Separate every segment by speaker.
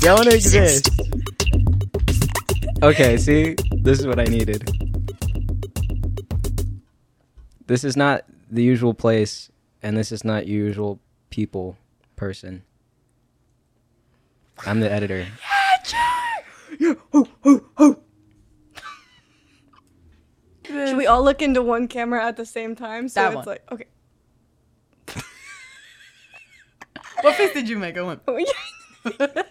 Speaker 1: don't exist. Okay, see, this is what I needed. This is not the usual place, and this is not usual people person. I'm the editor.
Speaker 2: Should we all look into one camera at the same time? So
Speaker 3: That
Speaker 2: it's
Speaker 3: one.
Speaker 2: like okay.
Speaker 3: What face did you make? I went.
Speaker 2: what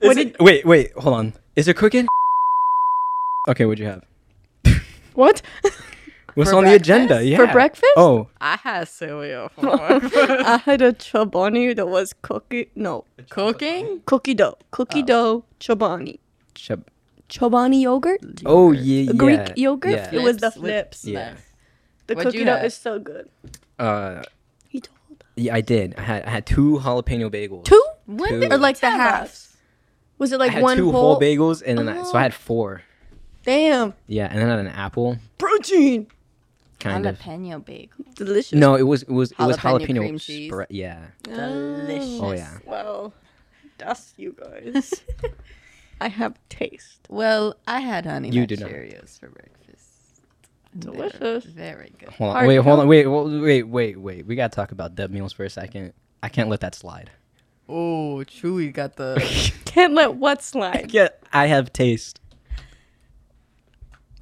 Speaker 1: What
Speaker 2: did
Speaker 1: Wait, wait, hold on. Is it crooked? Okay, what'd you have?
Speaker 2: what
Speaker 1: What's
Speaker 3: For
Speaker 1: on
Speaker 3: breakfast?
Speaker 1: the agenda? Yeah.
Speaker 2: for breakfast?
Speaker 1: Oh,
Speaker 3: I had cereal.
Speaker 2: I had a chobani that was cookie no
Speaker 3: Cooking?
Speaker 2: cookie dough cookie
Speaker 3: Oh.
Speaker 2: dough chobani
Speaker 1: chub-
Speaker 2: chobani yogurt
Speaker 1: oh yeah, yeah.
Speaker 2: Greek yogurt? It
Speaker 1: Yeah.
Speaker 2: was the
Speaker 3: Lips,
Speaker 2: flips.
Speaker 1: Yeah.
Speaker 3: nice.
Speaker 2: The
Speaker 3: What'd
Speaker 2: cookie
Speaker 3: you
Speaker 2: dough
Speaker 3: have?
Speaker 2: is so good.
Speaker 1: Uh,
Speaker 2: He told
Speaker 1: yeah, I did. I had I had two jalapeno bagels.
Speaker 2: two.
Speaker 3: When
Speaker 1: Two.
Speaker 3: did
Speaker 2: Or like the
Speaker 3: Tell
Speaker 2: halves.
Speaker 3: us.
Speaker 2: Was it
Speaker 1: I
Speaker 2: like
Speaker 1: had
Speaker 2: one Oh.
Speaker 1: two
Speaker 2: whole?
Speaker 1: whole bagels, and then I, so I had four.
Speaker 2: Damn
Speaker 1: Yeah, and then I had an apple,
Speaker 2: protein.
Speaker 1: kind of.
Speaker 3: jalapeno bagel?
Speaker 2: Delicious. Ah.
Speaker 1: No, it was it was it was
Speaker 3: Jalapeno
Speaker 1: jalapeno.
Speaker 3: cream cheese.
Speaker 1: spre- yeah.
Speaker 3: Delicious.
Speaker 1: Oh yeah.
Speaker 2: Well, that's you guys. I have taste.
Speaker 3: Well, I had honey
Speaker 1: You
Speaker 3: nut
Speaker 1: did not.
Speaker 3: Cheerios for breakfast. They're
Speaker 2: Delicious.
Speaker 3: Very good.
Speaker 1: Hold on.
Speaker 2: Hard
Speaker 1: wait,
Speaker 2: to
Speaker 1: hold
Speaker 2: know.
Speaker 1: on. Wait, wait, wait, wait, wait. We gotta talk about dub meals for a second. I can't let that slide.
Speaker 3: Oh, Chewy got the.
Speaker 2: Can't let what slide.
Speaker 1: Yeah, I have taste.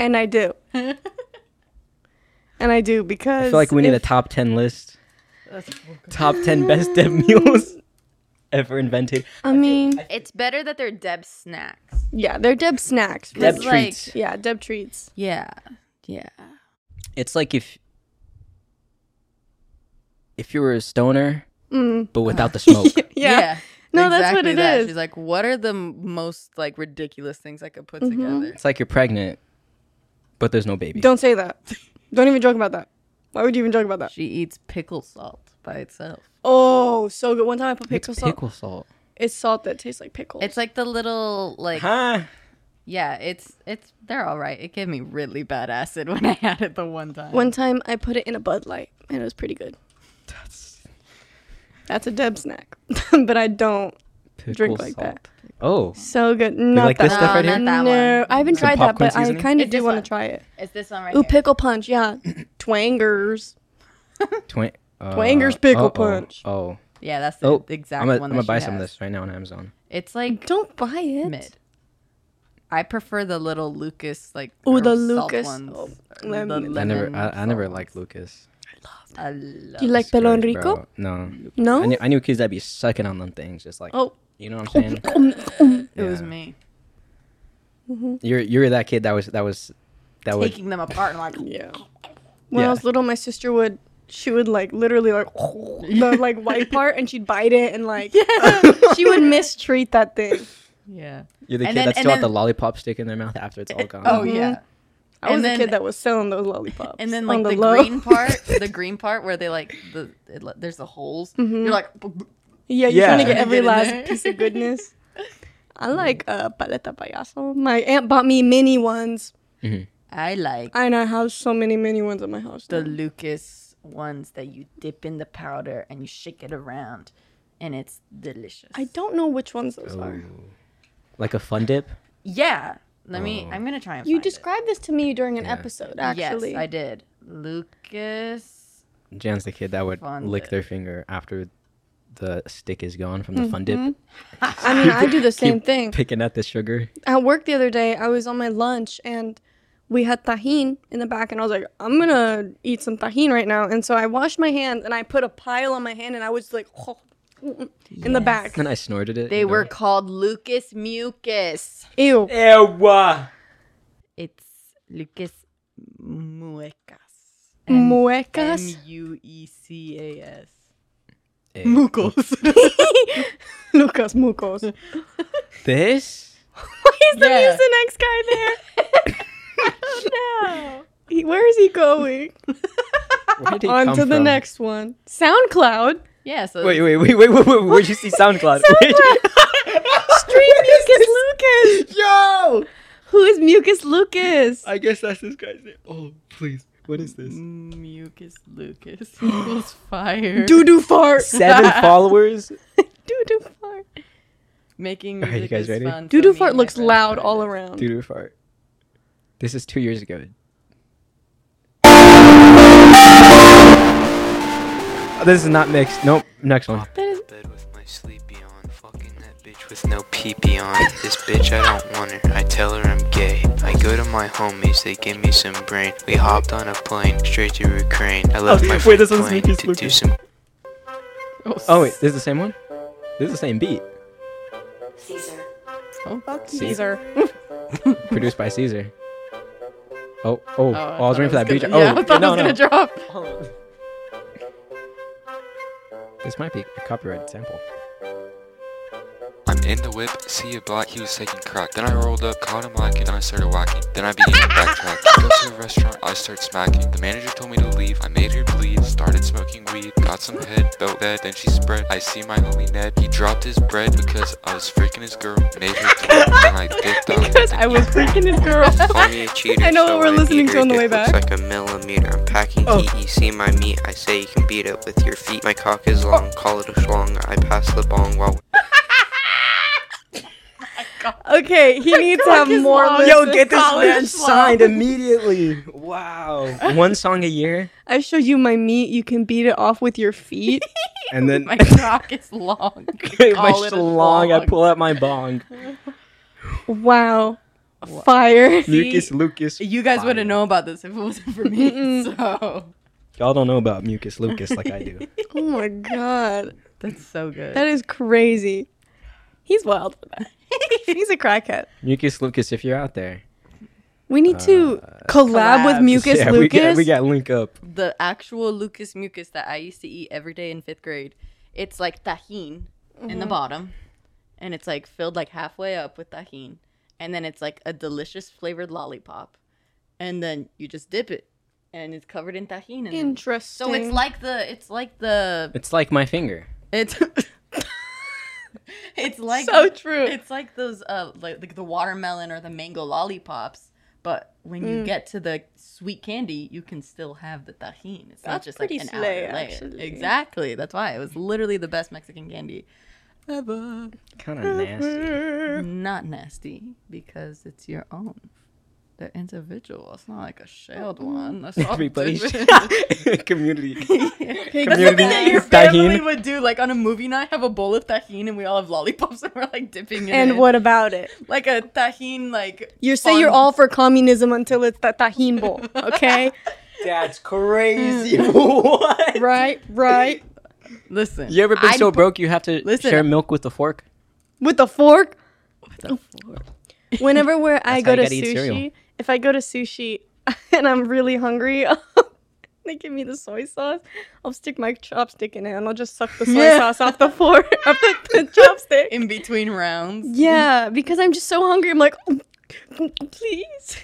Speaker 2: And I do. And I do because
Speaker 1: I feel like we need a
Speaker 2: if-
Speaker 1: top ten list. Top ten best dub meals ever invented.
Speaker 2: I mean,
Speaker 4: It's better that they're Deb snacks.
Speaker 2: yeah, they're Deb snacks.
Speaker 1: Deb
Speaker 4: It's like-
Speaker 1: treats.
Speaker 2: Yeah, Deb treats.
Speaker 3: yeah. Yeah.
Speaker 1: It's like if if you were a stoner,
Speaker 2: Mm.
Speaker 1: but without the smoke.
Speaker 2: yeah. No, that's what
Speaker 3: exactly
Speaker 2: it
Speaker 3: that.
Speaker 2: is.
Speaker 3: She's like, what are the m- most like ridiculous things I could put together?
Speaker 1: It's like you're pregnant, but there's no baby.
Speaker 2: Don't say that. Don't even joke about that. Why would you even joke about that?
Speaker 3: She eats pickle salt by itself.
Speaker 2: Oh, so good. One time I put
Speaker 1: What's
Speaker 2: pickle salt.
Speaker 1: pickle salt.
Speaker 2: It's salt that tastes like pickle.
Speaker 3: It's like the little like
Speaker 1: Huh?
Speaker 3: yeah, it's it's they're all right. It gave me really bad acid when I had it the one time.
Speaker 2: One time I put it in a Bud Light and it was pretty good. That's a Deb snack, but I don't
Speaker 1: Pickle
Speaker 2: drink like that.
Speaker 1: Oh,
Speaker 2: So good. Not
Speaker 1: like
Speaker 2: that.
Speaker 1: this stuff
Speaker 4: No,
Speaker 1: right
Speaker 4: not that
Speaker 1: here?
Speaker 2: no,
Speaker 4: one.
Speaker 2: I haven't
Speaker 1: Some
Speaker 2: tried that,
Speaker 1: popcorn
Speaker 2: but I
Speaker 1: seasoning?
Speaker 2: kind of
Speaker 4: It's
Speaker 2: do
Speaker 4: this
Speaker 2: want to
Speaker 4: one.
Speaker 2: try it.
Speaker 4: It's this one right
Speaker 2: Ooh,
Speaker 4: here.
Speaker 2: pickle punch. Yeah, twangers.
Speaker 1: Twi- uh,
Speaker 2: Twangers pickle
Speaker 1: uh-oh.
Speaker 2: punch.
Speaker 1: Oh,
Speaker 3: yeah, that's the
Speaker 1: oh,
Speaker 3: exact
Speaker 1: I'm gonna,
Speaker 3: one.
Speaker 1: I'm gonna
Speaker 3: that
Speaker 1: buy
Speaker 3: she
Speaker 1: some of
Speaker 3: has.
Speaker 1: this right now on Amazon.
Speaker 3: It's like
Speaker 2: Don't buy it.
Speaker 3: mid. I prefer the little Lucas like
Speaker 2: Ooh,
Speaker 3: or
Speaker 2: the
Speaker 3: salt
Speaker 2: Lucas.
Speaker 3: ones.
Speaker 2: Oh,
Speaker 3: The
Speaker 2: lemon.
Speaker 1: I never,
Speaker 3: lemon
Speaker 1: I, I never
Speaker 3: salt
Speaker 1: liked
Speaker 3: ones.
Speaker 1: Lucas.
Speaker 3: I love
Speaker 2: You like
Speaker 1: It's
Speaker 2: Pelon
Speaker 1: great,
Speaker 2: Rico?
Speaker 1: bro. No,
Speaker 2: No?
Speaker 1: I knew, I knew kids that be sucking on them things, just like
Speaker 2: Oh.
Speaker 1: you know what I'm saying.
Speaker 3: it was
Speaker 1: Yeah.
Speaker 3: me
Speaker 1: You're you're that kid that was that was that was
Speaker 3: taking them apart and like
Speaker 2: Yeah. When I
Speaker 1: Yeah.
Speaker 2: was little, my sister would she would like literally like the like white part, and she'd bite it, and like she would mistreat that thing.
Speaker 3: yeah.
Speaker 1: you're the kid
Speaker 3: And then-
Speaker 1: that
Speaker 3: and
Speaker 1: still had the
Speaker 3: then-
Speaker 1: lollipop stick in their mouth after it's all gone.
Speaker 3: Oh yeah.
Speaker 2: I was
Speaker 3: And
Speaker 2: a
Speaker 3: then-
Speaker 2: kid that was selling those lollipops.
Speaker 3: And then
Speaker 2: on
Speaker 3: like the,
Speaker 2: low.
Speaker 3: green part, the green part where they like the it, li- there's the holes. You're like
Speaker 2: yeah, you're trying to
Speaker 1: Yeah. Mm.
Speaker 2: get every
Speaker 3: Get in
Speaker 2: last
Speaker 3: there.
Speaker 2: piece of goodness. I like uh, paleta payaso. My aunt bought me mini ones,
Speaker 3: I like
Speaker 2: and I have so many mini ones at my house.
Speaker 3: the
Speaker 2: now.
Speaker 3: Lucas ones that you dip in the powder and you shake it around, and it's delicious.
Speaker 2: I don't know which ones those are.
Speaker 1: like a fun dip.
Speaker 3: yeah. Let me.
Speaker 1: Oh.
Speaker 3: I'm gonna try and
Speaker 2: You
Speaker 3: find it.
Speaker 2: described this to me during an episode, actually.
Speaker 3: Yes, I did. Lucas.
Speaker 1: Jan's the kid that would
Speaker 3: Fun
Speaker 1: lick
Speaker 3: dip.
Speaker 1: their finger after the stick is gone from the fun dip.
Speaker 2: I mean, I do the same
Speaker 1: Keep
Speaker 2: thing.
Speaker 1: Picking at the sugar.
Speaker 2: at work the other day, I was on my lunch and we had tahine in the back, and I was like, I'm gonna eat some tahine right now. And so I washed my hands and I put a pile on my hand, and I was like, "Oh." in the back.
Speaker 1: Then I snorted it. uh,
Speaker 3: They
Speaker 1: you know?
Speaker 3: were called Lucas Mucus.
Speaker 2: Ew.
Speaker 3: It's Lucas Muecas.
Speaker 2: Muecas.
Speaker 3: M U E C A S.
Speaker 1: Eh,
Speaker 3: Mucos.
Speaker 2: Lucas Mucos. Why
Speaker 1: This.
Speaker 2: is the
Speaker 3: Yeah.
Speaker 2: music next guy there? I don't know. Where is he going?
Speaker 1: Where did he
Speaker 2: On
Speaker 1: come
Speaker 2: to the
Speaker 1: from?
Speaker 2: next one. SoundCloud.
Speaker 3: yeah, so
Speaker 1: Wait, wait, wait, wait, wait, wait. Where'd you see SoundCloud?
Speaker 2: Street Mucus Lucas.
Speaker 1: Yo!
Speaker 2: Who is Mucus Lucas?
Speaker 1: I guess that's this guy's name. Oh, please. What is this?
Speaker 3: Mucus Lucas equals fire.
Speaker 2: Doo doo fart.
Speaker 1: Seven followers?
Speaker 2: Doo doo fart.
Speaker 3: making
Speaker 1: Are you
Speaker 3: music
Speaker 1: guys
Speaker 3: is
Speaker 1: ready?
Speaker 3: fun. so
Speaker 2: Doodoo
Speaker 3: me
Speaker 2: fart
Speaker 3: and my Oh,
Speaker 2: looks
Speaker 3: friends
Speaker 2: loud
Speaker 3: tried
Speaker 2: all
Speaker 3: it.
Speaker 2: around.
Speaker 1: Doo doo fart. This is two years ago. This is not mixed. Nope. Next one.
Speaker 5: bed with my sleepy on, fucking that bitch with no peepee on. This bitch, I don't want her. I tell her I'm gay. I go to my homies, they give me some brain. We hopped on a plane straight to Ukraine. I
Speaker 2: Oh,
Speaker 5: left my
Speaker 1: wait,
Speaker 5: friend
Speaker 1: this one's
Speaker 5: plane
Speaker 1: Nikki's
Speaker 5: to do
Speaker 1: Lucas.
Speaker 5: some
Speaker 1: Oh wait, this is the same one. This is the same beat.
Speaker 3: Oh,
Speaker 2: Fuck
Speaker 1: See?
Speaker 2: Caesar.
Speaker 1: Produced by Caesar. Oh oh. I,
Speaker 3: Oh,
Speaker 1: was
Speaker 3: thought
Speaker 1: waiting for that
Speaker 3: it
Speaker 1: beat.
Speaker 3: was
Speaker 1: oh
Speaker 3: gonna- Yeah, I thought
Speaker 1: no
Speaker 3: it was
Speaker 1: no.
Speaker 3: gonna drop.
Speaker 1: This might be a copyright sample.
Speaker 6: I'm in the whip, see a bot, he was taking crack. Then I rolled up, caught him lacking, and I started whacking. Then I began to backtrack. I go to a restaurant, I start smacking. The manager told me to leave, I made her bleed. Started smoking weed, got some head, felt bad, then she spread. I see my homie Ned, he dropped his bread because I was freaking his girl. Made her twerk, and I dipped up.
Speaker 3: Because I was freaking his girl.
Speaker 5: Call me a cheater.
Speaker 2: I know what
Speaker 5: so
Speaker 2: we're
Speaker 5: I'm
Speaker 2: listening
Speaker 5: eater.
Speaker 2: to on the
Speaker 5: Dick
Speaker 2: way
Speaker 5: looks
Speaker 2: back.
Speaker 5: Like a millimeter. I'm packing
Speaker 1: Oh.
Speaker 5: heat. You see my meat. I say you can beat it with your feet. My cock is long. Call it a schlong. I pass the bong while.
Speaker 2: Okay, he needs to have
Speaker 3: cock is
Speaker 2: more.
Speaker 3: long.
Speaker 2: listens.
Speaker 3: Yo, get this College man slum. signed
Speaker 1: immediately. Wow. One song a year,
Speaker 2: I show you my meat. You can beat it off with your feet.
Speaker 1: and then
Speaker 3: My cock is long.
Speaker 1: my
Speaker 3: Call it a
Speaker 1: long, I
Speaker 3: slog.
Speaker 1: pull out my bong.
Speaker 2: wow. Fire.
Speaker 1: Mucus Lucas.
Speaker 3: You guys
Speaker 1: Fire.
Speaker 3: wouldn't know about this if it wasn't for me. so
Speaker 1: Y'all don't know about Mucus Lucas like I do.
Speaker 2: Oh my god.
Speaker 3: that's so good.
Speaker 2: That is crazy. He's wild. He's a crackhead.
Speaker 1: Mucus Lucas, if you're out there,
Speaker 2: We need to collab,
Speaker 3: Uh, Collab.
Speaker 2: with Mucus
Speaker 1: yeah,
Speaker 2: Lucas.
Speaker 1: we got we got link up.
Speaker 3: the actual Lucas mucus that I used to eat every day in fifth grade. It's like tahine in the bottom, and it's like filled like halfway up with tahine, and then it's like a delicious flavored lollipop, and then you just dip it, and it's covered in tahine. And
Speaker 2: Interesting.
Speaker 3: so it's like the it's like the
Speaker 1: It's like my finger.
Speaker 3: it's it's like
Speaker 2: so true.
Speaker 3: It's like those uh like, like the watermelon or the mango lollipops, but when you get to the sweet candy, you can still have the tahine. It's not
Speaker 2: That's
Speaker 3: just
Speaker 2: pretty
Speaker 3: like an
Speaker 2: slay,
Speaker 3: outer layer.
Speaker 2: actually.
Speaker 3: Exactly. That's why it was literally the best Mexican candy ever.
Speaker 1: Kind of nasty.
Speaker 3: Not nasty because it's your own. They're individual. It's not like a shelled one. That's all
Speaker 1: Everybody's
Speaker 3: different.
Speaker 1: community.
Speaker 3: That's something that your
Speaker 1: Tahine.
Speaker 3: family would do, like on a movie night, have a bowl of tahine, and we all have lollipops, and we're like dipping it.
Speaker 2: and
Speaker 3: in.
Speaker 2: what about it?
Speaker 3: Like a tahine, like
Speaker 2: You say you're
Speaker 3: Fun.
Speaker 2: all for communism until it's the tahine bowl, okay?
Speaker 1: That's crazy.
Speaker 3: Mm.
Speaker 1: what?
Speaker 2: right, right.
Speaker 3: Listen.
Speaker 1: You ever been
Speaker 3: I'd
Speaker 1: so
Speaker 3: put
Speaker 1: broke you have to
Speaker 3: Listen.
Speaker 1: share milk with a fork?
Speaker 2: With a fork.
Speaker 3: the fork-
Speaker 2: Whenever where
Speaker 1: how
Speaker 2: I go
Speaker 1: you
Speaker 2: to
Speaker 1: gotta eat cereal.
Speaker 2: sushi, if I go to sushi and I'm really hungry, they give me the soy sauce. I'll stick my chopstick in it and I'll just suck the soy
Speaker 3: Yeah.
Speaker 2: sauce off the fork, off the, the chopstick.
Speaker 3: in between rounds.
Speaker 2: Yeah, because I'm just so hungry. I'm like, "Oh, please.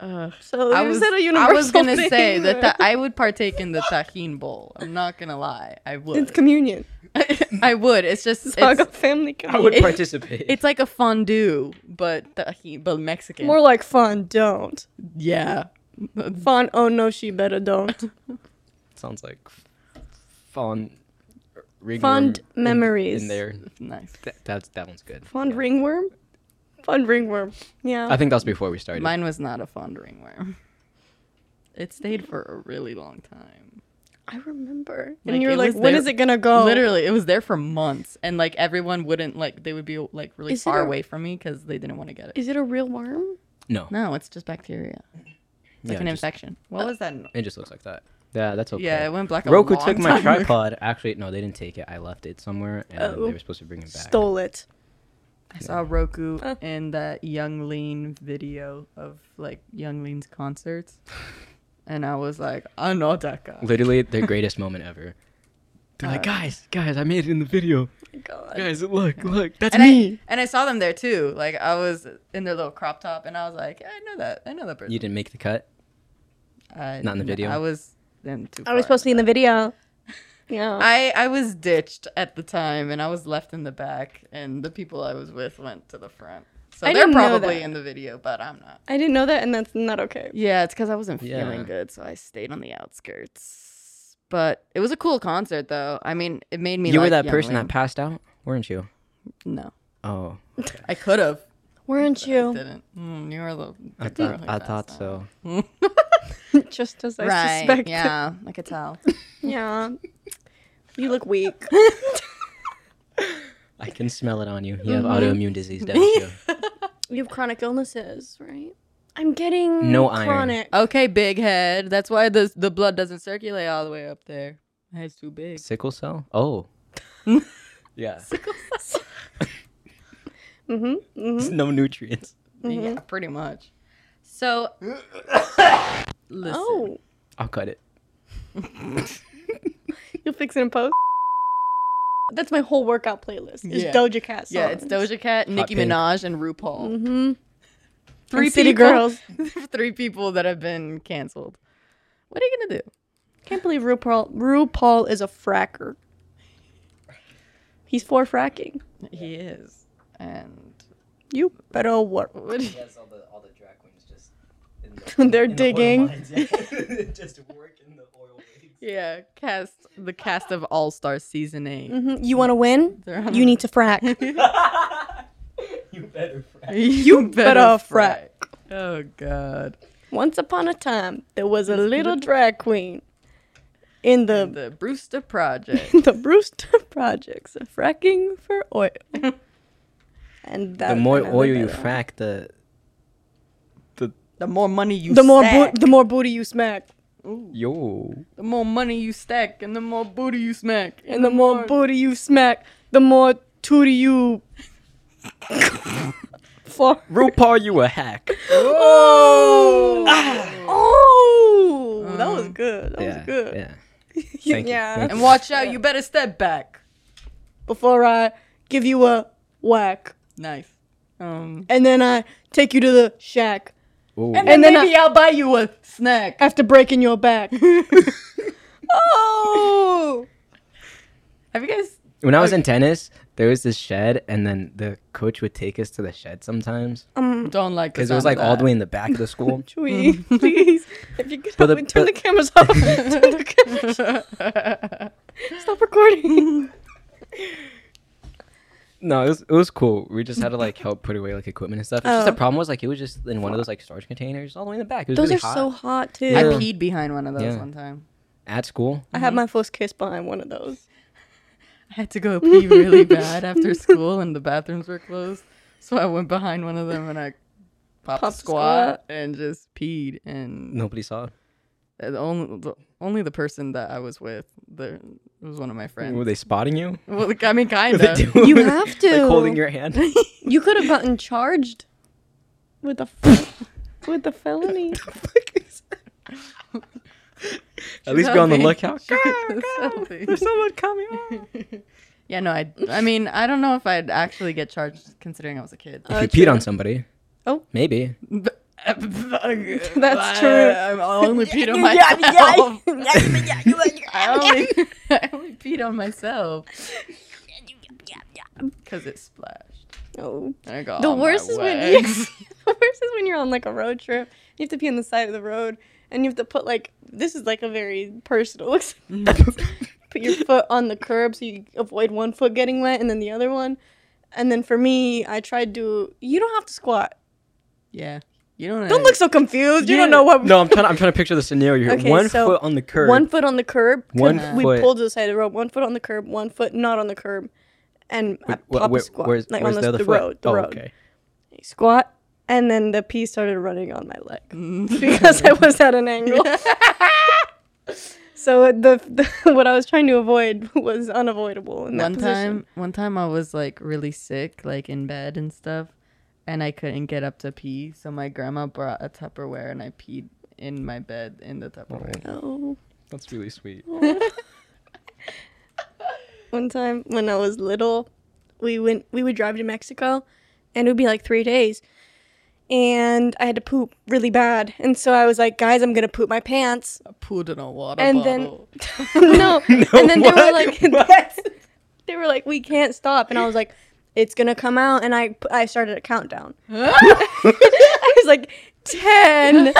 Speaker 2: So
Speaker 3: I
Speaker 2: it
Speaker 3: was,
Speaker 2: was, at a
Speaker 3: I
Speaker 2: universal
Speaker 3: was gonna
Speaker 2: thing.
Speaker 3: say that the, I would partake in the tahine bowl. I'm not gonna lie, I
Speaker 2: it's
Speaker 3: would.
Speaker 2: communion.
Speaker 3: I would. It's just
Speaker 2: It's, like a
Speaker 3: it's,
Speaker 2: family
Speaker 1: I
Speaker 2: communion.
Speaker 1: would
Speaker 3: It-
Speaker 1: participate.
Speaker 3: it's like a fondue, but tahine, but Mexican.
Speaker 2: More like fun, don't.
Speaker 3: yeah,
Speaker 2: Fun, oh no, she better don't.
Speaker 1: Sounds like f- fond. ringworm
Speaker 2: Fond
Speaker 1: in-
Speaker 2: memories.
Speaker 1: in there.
Speaker 3: nice.
Speaker 1: Th- that's that one's good.
Speaker 2: Fond ringworm? Fond ringworm. Yeah.
Speaker 1: I think that was before we started.
Speaker 3: Mine was not a fond ringworm. It stayed for a really long time.
Speaker 2: I remember.
Speaker 3: Like,
Speaker 2: and you're
Speaker 3: it
Speaker 2: like,
Speaker 3: was
Speaker 2: when
Speaker 3: there-
Speaker 2: is it gonna go?
Speaker 3: Literally, it was there for months, and like everyone wouldn't like. They would be like really
Speaker 2: Is it
Speaker 3: far
Speaker 2: a-
Speaker 3: away from me because they didn't want to get it.
Speaker 2: Is it a real worm?
Speaker 1: No.
Speaker 3: No, it's just bacteria. It's like
Speaker 1: Yeah,
Speaker 3: an
Speaker 1: just-
Speaker 3: infection.
Speaker 2: Uh,
Speaker 3: What was that?
Speaker 1: It just looks like that. Yeah, that's okay.
Speaker 3: Yeah, it went black. a
Speaker 1: Roku
Speaker 3: long
Speaker 1: took my
Speaker 3: time ago.
Speaker 1: tripod. Actually, no, they didn't take it. I left it somewhere, and
Speaker 2: Oh.
Speaker 1: they were supposed to bring it back.
Speaker 2: Stole it.
Speaker 3: I saw Roku
Speaker 2: Huh.
Speaker 3: in that Young Lean video of like Young Lean's concerts, and I was like, I know that guy.
Speaker 1: Literally, their greatest moment ever. They're
Speaker 3: Uh.
Speaker 1: like, guys, guys, I made it in the video.
Speaker 2: God.
Speaker 1: Guys, look, look, that's
Speaker 3: and
Speaker 1: me.
Speaker 3: I and I saw them there too. Like I was in their little crop top, and I was like, yeah, I know that. I know that person.
Speaker 1: You didn't make the cut.
Speaker 3: I,
Speaker 1: not in the video?
Speaker 3: I was in too.
Speaker 2: I was
Speaker 3: far.
Speaker 2: supposed to be in the video. Yeah.
Speaker 3: I, I was ditched at the time and I was left in the back and the people I was with went to the front. So
Speaker 2: I
Speaker 3: they're
Speaker 2: didn't know
Speaker 3: probably
Speaker 2: that.
Speaker 3: in the video, but I'm not.
Speaker 2: I didn't know that, and that's not okay.
Speaker 3: Yeah, it's because I wasn't
Speaker 1: Yeah.
Speaker 3: feeling good, so I stayed on the outskirts. But it was a cool concert, though. I mean, it made me.
Speaker 1: You were
Speaker 3: like
Speaker 1: that
Speaker 3: Young
Speaker 1: person
Speaker 3: Lean.
Speaker 1: that passed out, weren't you?
Speaker 3: No,
Speaker 1: Oh,
Speaker 3: I could have.
Speaker 2: Weren't you?
Speaker 3: Didn't. Mm, you were the.
Speaker 1: I thought I thought so.
Speaker 2: Just as I
Speaker 3: Right.
Speaker 2: suspected.
Speaker 3: Yeah, I could tell.
Speaker 2: Yeah. You look weak.
Speaker 1: I can smell it on you. You have autoimmune disease, don't you?
Speaker 2: You have chronic illnesses, right? I'm getting
Speaker 1: No iron.
Speaker 2: chronic.
Speaker 3: Okay, big head. That's why the the blood doesn't circulate all the way up there. My head's too big.
Speaker 1: Sickle cell? Oh. yeah.
Speaker 2: Mm-hmm. mm-hmm.
Speaker 1: no nutrients.
Speaker 3: Mm-hmm. Yeah, pretty much. So, listen.
Speaker 2: Oh,
Speaker 1: I'll cut it.
Speaker 2: you'll fix it in post. That's my whole workout playlist. Is
Speaker 3: Yeah.
Speaker 2: Doja Cat.
Speaker 3: yeah, it's Doja Cat, Nicki
Speaker 1: Pink.
Speaker 3: Minaj, and RuPaul.
Speaker 2: Mm-hmm.
Speaker 3: Three
Speaker 2: City
Speaker 3: people-
Speaker 2: Girls.
Speaker 3: three people that have been canceled. What are you gonna do?
Speaker 2: Can't believe RuPaul. RuPaul is a fracker. He's for fracking.
Speaker 3: He is, and
Speaker 2: You better work. Mm-hmm.
Speaker 3: what? do you-
Speaker 1: Yes, all the all the drag queens just
Speaker 2: They're digging.
Speaker 1: just work in the oil
Speaker 3: Yeah, cast the cast of All Star season 8
Speaker 2: Mhm. You want to win?
Speaker 3: They're on-
Speaker 2: You need to frack.
Speaker 1: You better
Speaker 3: you
Speaker 2: better
Speaker 3: frack. Oh God,
Speaker 2: Once upon a time, there was a little drag queen in the
Speaker 3: the Brewster Project.
Speaker 2: the Brewster Projects, a fracking for oil. And that
Speaker 1: The more
Speaker 2: and
Speaker 1: oil you
Speaker 2: that-
Speaker 1: frack, the
Speaker 3: The more money you
Speaker 2: the more bo-
Speaker 3: stack,
Speaker 2: the more booty you smack,
Speaker 1: yo.
Speaker 3: the more money you stack, and the more booty you smack,
Speaker 2: and the more booty you smack, the more tootie you. for
Speaker 1: RuPaul, you a hack.
Speaker 2: oh, oh, that was good.
Speaker 1: Ah.
Speaker 2: That
Speaker 1: Um, yeah,
Speaker 2: was good.
Speaker 1: yeah.
Speaker 2: Yeah.
Speaker 1: Thank you. Thank
Speaker 3: And watch out, you better step back.
Speaker 2: Before I give you a whack,
Speaker 3: Nice. Um,
Speaker 2: and then I take you to the shack
Speaker 1: Ooh.
Speaker 3: and,
Speaker 2: And
Speaker 3: then
Speaker 2: then
Speaker 3: maybe I- will buy you a snack.
Speaker 2: after breaking your back.
Speaker 3: oh. Have you guys?
Speaker 1: When I was in tennis, there was this shed, and then the coach would take us to the shed sometimes
Speaker 2: Um,
Speaker 3: Don't like
Speaker 1: because it was like all the way in the back of the school.
Speaker 2: Chewy, please. If you could
Speaker 1: Mm. But the-
Speaker 2: help me turn
Speaker 1: but-
Speaker 2: the cameras off. turn the cameras. Stop recording.
Speaker 1: no, it was it was cool. We just had to like help put away like equipment and stuff. It's just the
Speaker 2: Oh.
Speaker 1: problem was like it was just in one of those like storage containers all the way in the back. It was
Speaker 2: Those
Speaker 1: really
Speaker 2: are so hot too.
Speaker 3: I
Speaker 1: Yeah.
Speaker 3: peed behind one of those
Speaker 1: Yeah.
Speaker 3: one time.
Speaker 1: at school.
Speaker 2: I had my first kiss behind one of those.
Speaker 3: I had to go pee really bad after school, and the bathrooms were closed. So I went behind one of them and I popped,
Speaker 2: Popped
Speaker 3: a
Speaker 2: a
Speaker 3: squat,
Speaker 2: squat.
Speaker 3: and just peed. And
Speaker 1: Nobody saw.
Speaker 3: the only the, only the person that I was with, the was one of my friends.
Speaker 1: Were they spotting you?
Speaker 3: Well, like, I mean, kind
Speaker 1: They
Speaker 3: of.
Speaker 1: do.
Speaker 2: You have to.
Speaker 1: like holding your hand.
Speaker 2: You could have gotten charged with a f- with a felony.
Speaker 1: At least be on the lookout.
Speaker 3: There's someone coming. yeah, no, I. I mean, I don't know if I'd actually get charged considering I was a kid.
Speaker 1: If you peed on somebody.
Speaker 2: Uh, Oh.
Speaker 1: Maybe.
Speaker 3: That's
Speaker 2: true.
Speaker 3: I, I only peed on myself. I only, I only peed on myself because it splashed.
Speaker 2: Oh.
Speaker 3: And I got
Speaker 2: The
Speaker 3: all my
Speaker 2: worst is when you,
Speaker 3: legs.
Speaker 2: the worst is when you're on like a road trip. You have to pee on the side of the road, and you have to put like this is like a very personal. experience. put your foot on the curb so you avoid one foot getting wet, and then the other one. And then for me, I tried to. You don't have to squat.
Speaker 3: yeah. You don't.
Speaker 2: Don't look so confused. You
Speaker 3: Yeah.
Speaker 2: don't know what.
Speaker 1: No, I'm trying. I'm trying to picture the scenario here.
Speaker 2: Okay,
Speaker 1: one
Speaker 2: so
Speaker 1: foot on the curb.
Speaker 2: One foot on the curb. 'cause
Speaker 1: One
Speaker 2: We
Speaker 1: foot.
Speaker 2: pulled to the side of the road. One foot on the curb. One foot not on the curb. And I
Speaker 1: Wh-
Speaker 2: pop
Speaker 1: where-
Speaker 2: a squat.
Speaker 1: where's,
Speaker 2: like
Speaker 1: where's
Speaker 2: on
Speaker 1: the
Speaker 2: the,
Speaker 1: other
Speaker 2: the
Speaker 1: foot?
Speaker 2: road. The
Speaker 1: oh,
Speaker 2: road.
Speaker 1: okay.
Speaker 2: Squat. And then the pee started running on my leg. because I was at an angle. so the, the what I was trying to avoid was unavoidable in that
Speaker 3: one
Speaker 2: position.
Speaker 3: time one time i was like really sick like in bed and stuff and i couldn't get up to pee so my grandma brought a tupperware and i peed in my bed in the tupperware
Speaker 2: Oh,
Speaker 1: That's really sweet.
Speaker 2: one time when I was little, we went we would drive to Mexico, and it would be like three days, and I had to poop really bad, and so I was like, guys, I'm gonna poop my pants,
Speaker 3: i pooed in a water
Speaker 2: and then
Speaker 3: bottle
Speaker 2: no, and then they were like, they were like, we can't stop, and I was like, it's gonna come out, and I I started a countdown. I was like 10, 9,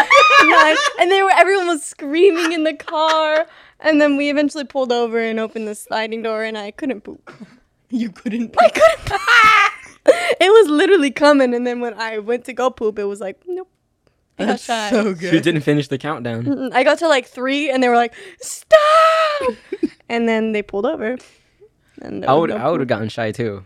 Speaker 2: and they were everyone was screaming in the car. And then we eventually pulled over and opened the sliding door, and I couldn't poop.
Speaker 3: You couldn't.
Speaker 2: I couldn't. it was literally coming, and then when I went to go poop, it was like, nope. I got shy.
Speaker 3: so
Speaker 1: She
Speaker 3: good.
Speaker 1: didn't finish the countdown.
Speaker 2: Mm, I got to like three, and they were like, stop! and then they pulled over. And there
Speaker 1: I
Speaker 2: was
Speaker 1: would
Speaker 2: no
Speaker 1: I would
Speaker 2: poop.
Speaker 1: have gotten shy too.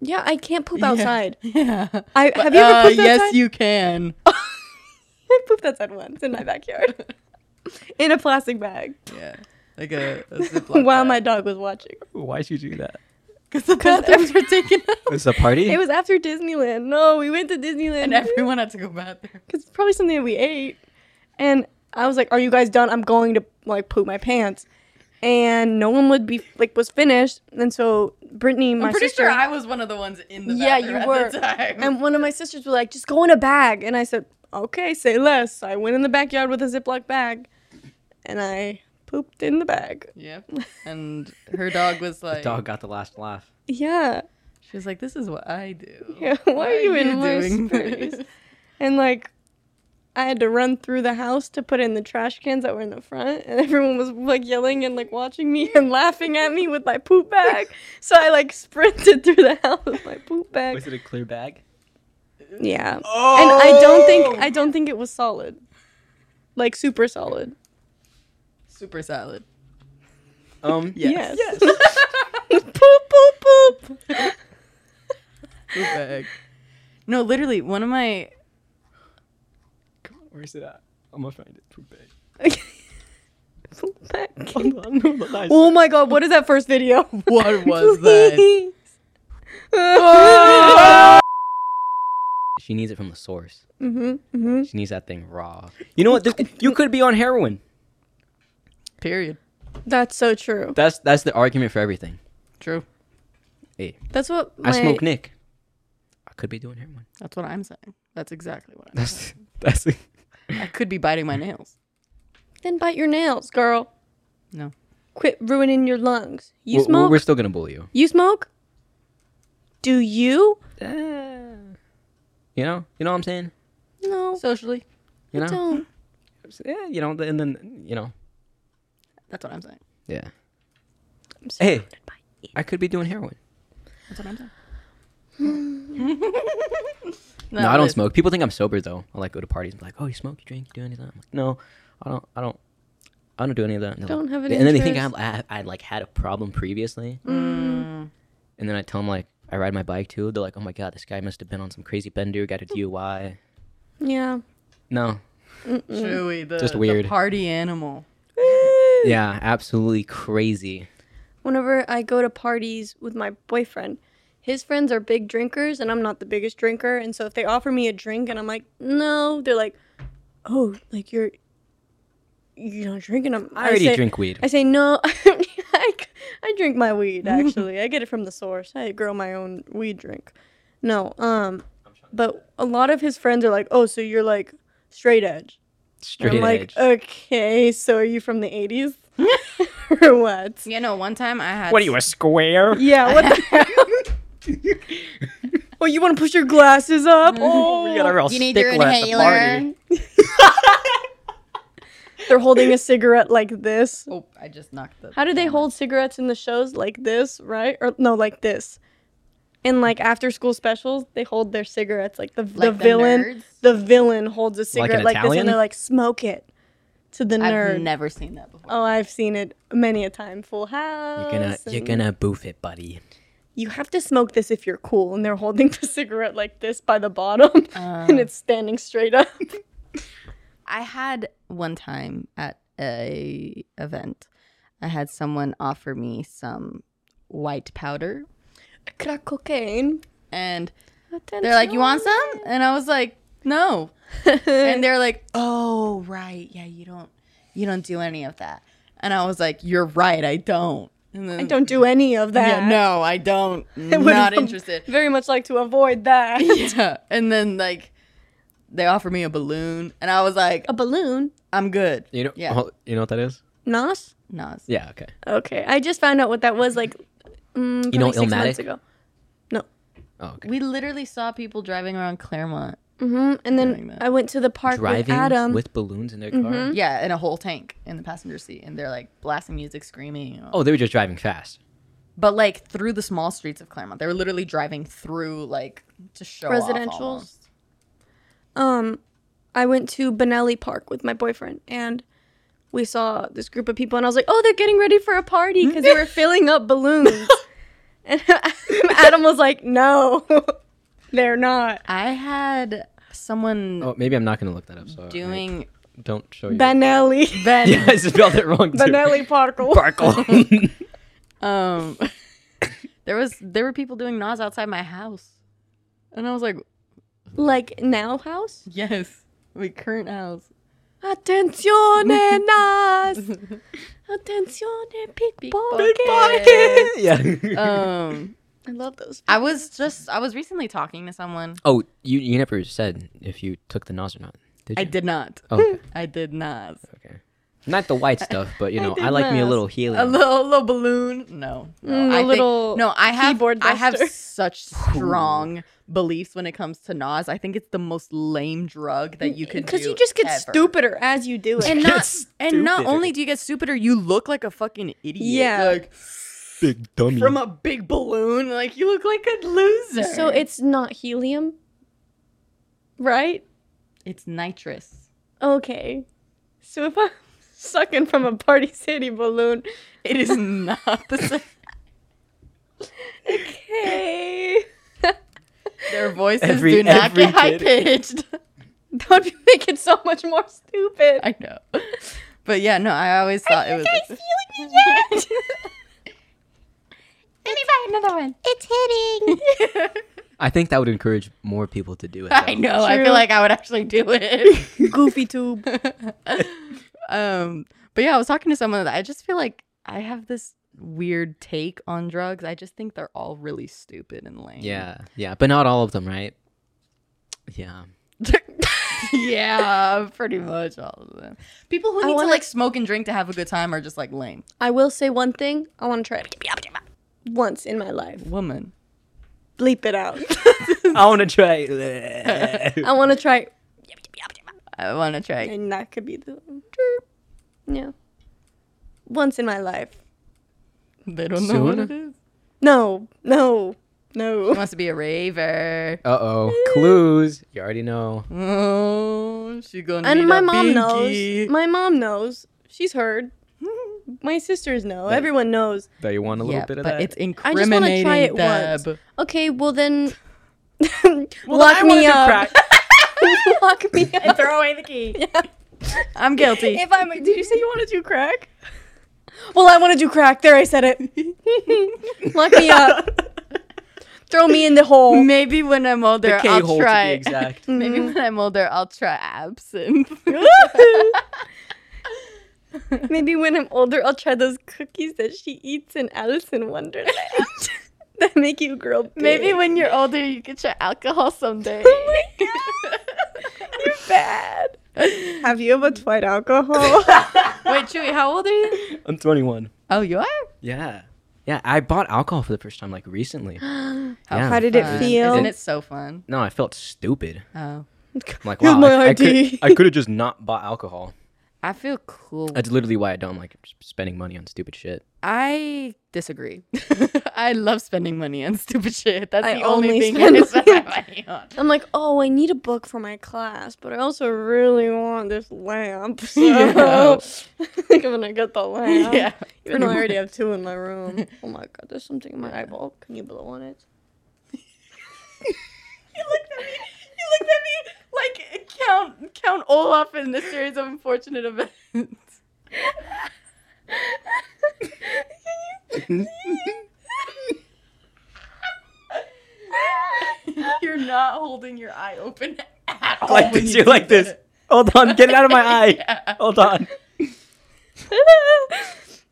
Speaker 2: Yeah, I can't poop outside.
Speaker 3: Yeah.
Speaker 2: I have you ever
Speaker 3: Uh,
Speaker 2: pooped
Speaker 3: yes,
Speaker 2: outside?
Speaker 3: you can.
Speaker 2: I pooped outside once in my backyard in a plastic bag
Speaker 3: yeah. Like a, a Ziploc.
Speaker 2: while my dog was watching.
Speaker 1: Why'd you do that?
Speaker 3: Because the bathrooms were taken up.
Speaker 1: It's a party.
Speaker 2: It was after Disneyland. No, we went to Disneyland.
Speaker 3: And everyone had to go bathroom.
Speaker 2: because it's probably something that we ate. And I was like, "Are you guys done? I'm going to like poop my pants." And no one would be like was finished, and so Brittany, my
Speaker 3: I'm pretty
Speaker 2: sister,
Speaker 3: sure I was one of the ones in the
Speaker 2: Yeah,
Speaker 3: bathroom
Speaker 2: you
Speaker 3: at
Speaker 2: were.
Speaker 3: the time.
Speaker 2: and one of my sisters were like, "Just go in a bag," and I said, "Okay, say less." So I went in the backyard with a Ziploc bag, and I pooped in the bag.
Speaker 3: yep. And her dog was like,
Speaker 1: Dog got the last laugh.
Speaker 2: Yeah,
Speaker 3: she was like, this is what I do.
Speaker 2: yeah. Why, are you in my
Speaker 3: doing
Speaker 2: space?
Speaker 3: this?
Speaker 2: And like, I had to run through the house to put in the trash cans that were in the front, and everyone was like yelling and like watching me and laughing at me with my poop bag. so I like sprinted through the house with my poop bag.
Speaker 1: it a clear bag?
Speaker 2: Yeah. And I don't think I don't think it was solid, like super solid.
Speaker 3: Super salad.
Speaker 1: Um.
Speaker 2: Yes.
Speaker 3: Yes.
Speaker 2: poop, poop, poop.
Speaker 3: Poop bag. No, literally, one of my
Speaker 1: Come on, where's it at? I'm gonna find it. Poop bag.
Speaker 2: Poop bag. Oh my god! What is that first video?
Speaker 3: what was that? Ah.
Speaker 1: She needs it from the source.
Speaker 2: mm-hmm, mm-hmm.
Speaker 1: She needs that thing raw. You know what? This, you could be on heroin.
Speaker 3: Period.
Speaker 2: That's so true.
Speaker 1: That's that's the argument for everything.
Speaker 3: True.
Speaker 2: That's what my,
Speaker 1: I smoke Nick. I could be doing heroin.
Speaker 3: That's what I'm saying. That's exactly what I'm
Speaker 1: That's that's. The,
Speaker 3: saying. I could be biting my nails.
Speaker 2: Then bite your nails, girl.
Speaker 3: No.
Speaker 2: Quit ruining your lungs. You
Speaker 1: we're,
Speaker 2: smoke?
Speaker 1: we're still gonna bully you.
Speaker 2: you smoke? Do you?
Speaker 1: You know. You know what I'm saying.
Speaker 2: No.
Speaker 3: Socially.
Speaker 1: You know.
Speaker 2: Don't.
Speaker 1: Yeah. You know. And then you know.
Speaker 3: That's what I'm saying.
Speaker 1: Yeah.
Speaker 2: I'm so-
Speaker 1: Hey. I could be doing heroin.
Speaker 3: That's what I'm saying.
Speaker 1: No, I don't smoke. People think I'm sober though. I like go to parties and be like, "Oh, you smoke, you drink, you do any of that." I'm like, "No, I don't. I don't. I don't do any of that." And they're
Speaker 2: Don't
Speaker 1: like-
Speaker 2: have an
Speaker 1: And then they think I'm,
Speaker 2: interest. Mm.
Speaker 1: I, I like had a problem previously, and then I tell them like I ride my bike too. They're like, "Oh my god, this guy must have been on some crazy bender, got a
Speaker 2: Mm.
Speaker 1: DUI."
Speaker 2: Yeah.
Speaker 1: No,
Speaker 3: Chewy, the,
Speaker 1: Just
Speaker 3: the
Speaker 1: weird.
Speaker 3: party animal.
Speaker 1: yeah, absolutely crazy.
Speaker 2: Whenever I go to parties with my boyfriend, his friends are big drinkers and I'm not the biggest drinker. And so if they offer me a drink and I'm like, no, they're like, oh, like you're, you don't drink. And I'm,
Speaker 1: I already
Speaker 2: say-
Speaker 1: drink weed.
Speaker 2: I say no. I, I drink my weed actually. I get it from the source. I grow my own weed drink. No, um, but a lot of his friends are like, "Oh, so you're like straight edge." And
Speaker 1: Straight
Speaker 2: I'm like,
Speaker 1: edge.
Speaker 2: "Okay, so are you from the '80s or what?"
Speaker 3: You know, one time I had.
Speaker 1: a square?
Speaker 2: Yeah. What the hell? oh, you want to push your glasses up? Oh,
Speaker 1: We got a real stickler at the party.
Speaker 2: they're holding a cigarette like this.
Speaker 3: Oh, I just knocked the.
Speaker 2: How do they hold cigarettes in the shows like this, right? Or no, like this. In like after school specials, they hold their cigarettes like the the
Speaker 3: the
Speaker 2: villain.
Speaker 3: nerds?
Speaker 2: The villain holds a
Speaker 1: Like an
Speaker 2: cigarette like, this,
Speaker 1: Italian?
Speaker 2: and they're like, "Smoke it," to the
Speaker 3: I've
Speaker 2: nerd.
Speaker 3: never seen that before.
Speaker 2: oh, I've seen it many a time. Full House.
Speaker 1: You're
Speaker 3: uh,
Speaker 1: gonna, you're
Speaker 2: and-
Speaker 1: gonna boof it, buddy.
Speaker 2: You have to smoke this if you're cool, and they're holding the cigarette like this by the bottom,
Speaker 3: Oh.
Speaker 2: and it's standing straight up.
Speaker 3: I had one time at a event, I had someone offer me some white powder,
Speaker 2: Crack cocaine.
Speaker 3: and they're like, "You want some?" And I was like, "No." and they're like, "Oh, right, yeah, you don't, you don't do any of that." And I was like, "You're right, I don't." And then,
Speaker 2: I don't do any of that.
Speaker 3: Yeah, no, I don't.
Speaker 2: would
Speaker 3: Not
Speaker 2: have-
Speaker 3: interested.
Speaker 2: Very much like to avoid that.
Speaker 3: yeah. And then like they offered me a balloon and I was like,
Speaker 2: a balloon.
Speaker 3: I'm good.
Speaker 1: You know,
Speaker 3: Yeah.
Speaker 1: oh, you know what that is?
Speaker 2: Nas.
Speaker 3: No, it's-
Speaker 1: Yeah. Okay.
Speaker 2: Okay, I just found out what that was like. Mm,
Speaker 1: You know
Speaker 2: probably six
Speaker 1: Illmatic?
Speaker 2: months ago.
Speaker 1: Oh, okay.
Speaker 3: We literally saw people driving around Claremont.
Speaker 2: hmm And
Speaker 3: Doing
Speaker 2: then
Speaker 3: that.
Speaker 2: I went to the park with
Speaker 1: Driving
Speaker 2: Adam.
Speaker 1: with balloons in their car.
Speaker 3: Yeah, in a whole tank in the passenger seat and they're like blasting music, screaming.
Speaker 1: Oh, they were just driving fast.
Speaker 3: But like through the small streets of Claremont, they were literally driving through like to show off.
Speaker 2: Residentials.
Speaker 3: almost.
Speaker 2: Um, I went to Benelli Park with my boyfriend, and we saw this group of people, and I was like, "Oh, they're getting ready for a party because they were filling up balloons." and Adam was like, "No, they're not."
Speaker 3: I had someone
Speaker 1: Oh, maybe I'm not gonna look that up. So I
Speaker 3: doing
Speaker 1: don't show you.
Speaker 2: Benelli,
Speaker 3: Ben.
Speaker 1: yeah, I spelled it wrong. Too.
Speaker 2: Benelli Park.
Speaker 1: Barkle.
Speaker 3: Um, there was there were people doing Nas outside my house, and I was like,
Speaker 2: like now house.
Speaker 3: yes, my current house.
Speaker 2: Attenzione nas, attenzione pickpocket.
Speaker 3: Pickpocket.
Speaker 1: yeah.
Speaker 3: Um,
Speaker 2: I love those.
Speaker 3: I was just I was recently talking to someone.
Speaker 1: oh, you you never said if you took the nos or not. Did you?
Speaker 3: I did not.
Speaker 1: Oh, okay.
Speaker 3: I did not.
Speaker 1: okay. Not the white stuff, but you know,
Speaker 2: did
Speaker 1: I, like me a
Speaker 2: nas.
Speaker 1: little helium.
Speaker 3: A little, little balloon? No, no.
Speaker 2: Mm, a
Speaker 3: I think-
Speaker 2: little
Speaker 3: no, I have.
Speaker 2: keyboard
Speaker 3: I have
Speaker 2: duster.
Speaker 3: such strong beliefs when it comes to Nas. I think it's the most lame drug that you could.
Speaker 2: Because
Speaker 3: Because
Speaker 2: you just get
Speaker 3: ever.
Speaker 2: stupider as you do it.
Speaker 3: and
Speaker 1: Get
Speaker 3: not and not
Speaker 1: stupider.
Speaker 3: only do you get stupider, you look like a fucking idiot.
Speaker 2: Yeah.
Speaker 3: like
Speaker 1: big dummy.
Speaker 3: from a big balloon. Like you look like a loser.
Speaker 2: So it's not helium, right?
Speaker 3: it's nitrous.
Speaker 2: Okay. So if I'm sucking from a Party City balloon,
Speaker 3: It is not the same.
Speaker 2: hey,
Speaker 3: Their voices
Speaker 1: Every-
Speaker 3: do not
Speaker 1: every
Speaker 3: get high
Speaker 1: kid-
Speaker 3: pitched.
Speaker 2: that would make it so much more stupid.
Speaker 3: I know, but yeah, no. I always thought it was.
Speaker 2: feeling it yet? Let me find another one. It's hitting.
Speaker 1: I think that would encourage more people to do it.
Speaker 3: I
Speaker 1: though.
Speaker 3: know. I
Speaker 2: True.
Speaker 3: feel like I would actually do it.
Speaker 2: Goofy tube.
Speaker 3: um, but yeah, I was talking to someone that I just feel like I have this weird take on drugs. I just think they're all really stupid and lame.
Speaker 1: Yeah, yeah, but not all of them, right? Yeah.
Speaker 3: yeah, pretty much all of them. People who
Speaker 2: I
Speaker 3: need
Speaker 2: wanna-
Speaker 3: to like smoke and drink to have a good time are just like lame.
Speaker 2: I will say one thing. I want to try it once in my life.
Speaker 3: Woman.
Speaker 2: Bleep it out.
Speaker 1: I want to try.
Speaker 2: I want to try,
Speaker 3: I want to try.
Speaker 2: and that could be the. Yeah. Once in my life.
Speaker 3: They don't know what it is.
Speaker 2: No, no, no.
Speaker 3: Wants to be a raver.
Speaker 1: uh oh, clues. You already know.
Speaker 3: Oh, she gonna.
Speaker 2: And
Speaker 3: need
Speaker 2: my
Speaker 3: a
Speaker 2: mom
Speaker 3: binky.
Speaker 2: knows. My mom knows. She's heard. My sisters know. Everyone knows.
Speaker 1: That you want a little
Speaker 3: yeah,
Speaker 1: bit of
Speaker 3: but
Speaker 1: that.
Speaker 3: it's
Speaker 2: I just want to
Speaker 3: incriminating.
Speaker 2: try it
Speaker 3: Deb.
Speaker 2: once. Okay, well then.
Speaker 1: I
Speaker 2: lock
Speaker 1: wanna
Speaker 2: me
Speaker 1: do
Speaker 2: up.
Speaker 1: crack.
Speaker 2: lock me up.
Speaker 7: Throw away the key.
Speaker 3: I'm guilty.
Speaker 2: If I'm, did you say you want to do crack? Well, I want to do crack. There, I said it. lock me up. Throw me in the hole.
Speaker 3: Maybe when I'm older,
Speaker 1: K
Speaker 3: I'll
Speaker 1: hole to be
Speaker 3: try.
Speaker 1: exact.
Speaker 3: Maybe when I'm older, I'll try absinthe.
Speaker 2: Maybe when I'm older, I'll try those cookies that she eats in Alice in Wonderland that make you grow. Big.
Speaker 3: Maybe when you're older, you can try alcohol someday.
Speaker 2: Oh You're bad. Have you ever tried alcohol?
Speaker 3: Wait, Chewy, how old are you?
Speaker 1: I'm 21.
Speaker 3: Oh, you are?
Speaker 1: Yeah. Yeah, I bought alcohol for the first time like recently. yeah.
Speaker 2: How did it feel?
Speaker 3: Isn't it so fun?
Speaker 1: No, I felt stupid.
Speaker 3: Oh.
Speaker 1: I'm like,
Speaker 2: Here's
Speaker 1: wow,
Speaker 2: my
Speaker 1: I,
Speaker 2: ID.
Speaker 1: I could have just not bought alcohol.
Speaker 3: I feel cool.
Speaker 1: That's literally why I don't like s- spending money on stupid shit.
Speaker 3: I disagree. I love spending money on stupid shit. That's
Speaker 2: I
Speaker 3: the only,
Speaker 2: only
Speaker 3: thing I
Speaker 2: spend
Speaker 3: can spend my money on.
Speaker 2: I'm like, oh, I need a book for my class, but I also really want this lamp. So
Speaker 3: Yeah.
Speaker 2: I think I'm gonna get the lamp.
Speaker 3: Yeah,
Speaker 2: Even though I already have two in my room. Oh my god, there's something in my eyeball. Can you blow on it?
Speaker 3: You looked at me. You looked at me like Count Count Olaf in the series of unfortunate events. You're not holding your eye open at all.
Speaker 1: like
Speaker 3: when
Speaker 1: this,
Speaker 3: you
Speaker 1: you're
Speaker 3: do
Speaker 1: like this.
Speaker 3: that.
Speaker 1: Hold on, get it out of my eye.
Speaker 3: Yeah.
Speaker 1: Hold on.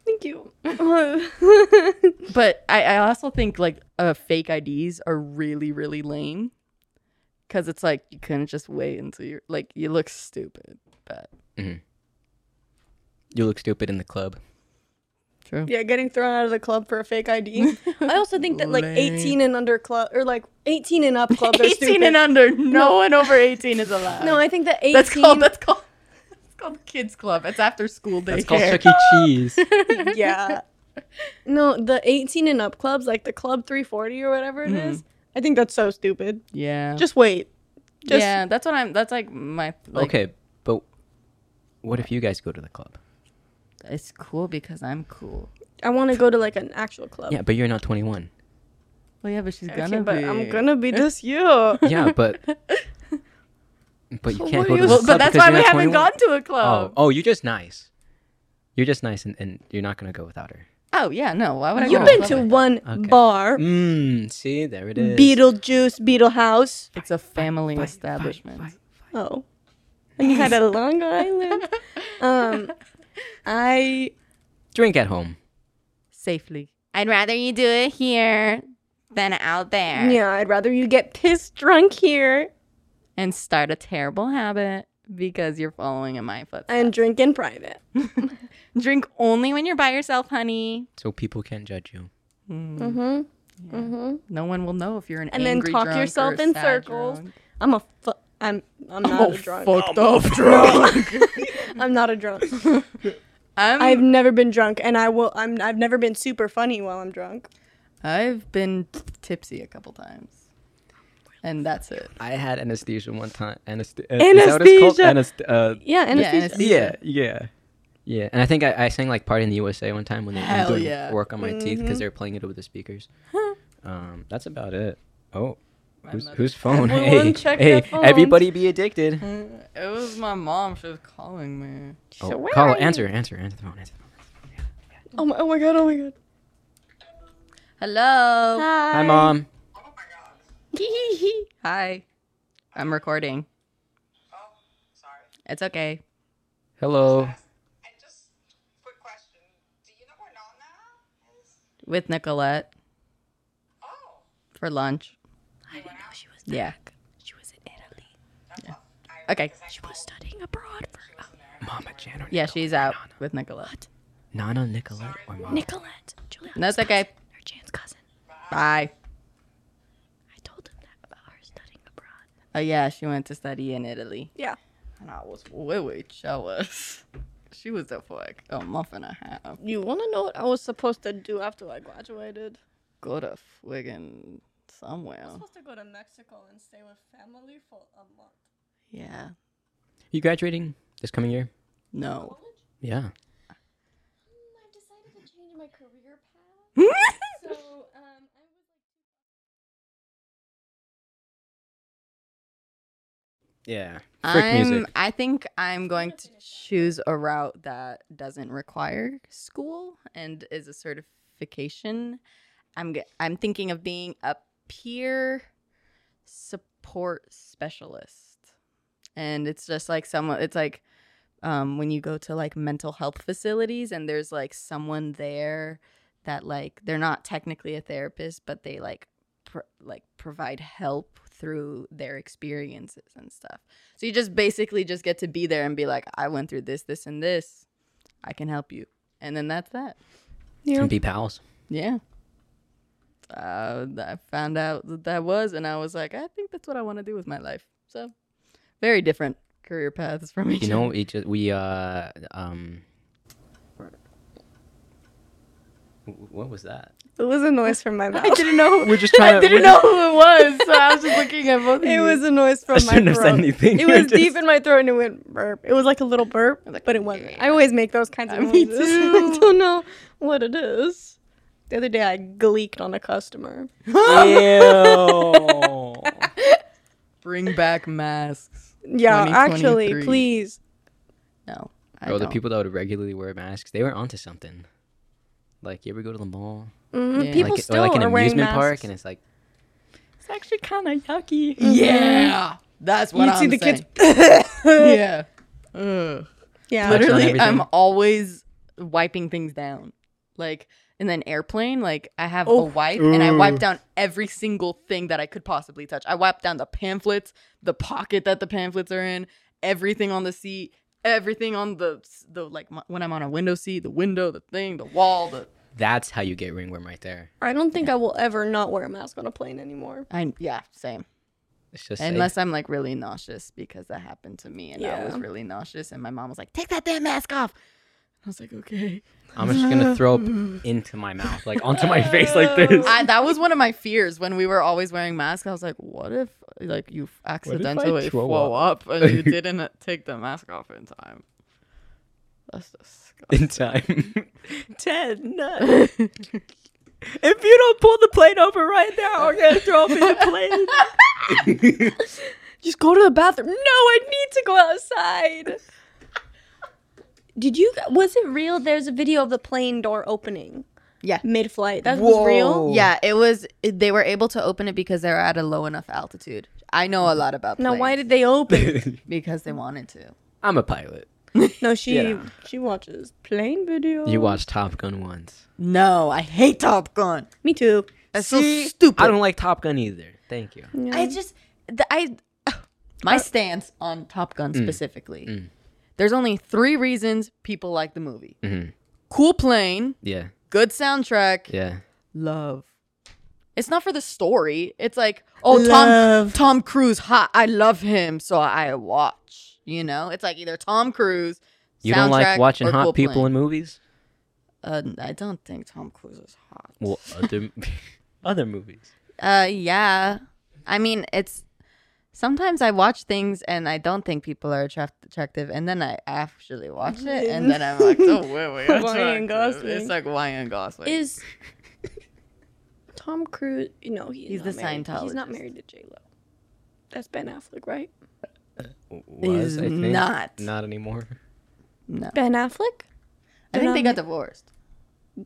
Speaker 2: Thank you.
Speaker 3: But I, I also think like uh, fake IDs are really really lame, because it's like you couldn't just wait until you're like you look stupid. But
Speaker 1: You look stupid in the club.
Speaker 3: true.
Speaker 2: yeah, getting thrown out of the club for a fake ID. I also think that like 18 and under club or like 18 and up club are
Speaker 3: 18
Speaker 2: stupid.
Speaker 3: and under. No, one over 18 is allowed.
Speaker 2: no, I think that 18
Speaker 3: that's called that's called that's called kids club. It's after school daycare.
Speaker 1: It's called Chuck E. Cheese.
Speaker 2: yeah. No, the 18 and up clubs, like the Club 340 or whatever it is. I think that's so stupid.
Speaker 3: Mm-hmm. Yeah.
Speaker 2: Just wait. Just
Speaker 3: yeah, that's what I'm. That's like my. Like,
Speaker 1: okay, but what if you guys go to the club?
Speaker 3: It's cool because I'm cool.
Speaker 2: I want to go to like an actual club.
Speaker 1: Yeah, but you're not 21.
Speaker 3: Well, yeah, but she's
Speaker 2: Okay,
Speaker 3: gonna
Speaker 2: but
Speaker 3: be.
Speaker 2: I'm gonna be this year.
Speaker 1: Yeah, but but you can't
Speaker 2: are
Speaker 1: go to
Speaker 2: you-
Speaker 1: the
Speaker 2: Well,
Speaker 1: club
Speaker 3: But that's
Speaker 1: because you're
Speaker 3: why we
Speaker 1: not
Speaker 3: haven't
Speaker 1: 21.
Speaker 3: gone to a club.
Speaker 1: Oh, oh, you're just nice. You're just nice, and, and you're not gonna go without her.
Speaker 3: Oh yeah, no. Why would I? go
Speaker 2: You've
Speaker 3: a
Speaker 2: been
Speaker 3: club
Speaker 2: to
Speaker 3: like
Speaker 2: one
Speaker 1: Okay.
Speaker 2: bar,
Speaker 1: Mmm. See, there it is.
Speaker 2: Beetlejuice, Beetle House.
Speaker 3: that? It's a family establishment.
Speaker 2: Oh, and you had a Long Island. Um, I
Speaker 1: Drink at home.
Speaker 3: Safely. I'd rather you do it here than out there.
Speaker 2: yeah, I'd rather you get pissed drunk here
Speaker 3: And start a terrible habit because you're following in my footsteps.
Speaker 2: and drink in private.
Speaker 3: Drink only when you're by yourself, honey.
Speaker 1: So people can't judge you.
Speaker 3: No one will know if you're an
Speaker 2: And then
Speaker 3: angry
Speaker 2: talk
Speaker 3: drunk or
Speaker 2: yourself
Speaker 3: a
Speaker 2: in
Speaker 3: sad
Speaker 2: circles.
Speaker 3: drunk.
Speaker 2: I'm a fu- I'm I'm not a drunk.
Speaker 3: Fucked up Oh, drunk.
Speaker 2: I'm not a drunk.
Speaker 3: I'm,
Speaker 2: I've
Speaker 3: I've
Speaker 2: never been drunk, and I will. I'm I've never been super funny while I'm drunk.
Speaker 3: I've been tipsy a couple times, and that's it.
Speaker 1: I had anesthesia one time. Anest- uh, Is that what it's called? Anest- uh,
Speaker 2: Yeah, and
Speaker 3: Yeah,
Speaker 2: it's
Speaker 3: anesthesia.
Speaker 1: yeah, yeah, yeah. And I think I, I sang like "Party in the USA" one time when they were
Speaker 3: Hell
Speaker 1: doing
Speaker 3: yeah.
Speaker 1: work on my teeth because they were playing it over the speakers. um, that's about it. Oh, who's, whose phone?
Speaker 2: Everyone
Speaker 1: hey,
Speaker 2: check
Speaker 1: hey,
Speaker 2: their phones.
Speaker 1: everybody, be addicted.
Speaker 3: It was my mom. She was calling me.
Speaker 1: Oh,
Speaker 2: So where
Speaker 1: call,
Speaker 2: are you?
Speaker 1: answer, answer, answer the phone. Answer the phone.
Speaker 2: Oh my, oh my god! Oh my god!
Speaker 3: Hello.
Speaker 1: Hi, mom.
Speaker 3: Hi. I'm recording. It's okay.
Speaker 1: Hello.
Speaker 3: With Nicolette. For lunch. I didn't know she was. Yeah. She was in Italy. Okay.
Speaker 1: Mama Jan or
Speaker 3: Yeah, she's out with Nicolette.
Speaker 1: Nana Nicolette or Mom?
Speaker 3: No, it's okay.
Speaker 8: Her Jan's cousin.
Speaker 3: Bye.
Speaker 8: I told him that about her studying abroad.
Speaker 3: Oh yeah, she went to study in Italy.
Speaker 2: Yeah.
Speaker 3: And I was way way jealous. She was there for like a month and a half.
Speaker 2: You want to know what I was supposed to do after I graduated?
Speaker 3: Go to friggin' somewhere.
Speaker 2: supposed to go to Mexico and stay with family for a month.
Speaker 3: Yeah.
Speaker 1: You graduating this coming year?
Speaker 3: No.
Speaker 1: Yeah.
Speaker 8: I've decided to change my career path.
Speaker 3: Hmm?
Speaker 8: So, um, I was
Speaker 1: Yeah. Frick
Speaker 3: I'm.
Speaker 1: music.
Speaker 3: I think I'm going to choose a route that doesn't require school and is a certification. I'm. g- I'm thinking of being a peer support specialist, and it's just like someone. It's like um, when you go to like mental health facilities and there's like someone there that like they're not technically a therapist, but they like pr- like provide help through their experiences and stuff. So you just basically just get to be there and be like, I went through this, this, and this. I can help you. And then that's that.
Speaker 1: Can be pals.
Speaker 3: Yeah. Uh, I found out that that was, and I was like, I think that's what I want to do with my life. So, very different career paths from each.
Speaker 1: You know,
Speaker 3: other.
Speaker 1: each we uh um. wh- What was that?
Speaker 2: It was a noise from my mouth.
Speaker 3: I didn't know. Who,
Speaker 1: We're just trying.
Speaker 3: I didn't know who it was, so I was just looking at both. Of
Speaker 2: It
Speaker 3: you.
Speaker 2: was a noise from
Speaker 1: I
Speaker 2: my
Speaker 1: shouldn't have said
Speaker 2: throat.
Speaker 1: anything.
Speaker 2: It was
Speaker 1: I just-
Speaker 2: deep in my throat and it went burp. It was like a little burp, but it wasn't. I always make those kinds of noises. I don't know what it is. The other day I gleeked on a customer.
Speaker 3: bring back masks.
Speaker 2: Yeah, actually,
Speaker 3: 2023.
Speaker 2: please.
Speaker 3: No, I
Speaker 1: Bro, the
Speaker 3: don't.
Speaker 1: people that would regularly wear masks, they were onto something. Like, you ever go to the mall?
Speaker 2: Mhm,
Speaker 3: Yeah.
Speaker 2: People
Speaker 1: like,
Speaker 2: still
Speaker 1: or like an
Speaker 2: are wearing
Speaker 1: amusement
Speaker 2: masks.
Speaker 1: park, and it's like,
Speaker 2: it's actually kind of yucky.
Speaker 3: Yeah, that's what
Speaker 2: You
Speaker 3: I'm
Speaker 2: see the
Speaker 3: saying.
Speaker 2: kids.
Speaker 3: yeah. Ugh.
Speaker 2: yeah.
Speaker 1: Touch on
Speaker 3: Literally, I'm
Speaker 1: everything.
Speaker 3: always wiping things down. Like in an airplane, like I have
Speaker 1: Oh,
Speaker 3: a wipe and I wipe down every single thing that I could possibly touch. I wipe down the pamphlets, the pocket that the pamphlets are in, everything on the seat, everything on the the like my, when I'm on a window seat, the window, the thing, the wall, the
Speaker 1: that's how you get ringworm right there.
Speaker 2: I don't think I will ever not wear a mask on a plane anymore.
Speaker 3: I yeah, same.
Speaker 1: It's just
Speaker 3: Unless I'm like really nauseous because that happened to me and I was
Speaker 2: Yeah.
Speaker 3: really nauseous and my mom was like, "Take that damn mask off." I was like, okay.
Speaker 1: I'm just gonna throw up into my mouth, like onto my face, like this.
Speaker 3: I, that was one of my fears when we were always wearing masks. I was like, what if like you accidentally
Speaker 1: throw
Speaker 3: throw up? and you didn't take the mask off in time? That's
Speaker 1: In time.
Speaker 3: Ted, no.
Speaker 9: If you don't pull the plane over right now, I'm gonna throw up in the plane.
Speaker 2: Just go to the bathroom. No, I need to go outside. Did you? Was it real? There's a video of the plane door opening.
Speaker 3: Yeah.
Speaker 2: Mid-flight. That was real.
Speaker 3: yeah, it was. They were able to open it because they were at a low enough altitude. I know a lot about.
Speaker 2: Now,
Speaker 3: planes.
Speaker 2: why did they open?
Speaker 3: Because they wanted to.
Speaker 1: I'm a pilot.
Speaker 2: No, she
Speaker 1: Yeah.
Speaker 2: she watches plane video.
Speaker 1: You watched Top Gun once.
Speaker 3: No, I hate Top Gun.
Speaker 2: Me too.
Speaker 3: That's
Speaker 1: See?
Speaker 3: so stupid.
Speaker 1: I don't like Top Gun either. Thank you.
Speaker 3: I just the, I
Speaker 1: Uh,
Speaker 3: my stance on Top
Speaker 1: mm.
Speaker 3: Gun specifically. There's only three reasons people like the movie:
Speaker 1: Mhm.
Speaker 3: cool plane,
Speaker 1: Yeah.
Speaker 3: good soundtrack,
Speaker 1: Yeah.
Speaker 3: love. It's not for the story. It's like, oh, Tom Tom Cruise, hot. I love him, so I watch. You know, it's like either Tom Cruise.
Speaker 1: You don't like
Speaker 3: soundtrack,
Speaker 1: watching
Speaker 3: or
Speaker 1: hot
Speaker 3: cool
Speaker 1: people
Speaker 3: plane.
Speaker 1: in movies?
Speaker 3: Uh, I don't think Tom Cruise is hot.
Speaker 1: Well, uh, other other movies.
Speaker 3: Uh, yeah. I mean, it's sometimes I watch things and I don't think people are attract- attractive, and then I actually watch it, and then I'm like, oh, wait, wait,
Speaker 2: Ryan
Speaker 3: attractive."
Speaker 2: Gosling.
Speaker 3: It's like Ryan Gosling.
Speaker 2: Is Tom Cruise? No, he's
Speaker 3: He's
Speaker 2: not
Speaker 3: the
Speaker 2: married. He's not
Speaker 3: Scientologist.
Speaker 2: married to J Lo. That's Ben Affleck, right?
Speaker 1: Was,
Speaker 3: Is
Speaker 1: I think.
Speaker 3: not.
Speaker 1: Not anymore.
Speaker 3: no,
Speaker 2: Ben Affleck.
Speaker 3: I think they got divorced.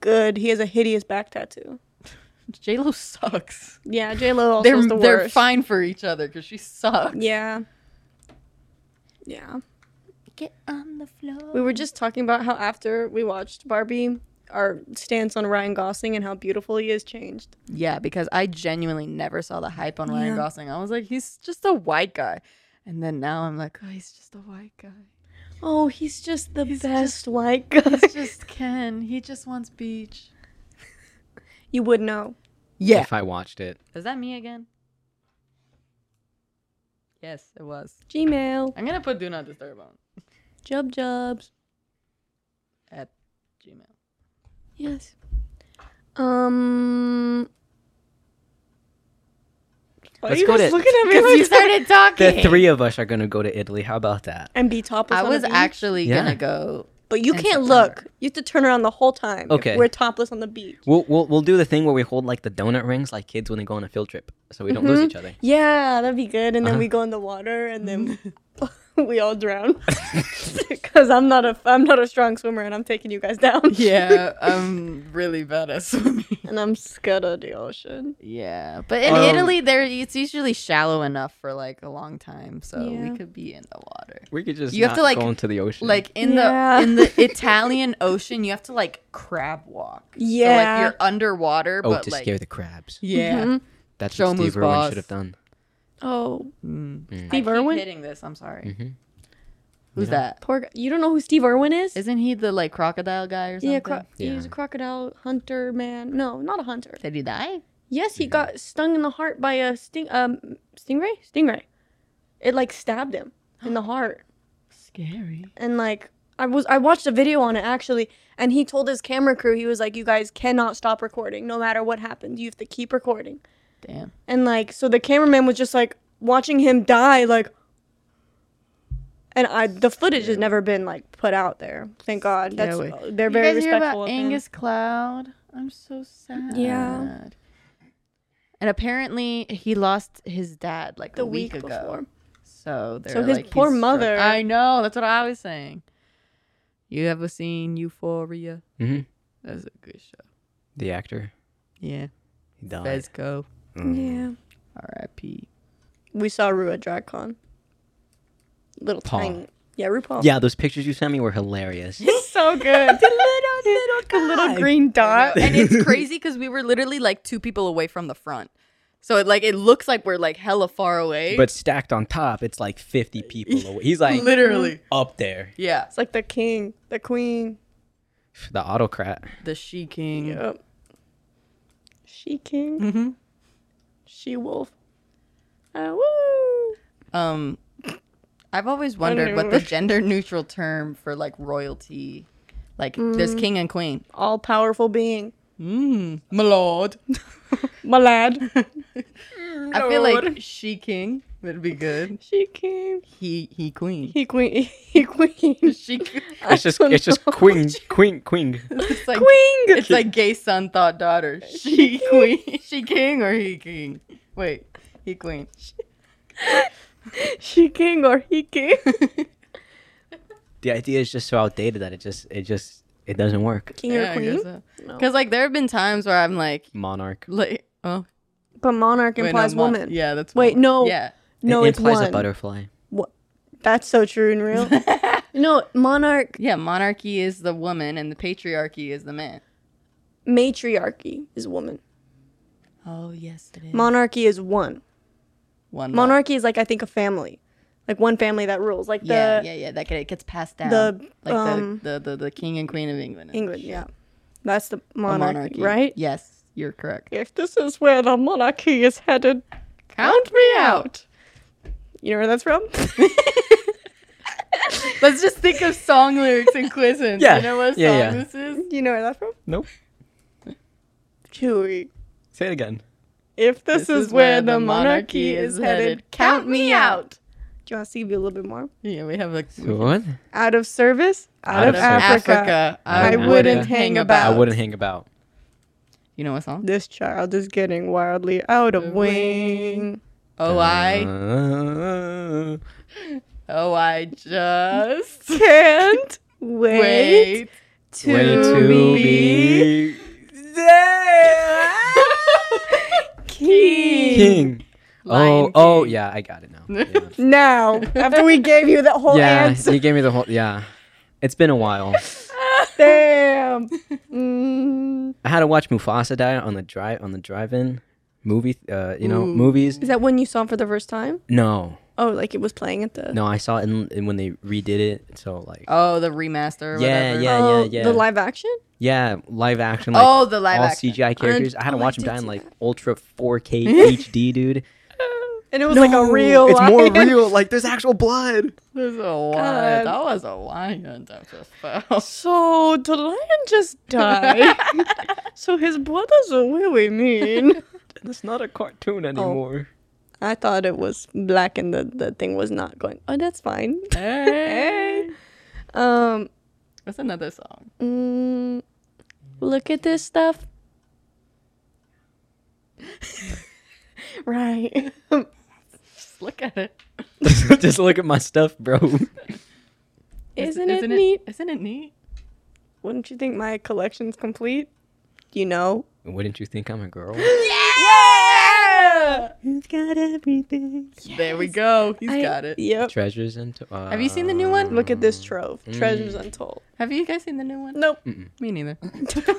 Speaker 2: Good. He has a hideous back tattoo.
Speaker 3: J Lo sucks.
Speaker 2: Yeah, J Lo also
Speaker 3: They're
Speaker 2: is the
Speaker 3: they're
Speaker 2: worst.
Speaker 3: fine for each other because she sucks.
Speaker 2: Yeah. Yeah.
Speaker 3: Get on the floor.
Speaker 2: We were just talking about how after we watched Barbie, our stance on Ryan Gosling and how beautiful he is changed.
Speaker 3: Yeah, because I genuinely never saw the hype on Ryan
Speaker 2: Yeah.
Speaker 3: Gosling. I was like, he's just a white guy, and then now I'm like, oh, he's just a white guy.
Speaker 2: Oh, he's just the best
Speaker 3: best
Speaker 2: white guy.
Speaker 3: It's just Ken. He just wants beach.
Speaker 2: you would know.
Speaker 3: Yeah.
Speaker 1: If I watched it.
Speaker 3: Is that me again? Yes, it was.
Speaker 2: Gmail,
Speaker 3: I'm gonna put do not disturb on
Speaker 2: Jub Jubs.
Speaker 3: at Gmail.
Speaker 2: Yes. Um. Why are
Speaker 1: Let's
Speaker 2: you
Speaker 1: go
Speaker 2: guys
Speaker 1: to-
Speaker 2: looking at me like that?
Speaker 3: talking.
Speaker 1: The three of us are gonna go to Italy. How about that?
Speaker 2: And B top. Is
Speaker 3: I
Speaker 2: on a
Speaker 3: was
Speaker 2: beach?
Speaker 3: actually
Speaker 1: Yeah.
Speaker 3: gonna go.
Speaker 2: But you
Speaker 3: in
Speaker 2: can't
Speaker 3: September.
Speaker 2: look. You have to turn around the whole time.
Speaker 1: Okay.
Speaker 2: We're topless on the beach.
Speaker 1: We'll, we'll we'll do the thing where we hold like the donut rings, like kids when they go on a field trip, so we don't lose
Speaker 3: Mm-hmm.
Speaker 1: each other.
Speaker 2: Yeah, that'd be good. And then we go in the water, and then we all drown. Because I'm not a I'm not a strong swimmer, and I'm taking you guys down.
Speaker 3: Yeah,
Speaker 2: um,
Speaker 3: I'm really bad at swimming.
Speaker 2: And I'm scared of the ocean.
Speaker 3: Yeah, but in
Speaker 1: Um,
Speaker 3: Italy, there it's usually shallow enough for like a long time, so
Speaker 2: Yeah.
Speaker 3: we could be in the water.
Speaker 1: We could just
Speaker 3: You have
Speaker 1: not
Speaker 3: to, like-
Speaker 1: go into the ocean.
Speaker 3: Like in
Speaker 2: Yeah.
Speaker 3: the in the Italian ocean, you have to like crab walk. so,
Speaker 2: Yeah. Mm-hmm.
Speaker 3: like you're underwater,
Speaker 1: oh,
Speaker 3: but
Speaker 1: to
Speaker 3: like
Speaker 1: scare the crabs.
Speaker 3: yeah.
Speaker 1: That's
Speaker 3: Show
Speaker 1: what
Speaker 3: 'em
Speaker 1: Steve
Speaker 3: who's
Speaker 1: Irwin
Speaker 3: boss.
Speaker 1: should have done.
Speaker 2: Oh,
Speaker 3: I
Speaker 2: Steve
Speaker 3: keep
Speaker 2: Irwin.
Speaker 3: hitting this. I'm sorry.
Speaker 1: Mhm.
Speaker 3: Who's that?
Speaker 2: Poor guy. You don't know who Steve Irwin is?
Speaker 3: Isn't he the like crocodile guy or something?
Speaker 2: yeah, cro-
Speaker 1: Yeah.
Speaker 2: he's a crocodile hunter man. No, not a hunter.
Speaker 3: Did he die?
Speaker 2: Yes, he got stung in the heart by a sting um stingray? Stingray. It like stabbed him in the heart.
Speaker 3: Scary.
Speaker 2: And like I was I watched a video on it actually and he told his camera crew he was like you guys cannot stop recording no matter what happens. You have to keep recording.
Speaker 3: Damn.
Speaker 2: And like so the cameraman was just like watching him die like and I the footage has never been like put out there. Thank God. That's uh,
Speaker 3: Scary.
Speaker 2: they're very respectful of him.
Speaker 3: Angus Cloud? I'm so sad.
Speaker 2: Yeah.
Speaker 3: And apparently he lost his dad like
Speaker 2: the
Speaker 3: a week,
Speaker 2: week,
Speaker 3: ago.
Speaker 2: before.
Speaker 3: So they're
Speaker 2: So his
Speaker 3: like, he's
Speaker 2: poor
Speaker 3: struck-
Speaker 2: mother-
Speaker 3: I know. That's what I was saying. You ever seen Euphoria?
Speaker 1: Mhm.
Speaker 3: That's a good show.
Speaker 1: The actor.
Speaker 3: Yeah.
Speaker 1: He died.
Speaker 3: Fezco.
Speaker 1: Mm.
Speaker 2: Yeah.
Speaker 3: R.I.P.
Speaker 2: We saw Rue at DragCon. Little
Speaker 1: Paul.
Speaker 2: tiny. Yeah,
Speaker 3: oh.
Speaker 2: RuPaul.
Speaker 1: Yeah, those pictures you sent me were hilarious.
Speaker 2: so good. the little, little, green dot.
Speaker 3: and it's crazy because we were literally like two people away from the front. So it like it looks like we're like hella far away.
Speaker 1: but stacked on top, it's like 50 people away. He's
Speaker 2: Mm-hmm.
Speaker 1: like
Speaker 3: literally,
Speaker 1: up there.
Speaker 3: yeah.
Speaker 2: It's like the king, the queen.
Speaker 1: The autocrat.
Speaker 3: The She King.
Speaker 2: Yep. She king.
Speaker 3: Mhm.
Speaker 2: She wolf. Uh, woo.
Speaker 3: Um, I've always wondered what the
Speaker 2: remember.
Speaker 3: gender neutral term for like royalty Like there's
Speaker 2: Mm.
Speaker 3: king and queen.
Speaker 2: All powerful being.
Speaker 3: Mm, my lord.
Speaker 2: My lad.
Speaker 3: I feel like she king would be good.
Speaker 2: she came.
Speaker 3: He he queen.
Speaker 2: He queen. He queen.
Speaker 3: She queen.
Speaker 1: It's just
Speaker 2: don't
Speaker 1: it's just
Speaker 2: know.
Speaker 1: queen queen queen.
Speaker 3: It's like
Speaker 2: Queen.
Speaker 3: it's like gay son thought daughter. She queen. She king or he king? Wait, he queen.
Speaker 2: She king or he king.
Speaker 1: The idea is just so outdated that it just it just it doesn't work.
Speaker 2: King or queen. No.
Speaker 3: Because like there have been times where I'm like
Speaker 1: Monarch.
Speaker 3: like oh
Speaker 2: But monarch
Speaker 3: wait, no,
Speaker 2: implies
Speaker 3: mon-
Speaker 2: woman.
Speaker 3: Yeah, that's
Speaker 2: Wait,
Speaker 3: woman.
Speaker 2: no.
Speaker 3: Yeah.
Speaker 2: No,
Speaker 1: it
Speaker 2: it's
Speaker 1: implies
Speaker 2: one.
Speaker 1: a butterfly.
Speaker 2: That's so true and real. no, monarch
Speaker 3: Yeah, monarchy is the woman and the patriarchy is the man.
Speaker 2: matriarchy is woman.
Speaker 3: Oh yes, it is.
Speaker 2: Monarchy is one.
Speaker 3: One law.
Speaker 2: Monarchy is like I think a family, like one family that rules, like
Speaker 3: Yeah,
Speaker 2: the
Speaker 3: yeah, yeah. That get- it gets passed down.
Speaker 2: the,
Speaker 3: like
Speaker 2: um,
Speaker 3: the, the the the king and queen of England. and
Speaker 2: England. Yeah, that's the
Speaker 3: the
Speaker 2: monarchy, right?
Speaker 3: Yes, you're correct.
Speaker 2: If this is where the monarchy is headed,
Speaker 3: Count me out.
Speaker 2: you know where that's from?
Speaker 3: Let's just think of song lyrics and quizzes.
Speaker 1: Yeah,
Speaker 3: You know what song
Speaker 1: yeah, yeah.
Speaker 3: this is?
Speaker 2: you know where that's from?
Speaker 1: Nope.
Speaker 2: Chewy.
Speaker 1: Say it again.
Speaker 2: If this, is, where the monarchy, is headed, count me out. Do you want to see you a little bit more?
Speaker 3: Yeah, we have like
Speaker 1: What?
Speaker 2: Out of service, out,
Speaker 1: Out
Speaker 2: of,
Speaker 1: of
Speaker 2: Africa.
Speaker 3: Africa.
Speaker 1: I wouldn't
Speaker 2: hang
Speaker 1: I
Speaker 3: Uh,
Speaker 2: about.
Speaker 1: wouldn't hang about.
Speaker 3: You know what song?
Speaker 2: This child is getting wildly out of wing.
Speaker 3: Oh, I,
Speaker 1: Uh,
Speaker 3: oh, I just
Speaker 2: Can't wait,
Speaker 3: wait.
Speaker 2: to,
Speaker 1: way to be
Speaker 2: king.
Speaker 1: king.
Speaker 3: Lion
Speaker 1: Oh, oh
Speaker 3: King.
Speaker 1: yeah, I got it now. Yeah,
Speaker 2: Now, after we gave you that whole
Speaker 1: Yeah,
Speaker 2: answer,
Speaker 1: you gave me the whole. Yeah, it's been a while.
Speaker 2: damn. Mm.
Speaker 1: I had to watch Mufasa die on the drive on the drive-in movie. Uh, you know, movies.
Speaker 2: Is that when you saw him for the first time?
Speaker 1: No,
Speaker 2: Oh, like it was playing at the
Speaker 1: no, I saw it in, in when they redid it. So like,
Speaker 3: Oh, the remaster. Or
Speaker 1: Yeah,
Speaker 3: whatever.
Speaker 1: yeah.
Speaker 2: oh,
Speaker 1: yeah.
Speaker 2: the live action.
Speaker 1: yeah, live action. Like,
Speaker 3: oh, the live
Speaker 1: all
Speaker 3: action.
Speaker 1: CGI characters. I, had to
Speaker 2: oh, I
Speaker 1: watch him
Speaker 2: did
Speaker 1: die in
Speaker 2: see
Speaker 1: like ultra 4K HD, dude.
Speaker 2: And it was like a real.
Speaker 1: It's more
Speaker 2: lion.
Speaker 1: real. Like there's actual blood.
Speaker 3: This is a
Speaker 2: God.
Speaker 3: lion. That was a lion. That's a spell.
Speaker 2: So the lion just died. so his brothers are really mean.
Speaker 1: That's not a cartoon anymore.
Speaker 2: I thought it was black and the, the thing was not going. Oh, that's fine.
Speaker 3: Hey.
Speaker 2: Um,
Speaker 3: What's another song?
Speaker 2: mm, look at this stuff. right.
Speaker 3: Just look at it.
Speaker 1: Just look at my stuff, bro.
Speaker 2: Isn't, it neat?
Speaker 3: Isn't it neat?
Speaker 2: Wouldn't you think my collection's complete? You know.
Speaker 1: Wouldn't you think I'm a girl?
Speaker 3: There we go. He's
Speaker 2: I-
Speaker 3: got it.
Speaker 2: Yep.
Speaker 1: Treasures and to- uh,
Speaker 3: Have you seen the new one?
Speaker 2: Look at this trove. Treasures untold.
Speaker 3: Have you guys seen the new one?
Speaker 2: Nope.
Speaker 3: Me neither.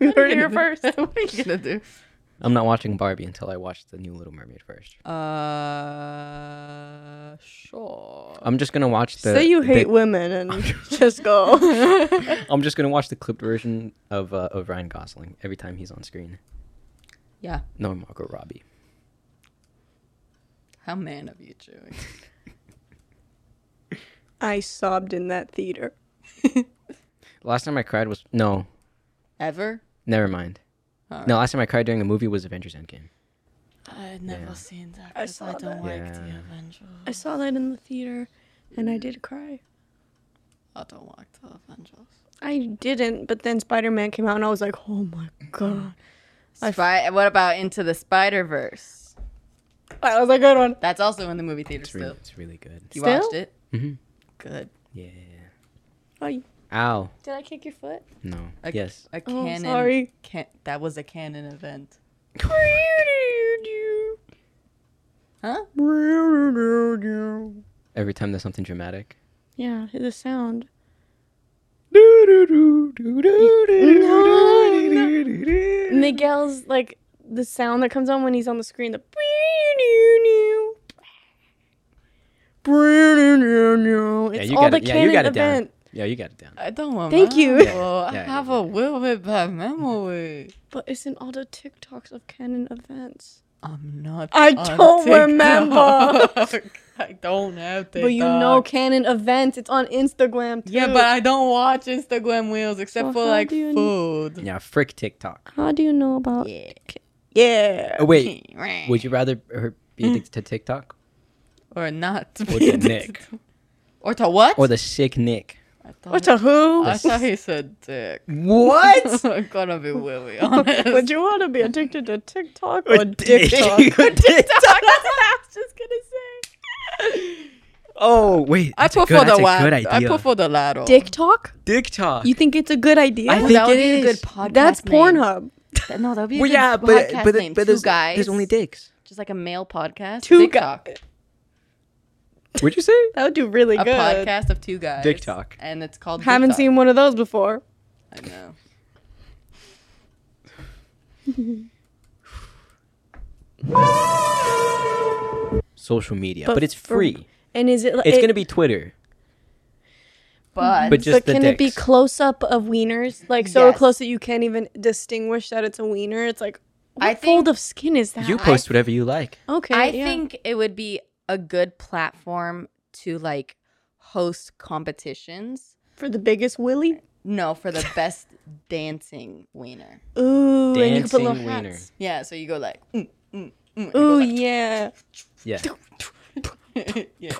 Speaker 2: We heard it here first.
Speaker 3: what are you gonna do?
Speaker 1: I'm not watching Barbie until I watch the new Little Mermaid first.
Speaker 3: Uh, sure.
Speaker 1: I'm just gonna watch the.
Speaker 2: Say you
Speaker 1: the-
Speaker 2: hate women and just go.
Speaker 1: I'm just gonna watch the clipped version of uh, of Ryan Gosling every time he's on screen.
Speaker 3: Yeah.
Speaker 1: No Margot Robbie.
Speaker 3: How man of you, Chewy.
Speaker 2: I sobbed in that theater.
Speaker 1: Last time I cried was no,
Speaker 3: Ever?
Speaker 1: never mind.
Speaker 3: Alright.
Speaker 1: No, last time I cried during a movie was Avengers Endgame.
Speaker 3: I've never seen that.
Speaker 2: I
Speaker 3: 'cause
Speaker 2: saw
Speaker 3: I don't
Speaker 2: that.
Speaker 3: like
Speaker 1: Yeah.
Speaker 3: the Avengers.
Speaker 2: I saw that in the theater and I did cry.
Speaker 3: I don't like the Avengers.
Speaker 2: I didn't, but then Spider Man came out and I was like, oh my god.
Speaker 3: Spy- what about Into the Spider Verse?
Speaker 2: That was a good one.
Speaker 3: That's Mm-hmm. also in the movie theater
Speaker 1: It's really,
Speaker 3: still.
Speaker 1: it's really good.
Speaker 3: You
Speaker 2: Still?
Speaker 3: watched it?
Speaker 1: Mhm.
Speaker 3: Good.
Speaker 1: Yeah.
Speaker 2: Oh, you-
Speaker 1: Ow.
Speaker 2: did I kick your foot?
Speaker 1: No.
Speaker 3: I-
Speaker 1: yes.
Speaker 3: A
Speaker 2: Oh,
Speaker 3: canon.
Speaker 2: sorry.
Speaker 3: Can- that was a canon event. Huh?
Speaker 1: Every time there's something dramatic.
Speaker 2: Yeah, the sound. Miguel's like the sound that comes on when he's on the screen. The it's
Speaker 1: you got
Speaker 2: all the
Speaker 1: it- yeah, you
Speaker 2: canon
Speaker 1: got it down.
Speaker 2: event.
Speaker 1: Yeah, you got it down.
Speaker 3: I don't want.
Speaker 2: Thank you.
Speaker 3: I
Speaker 1: yeah,
Speaker 3: have
Speaker 1: yeah.
Speaker 3: a little bit bad memory.
Speaker 2: But it's in all the TikToks of canon events.
Speaker 3: I'm not.
Speaker 2: I
Speaker 3: on
Speaker 2: don't remember.
Speaker 3: TikTok. I don't have TikTok.
Speaker 2: But you know, Canon Events. It's on Instagram too.
Speaker 3: Yeah, but I don't watch Instagram Reels except
Speaker 2: Well,
Speaker 3: for
Speaker 2: how
Speaker 3: like
Speaker 2: do you kn- Oh,
Speaker 3: food.
Speaker 1: Yeah, frick TikTok.
Speaker 2: how do you know about?
Speaker 3: Yeah. Yeah.
Speaker 1: Oh, wait. Would you rather her be addicted to TikTok
Speaker 3: or not?
Speaker 1: or
Speaker 3: be
Speaker 1: to Nick
Speaker 3: Or to what?
Speaker 1: or the sick Nick?
Speaker 3: I thought,
Speaker 2: What the who?
Speaker 3: I thought he said dick.
Speaker 1: What?
Speaker 3: I'm gonna be really honest.
Speaker 2: Would you want to be addicted to TikTok or TikTok?
Speaker 1: TikTok.
Speaker 3: I was just gonna say.
Speaker 1: Oh wait,
Speaker 3: I
Speaker 1: that's a
Speaker 3: put
Speaker 1: good-
Speaker 3: for the
Speaker 1: that's a
Speaker 3: one.
Speaker 1: good
Speaker 3: I
Speaker 1: idea.
Speaker 3: put for the latter.
Speaker 2: TikTok?
Speaker 1: TikTok.
Speaker 2: You think it's a good idea?
Speaker 1: I think
Speaker 7: that would
Speaker 1: it
Speaker 7: be a good
Speaker 1: is.
Speaker 7: podcast.
Speaker 2: That's
Speaker 7: name.
Speaker 2: Pornhub.
Speaker 7: That- No, that would be a
Speaker 1: well,
Speaker 7: good
Speaker 1: yeah, but
Speaker 7: podcast
Speaker 1: but,
Speaker 7: name.
Speaker 1: but
Speaker 7: Two
Speaker 1: there's,
Speaker 7: guys.
Speaker 1: there's only dicks.
Speaker 3: Just like a male podcast.
Speaker 2: Two
Speaker 3: TikTok.
Speaker 1: What'd you say?
Speaker 2: That would do really
Speaker 3: a
Speaker 2: good.
Speaker 3: podcast of two guys.
Speaker 1: TikTok.
Speaker 3: And it's called.
Speaker 2: Haven't
Speaker 3: TikTok.
Speaker 2: seen one of those before.
Speaker 3: I know.
Speaker 1: Social media,
Speaker 2: But
Speaker 1: but, it's
Speaker 2: for-
Speaker 1: free.
Speaker 2: And is it?
Speaker 1: It's gonna be Twitter,
Speaker 3: But,
Speaker 1: but just
Speaker 2: but
Speaker 1: the
Speaker 2: can it be
Speaker 1: dicks.
Speaker 2: close up of wieners? Like so
Speaker 3: Yes.
Speaker 2: close that you can't even distinguish that it's a wiener. It's like what
Speaker 3: I
Speaker 2: fold
Speaker 3: think-
Speaker 2: of skin is that?
Speaker 1: you post whatever you like.
Speaker 2: okay.
Speaker 3: I
Speaker 2: yeah.
Speaker 3: think it would be a good platform to like host competitions.
Speaker 2: for the biggest willy.
Speaker 3: No, for the best dancing wiener.
Speaker 2: Ooh, and you can put
Speaker 1: Dancing
Speaker 2: little
Speaker 1: wiener.
Speaker 2: hats.
Speaker 3: Yeah, so you go like, mm, mm, mm,
Speaker 2: Ooh yeah,
Speaker 1: Yeah.
Speaker 3: and- yeah.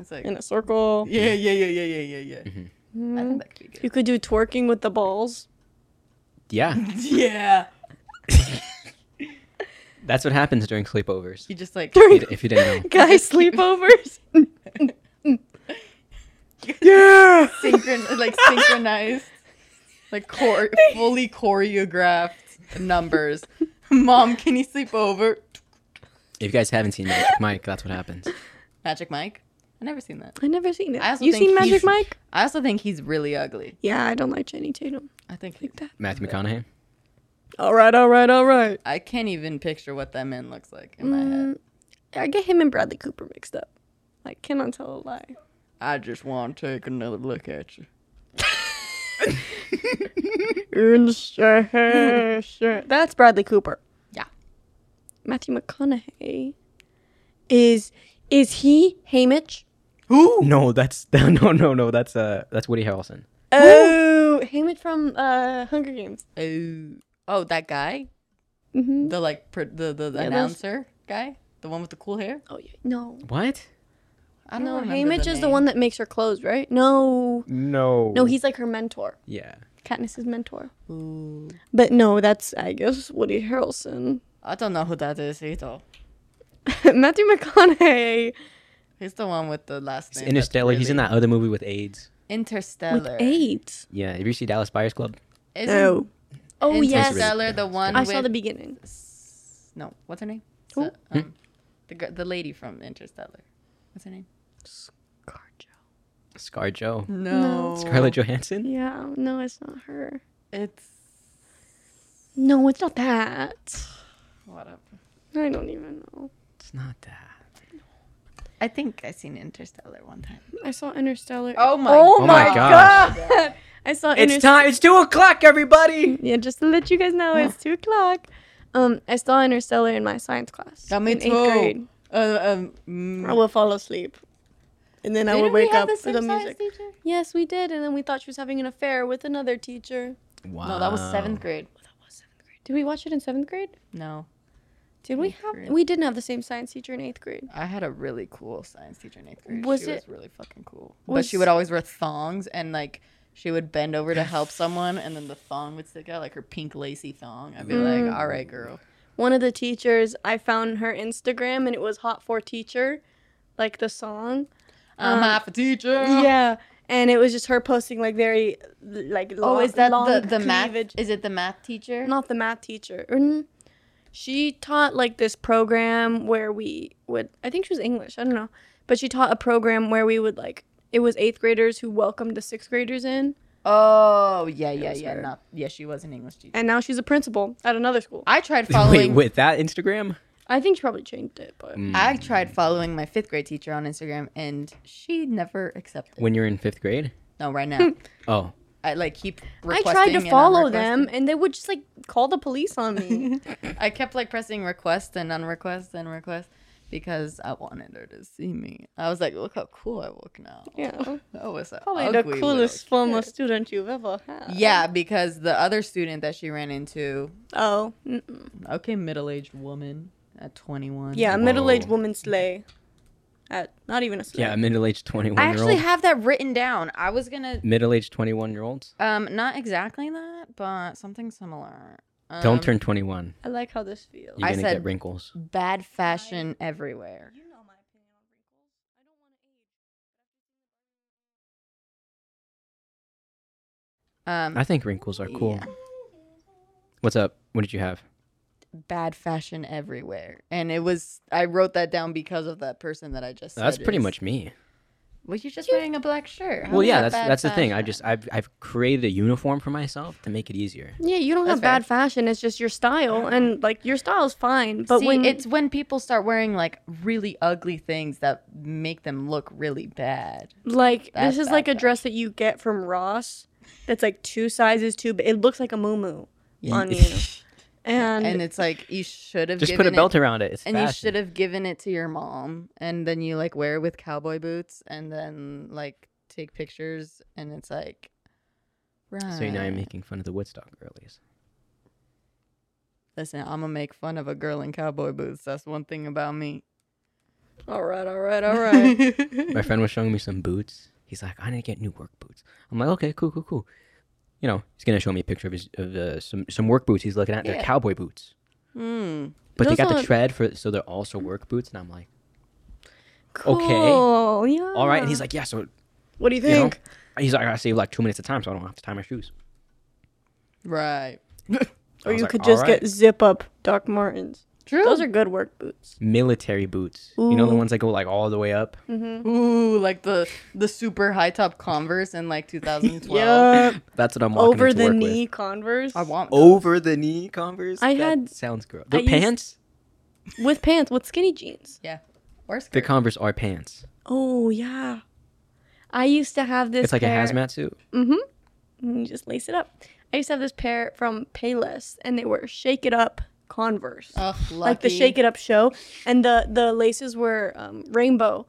Speaker 3: It's like,
Speaker 2: in a circle.
Speaker 3: yeah, yeah, yeah, yeah, yeah, yeah, yeah. I think that could be good.
Speaker 2: You could do twerking with the balls.
Speaker 1: Yeah.
Speaker 3: Yeah.
Speaker 1: That's what happens during sleepovers.
Speaker 3: You just like,
Speaker 1: If if you didn't know.
Speaker 2: Guys sleepovers.
Speaker 3: synchron- like synchronized, like chor- fully choreographed numbers. Mom, can you sleep over?
Speaker 1: If you guys haven't seen Magic Mike, that's what happens.
Speaker 3: Magic Mike? I never seen that.
Speaker 2: I never seen it.
Speaker 3: I also
Speaker 2: You
Speaker 3: think
Speaker 2: seen
Speaker 3: he's-
Speaker 2: Magic Mike?
Speaker 3: I also think he's really ugly.
Speaker 2: Yeah, I don't like Jenny Tatum.
Speaker 3: I think he-
Speaker 1: Matthew McConaughey.
Speaker 2: All right, all right, all right.
Speaker 3: I can't even picture what that man looks like in my head.
Speaker 2: Mm, I get him and Bradley Cooper mixed up. I cannot tell a lie.
Speaker 3: I just want to take another look at you.
Speaker 2: That's Bradley Cooper.
Speaker 3: Yeah.
Speaker 2: Matthew McConaughey is is he Hamish?
Speaker 1: Who? No, that's no, no, no. That's uh, that's Woody Harrelson.
Speaker 2: Oh, Hamish from uh, Hunger Games.
Speaker 3: Oh, oh, that guy,
Speaker 2: hmm
Speaker 3: the like pr- the the, the
Speaker 2: Yeah, there's-
Speaker 3: announcer guy, the one with the cool hair.
Speaker 2: Oh yeah. No.
Speaker 1: What?
Speaker 3: I don't
Speaker 2: No,
Speaker 3: remember
Speaker 2: Hamish is the
Speaker 3: name.
Speaker 2: one that makes her clothes, right? No.
Speaker 1: No.
Speaker 2: No, he's like her mentor.
Speaker 1: Yeah.
Speaker 2: Katniss's mentor.
Speaker 3: Ooh.
Speaker 2: But no, that's I guess Woody Harrelson.
Speaker 3: I don't know who that is either.
Speaker 2: Matthew McConaughey
Speaker 3: He's the one with the last
Speaker 1: He's
Speaker 3: name. that's
Speaker 1: Interstellar. He's in
Speaker 3: really-
Speaker 1: that other movie with AIDS.
Speaker 2: with
Speaker 3: Interstellar.
Speaker 2: AIDS.
Speaker 1: Yeah. Have you seen Dallas Buyers Club?
Speaker 3: Isn't
Speaker 2: Oh. Oh yes.
Speaker 3: Interstellar the one
Speaker 2: I
Speaker 3: with
Speaker 2: saw the Hmm? beginning.
Speaker 3: no, what's her name?
Speaker 2: Who?
Speaker 3: So, um, the gir- the lady from Interstellar. What's her name?
Speaker 1: Scar Joe.
Speaker 3: Mm.
Speaker 2: No.
Speaker 1: Scarlett Johansson.
Speaker 2: Yeah, no, it's not her.
Speaker 3: It's
Speaker 2: No, it's not that.
Speaker 3: whatever.
Speaker 2: I don't even know.
Speaker 1: It's not that.
Speaker 3: I think I seen Interstellar one time.
Speaker 2: I saw Interstellar.
Speaker 3: Oh my
Speaker 1: Oh my gosh.
Speaker 2: god! I saw
Speaker 1: It's
Speaker 2: Interstellar.
Speaker 1: time. Ah, It's two o'clock, everybody.
Speaker 2: Yeah, just to let you guys know, it's two o'clock. Um, I saw Interstellar in my science class.
Speaker 3: Yeah, me
Speaker 2: in
Speaker 3: too. Uh, um, mm,
Speaker 2: I will fall asleep, and then I will
Speaker 3: Didn't
Speaker 2: wake
Speaker 3: we have
Speaker 2: up
Speaker 3: the
Speaker 2: to
Speaker 3: same
Speaker 2: the
Speaker 3: science
Speaker 2: music.
Speaker 3: teacher?
Speaker 2: Yes, we did, and then we thought she was having an affair with another teacher.
Speaker 1: Wow.
Speaker 3: No, that was seventh grade.
Speaker 2: Did we watch it in seventh grade?
Speaker 3: No,
Speaker 2: Did we
Speaker 3: Eighth
Speaker 2: have?
Speaker 3: grade.
Speaker 2: We didn't have the same science teacher in eighth grade.
Speaker 3: I had a really cool science teacher in eighth grade.
Speaker 2: Was
Speaker 3: she
Speaker 2: it-
Speaker 3: was really fucking cool. but
Speaker 2: was-
Speaker 3: she would always wear thongs and like she would bend over to help someone, and then the thong would stick out, like her pink lacy thong. I'd be
Speaker 2: Mm.
Speaker 3: like, "All right, girl."
Speaker 2: one of the teachers i found her instagram and it was hot for teacher like the song
Speaker 3: I'm half a teacher.
Speaker 2: yeah and it was just her posting like very like
Speaker 3: Oh,
Speaker 2: lo-
Speaker 3: is that
Speaker 2: long
Speaker 3: the, the math?
Speaker 2: cleavage-
Speaker 3: Is it the math teacher?
Speaker 2: not the math teacher Mm. she taught like this program where we would i think she was english i don't know but she taught a program where we would like it was eighth graders who welcomed the sixth graders in
Speaker 3: Oh, yeah, yeah,
Speaker 2: was
Speaker 3: yeah.
Speaker 2: her.
Speaker 3: Not yeah. She was an English teacher.
Speaker 2: and now she's a principal at another school
Speaker 3: I tried
Speaker 1: Wait,
Speaker 3: following. Mm.
Speaker 1: with that Instagram?
Speaker 2: i think she probably changed it but
Speaker 3: I tried following my fifth grade teacher on Instagram, and she never accepted.
Speaker 1: When you're in fifth grade?
Speaker 3: No, right now.
Speaker 1: Oh,
Speaker 3: I like keep.
Speaker 2: I
Speaker 3: Requesting
Speaker 2: tried
Speaker 3: and
Speaker 2: to
Speaker 3: unrequesting.
Speaker 2: follow them, and they would just like call the police on me.
Speaker 3: I kept like pressing request and unrequest and request because I wanted her to see me. I was like, look how cool I look now.
Speaker 2: yeah,
Speaker 3: That was a
Speaker 2: probably
Speaker 3: ugly
Speaker 2: the coolest
Speaker 3: little
Speaker 2: former student you've ever had.
Speaker 3: kid. Yeah, because the other student that she ran into,
Speaker 2: Oh, mm-mm.
Speaker 3: okay, middle-aged woman at 21.
Speaker 2: yeah, a middle-aged
Speaker 1: Whoa.
Speaker 2: woman slay. At not even a slay.
Speaker 1: Oh. Yeah, middle aged twenty
Speaker 3: I
Speaker 1: one year
Speaker 3: actually
Speaker 1: old.
Speaker 3: have that written down. I was gonna,
Speaker 1: Middle aged twenty one year olds.
Speaker 3: um, not exactly that, but something similar. Um,
Speaker 1: Don't turn twenty one.
Speaker 2: I like how this feels.
Speaker 1: You're
Speaker 3: I
Speaker 1: gonna
Speaker 3: said-
Speaker 1: get wrinkles.
Speaker 3: Um, Bad fashion everywhere.
Speaker 8: You know my opinion on wrinkles. I don't want
Speaker 3: Um,
Speaker 8: to age.
Speaker 1: I think wrinkles are cool.
Speaker 3: yeah.
Speaker 1: What's up? What did you have?
Speaker 3: bad fashion everywhere, and it was. I wrote that down because of that person that I just.
Speaker 1: That's
Speaker 3: said
Speaker 1: pretty
Speaker 3: is-
Speaker 1: much me.
Speaker 3: Well, you're just wearing a black shirt. How
Speaker 1: well,
Speaker 3: is
Speaker 1: yeah,
Speaker 3: that
Speaker 1: that's
Speaker 3: bad
Speaker 1: that's the thing. I
Speaker 3: fashion?
Speaker 1: just I've I've created a uniform for myself to make it easier.
Speaker 2: Yeah, you don't
Speaker 3: That's
Speaker 2: have bad fashion. It's just your style, and like your style's fine. But
Speaker 3: But See,
Speaker 2: when
Speaker 3: it's when people start wearing like really ugly things that make them look really bad.
Speaker 2: like
Speaker 3: That's
Speaker 2: this is
Speaker 3: bad
Speaker 2: like a
Speaker 3: fashion.
Speaker 2: dress that you get from Ross, that's like two sizes too, but it looks like a muumuu on you,
Speaker 1: Just
Speaker 2: and,
Speaker 3: And it's like you should have
Speaker 1: put a
Speaker 3: given
Speaker 1: belt
Speaker 3: it,
Speaker 1: around it. It's
Speaker 3: and you
Speaker 1: fashion.
Speaker 3: should have given it to your mom, and then you like wear it with cowboy boots, and then like take pictures, and it's like. Right.
Speaker 1: So now you're making fun of the Woodstock girlies.
Speaker 3: Listen, I'm gonna make fun of a girl in cowboy boots. That's one thing about me.
Speaker 2: all right, all right, all right.
Speaker 1: My friend was showing me some boots. He's like, I need to get new work boots. I'm like, okay, cool, cool, cool. You know, he's gonna show me a picture of his of uh, some some work boots he's looking at. They're cowboy boots,
Speaker 3: Hmm.
Speaker 1: but
Speaker 2: Those
Speaker 1: they got the
Speaker 2: aren't-
Speaker 1: tread for, so they're also work boots. And I'm like,
Speaker 2: cool. Yeah.
Speaker 1: all right. And
Speaker 2: Ah.
Speaker 1: he's like, yeah. So
Speaker 2: what do you
Speaker 1: you know,
Speaker 2: think?
Speaker 1: he's like, I save like two minutes of time, so I don't have to tie my shoes.
Speaker 3: Right.
Speaker 1: I
Speaker 2: or
Speaker 1: was
Speaker 2: you
Speaker 1: like,
Speaker 2: could
Speaker 1: "All
Speaker 2: just
Speaker 1: right."
Speaker 2: get zip up Doc Martens.
Speaker 3: True.
Speaker 2: Those are good work boots.
Speaker 1: military boots. You know the
Speaker 2: Ooh.
Speaker 1: ones that go like all the way up.
Speaker 3: Ooh, like the the super high top Converse in like 2012.
Speaker 1: That's what I'm walking
Speaker 2: Over
Speaker 1: into
Speaker 2: the
Speaker 1: work
Speaker 2: knee
Speaker 1: With.
Speaker 2: Converse.
Speaker 3: I want.
Speaker 1: Over the knee Converse.
Speaker 2: I
Speaker 1: That
Speaker 2: had-
Speaker 1: sounds gross.
Speaker 2: I
Speaker 1: The
Speaker 2: used-
Speaker 1: pants.
Speaker 2: with pants, with skinny jeans.
Speaker 3: Yeah. Or
Speaker 1: The
Speaker 3: skirt.
Speaker 1: Converse are pants.
Speaker 2: Oh yeah. I used to have this.
Speaker 1: It's like a
Speaker 2: pair-
Speaker 1: hazmat suit.
Speaker 2: and you just lace it up. I used to have this pair from Payless, and they were Shake It Up Converse,
Speaker 1: Oh,
Speaker 3: Ugh,
Speaker 2: like the
Speaker 3: lucky.
Speaker 2: Shake It Up show, and the the laces were um, rainbow,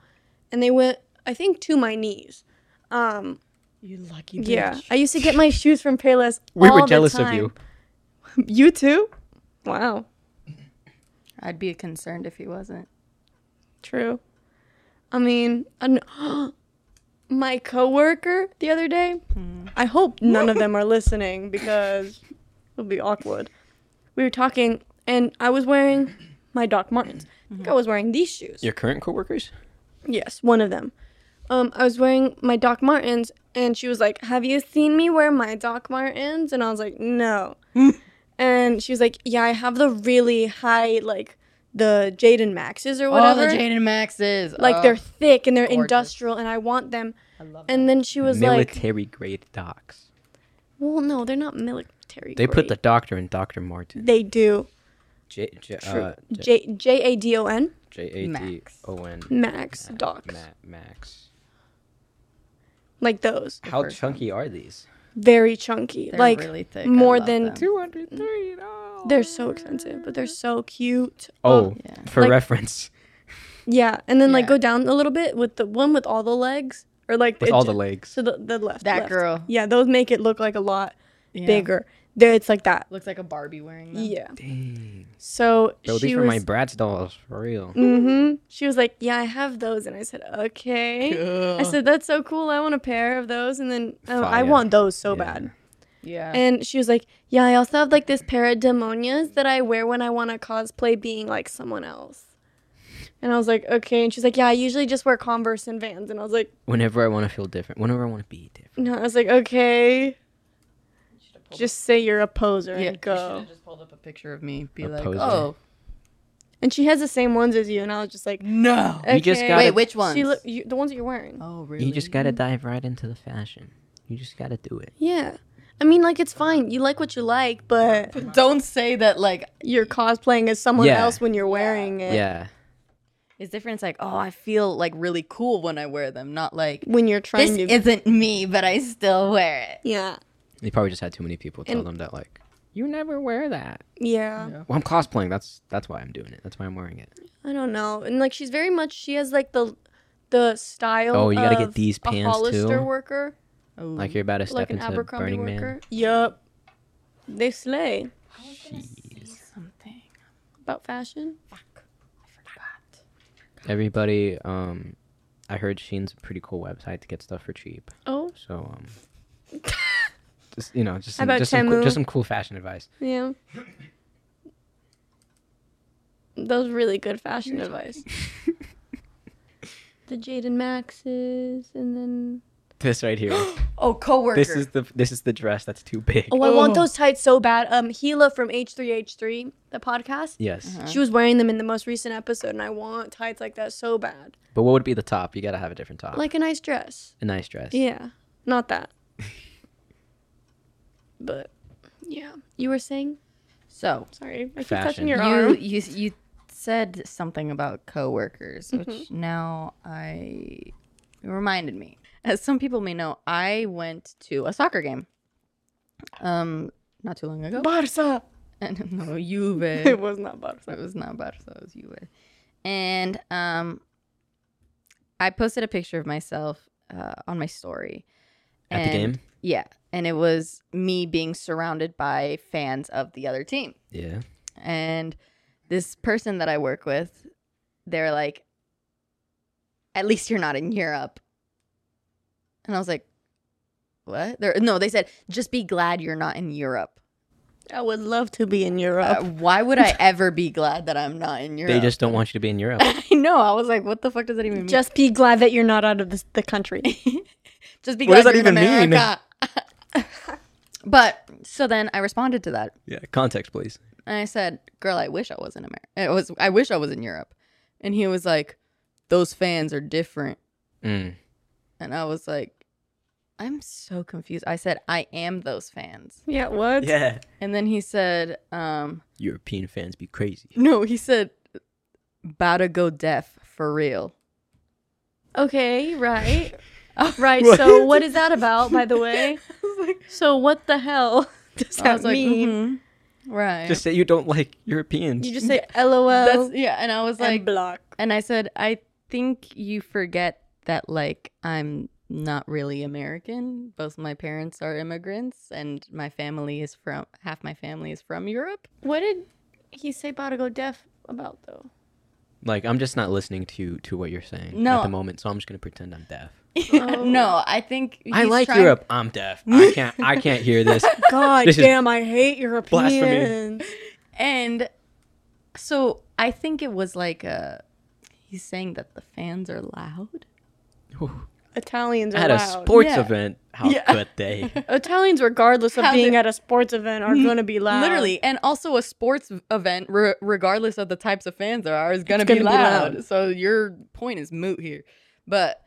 Speaker 2: and they went I think to my knees. Um,
Speaker 3: You lucky. Bitch.
Speaker 2: yeah, I used to get my shoes from Payless.
Speaker 1: We
Speaker 2: all
Speaker 1: were
Speaker 2: the
Speaker 1: jealous of
Speaker 2: time.
Speaker 1: you.
Speaker 2: You too? Wow,
Speaker 3: I'd be concerned if he wasn't.
Speaker 2: true. I mean, I kn- my coworker the other day. I hope none of them are listening because it'll be awkward. We were talking, and I was wearing my Doc Martens. I think I was wearing these shoes.
Speaker 1: Your current coworkers?
Speaker 2: Yes, one of them. Um, I was wearing my Doc Martens, and she was like, "Have you seen me wear my Doc Martens?" And I was like, "No." and she was like, "Yeah, I have the really high, like the Jaden Maxes or whatever.
Speaker 3: Oh, the Jaden Maxes.
Speaker 2: like
Speaker 3: Oh,
Speaker 2: they're thick and they're
Speaker 3: gorgeous.
Speaker 2: industrial, and I want them."
Speaker 3: I love
Speaker 2: And then she was like,
Speaker 1: Military grade docs.
Speaker 2: "Well, no, they're not military.
Speaker 1: They put the
Speaker 2: grade.
Speaker 1: doctor in Dr. Martin.
Speaker 2: they do."
Speaker 1: J J
Speaker 3: True.
Speaker 1: uh, J-
Speaker 2: J J A D O N
Speaker 1: J A D O N
Speaker 2: Max docs
Speaker 1: Ma- Max.
Speaker 2: like those
Speaker 1: How
Speaker 3: first
Speaker 1: chunky are these?
Speaker 2: very chunky
Speaker 3: They're
Speaker 2: like
Speaker 3: really thick. I
Speaker 2: more
Speaker 3: love
Speaker 2: than
Speaker 3: them.
Speaker 2: two hundred three. They're so expensive, but they're so cute.
Speaker 1: Oh,
Speaker 3: yeah.
Speaker 1: for
Speaker 2: Like-
Speaker 1: reference,
Speaker 2: Yeah, and then like
Speaker 3: Yeah.
Speaker 2: go down a little bit with the one with all the legs or like
Speaker 1: with
Speaker 2: it
Speaker 1: all
Speaker 2: ju-
Speaker 1: the legs.
Speaker 2: So the, the left
Speaker 3: That
Speaker 2: left.
Speaker 3: girl.
Speaker 2: Yeah, those make it look like a lot
Speaker 3: Yeah.
Speaker 2: bigger. There, it's like that.
Speaker 3: Looks like a Barbie wearing them.
Speaker 2: Yeah.
Speaker 1: Dang.
Speaker 2: So
Speaker 1: Bro,
Speaker 2: she
Speaker 1: these were
Speaker 2: was.
Speaker 1: my Bratz dolls, for real.
Speaker 2: hmm She was like, "Yeah, I have those," and I said, "Okay." I said, "That's so cool. I want a pair of those." And then oh, I
Speaker 1: Fire.
Speaker 2: want those so
Speaker 1: Yeah.
Speaker 2: bad.
Speaker 3: Yeah.
Speaker 2: And she was like, Yeah, I also have like this pair of demonias that I wear when I want to cosplay being like someone else. And I was like, Okay. And she's like, Yeah, I usually just wear Converse and Vans. And I was like,
Speaker 1: Whenever I want to feel different, whenever I want to be different.
Speaker 2: No, I was like, Okay. Just say you're a poser
Speaker 3: yeah.
Speaker 2: and go.
Speaker 3: have just pulled up a picture of me. Be
Speaker 1: A
Speaker 3: like,
Speaker 1: poser.
Speaker 3: oh
Speaker 2: And she has the same ones as you. And I was just like,
Speaker 3: no.
Speaker 2: okay.
Speaker 1: You just gotta-
Speaker 3: Wait, which ones?
Speaker 2: She look you, the ones that you're wearing.
Speaker 3: oh, really?
Speaker 1: You just gotta dive right into the fashion. You just gotta do it.
Speaker 2: Yeah. I mean, like, it's fine. You like what you like, but
Speaker 3: Don't say that. Like,
Speaker 2: you're cosplaying as someone
Speaker 1: Yeah.
Speaker 2: else when you're wearing it.
Speaker 1: Yeah.
Speaker 3: It's different. It's like, oh, I feel like really cool when I wear them, not like
Speaker 2: when you're
Speaker 3: this
Speaker 2: trying to.
Speaker 3: isn't me, but I still wear it.
Speaker 2: yeah.
Speaker 1: They probably just had too many people tell
Speaker 2: And-
Speaker 1: them that like you never wear that.
Speaker 2: Yeah.
Speaker 1: Well, I'm cosplaying. That's that's why I'm doing it. That's why I'm wearing it.
Speaker 2: I don't know. And like she's very much she has like the the style
Speaker 1: Oh, you gotta get
Speaker 2: of
Speaker 1: these
Speaker 2: a
Speaker 1: pants,
Speaker 2: Hollister
Speaker 1: too?
Speaker 2: worker,
Speaker 1: Like you're about to step
Speaker 2: like an
Speaker 1: into
Speaker 2: Abercrombie
Speaker 1: Burning Man.
Speaker 2: worker. Yup. They slay
Speaker 3: Something.
Speaker 2: about fashion.
Speaker 1: Everybody, um, I heard Sheen's a pretty cool website to get stuff for cheap.
Speaker 2: Oh,
Speaker 1: So um, just you know, just
Speaker 2: How
Speaker 1: some,
Speaker 2: about
Speaker 1: just, some cool,
Speaker 2: Temu?
Speaker 1: just some cool fashion advice.
Speaker 2: yeah. That was really good fashion advice. the Jaden Maxes and then
Speaker 1: This right here.
Speaker 3: Oh, coworker.
Speaker 1: this is the this is the dress that's too big.
Speaker 2: Oh, I want those tights so bad. Um Gila from H3H3, the podcast.
Speaker 1: Yes,
Speaker 2: She was wearing them in the most recent episode and I want tights like that so bad.
Speaker 1: but what would be the top? You gotta have a different top.
Speaker 2: Like a nice dress.
Speaker 1: a nice dress.
Speaker 2: Yeah, not that. but yeah, you were saying.
Speaker 3: so
Speaker 2: Sorry, I keep
Speaker 1: Fashion.
Speaker 2: touching your
Speaker 3: you,
Speaker 2: arm.
Speaker 3: you you said something about coworkers, which
Speaker 2: Mm-hmm.
Speaker 3: now I it reminded me. As some people may know, I went to a soccer game. Um, not too long ago.
Speaker 2: Barca.
Speaker 3: And, no, Juve.
Speaker 2: It was not Barca.
Speaker 3: It was not Barca, it was Juve. And um, I posted a picture of myself uh, on my story.
Speaker 1: At the
Speaker 3: And-
Speaker 1: game.
Speaker 3: Yeah. And it was me being surrounded by fans of the other team.
Speaker 1: Yeah.
Speaker 3: And this person that I work with, they're like, at least you're not in Europe. And I was like, what? They're, no, they said, just be glad you're not in Europe.
Speaker 2: I would love to be in Europe.
Speaker 3: Uh, why would I ever be glad that I'm not in Europe?
Speaker 1: They just don't want you to be in Europe.
Speaker 3: I know. I was like, what the fuck does that even mean?
Speaker 2: Just be glad that you're not out of this, the country.
Speaker 3: just be
Speaker 1: What does
Speaker 3: glad
Speaker 1: that
Speaker 3: you're in
Speaker 1: even mean?
Speaker 3: America. but so then I responded to that
Speaker 1: yeah. Context, please.
Speaker 3: and I said, "Girl, I wish I was in America. It was I wish I was in Europe." And he was like, "Those fans are different."
Speaker 1: Mm.
Speaker 3: And I was like, "I'm so confused." I said, "I am those fans."
Speaker 2: yeah, what?
Speaker 1: Yeah.
Speaker 3: And then he said, um,
Speaker 1: European fans be crazy.
Speaker 3: "No," he said, "About to go deaf for real."
Speaker 2: Okay, right. right. So Oh, what is that about, by the way? so what the hell does
Speaker 3: I
Speaker 2: that
Speaker 3: was like,
Speaker 2: mean?
Speaker 3: "Mhm, "Right."
Speaker 1: Just say you don't like Europeans.
Speaker 2: You just say LOL.
Speaker 3: That's yeah, and I was like,
Speaker 2: and block.
Speaker 3: And I said, I think you forget that, like, I'm not really American. Both my parents are immigrants, and my family is from half my family is from Europe.
Speaker 2: What did he say about to go deaf about though?
Speaker 1: like I'm just not listening to to what you're saying
Speaker 3: No.
Speaker 1: at the moment, so I'm just gonna pretend I'm deaf.
Speaker 3: no, I think
Speaker 1: Oh. I
Speaker 3: he's
Speaker 1: like
Speaker 3: trying-
Speaker 1: Europe. I'm deaf. I can't. I can't hear this.
Speaker 2: God
Speaker 1: This is
Speaker 2: damn, I hate Europeans.
Speaker 1: blasphemy.
Speaker 3: And so I think it was like a. He's saying that the fans are loud.
Speaker 2: Italians are
Speaker 1: at a
Speaker 2: loud.
Speaker 1: sports
Speaker 3: Yeah.
Speaker 1: event, how could they?
Speaker 2: Italians, regardless of
Speaker 3: How
Speaker 2: being
Speaker 3: they-
Speaker 2: at a sports event, are going to be loud.
Speaker 3: Literally, and also a sports event, re- regardless of the types of fans there are, is gonna,
Speaker 2: gonna
Speaker 3: be,
Speaker 2: be
Speaker 3: loud.
Speaker 2: loud.
Speaker 3: So your point is moot here, but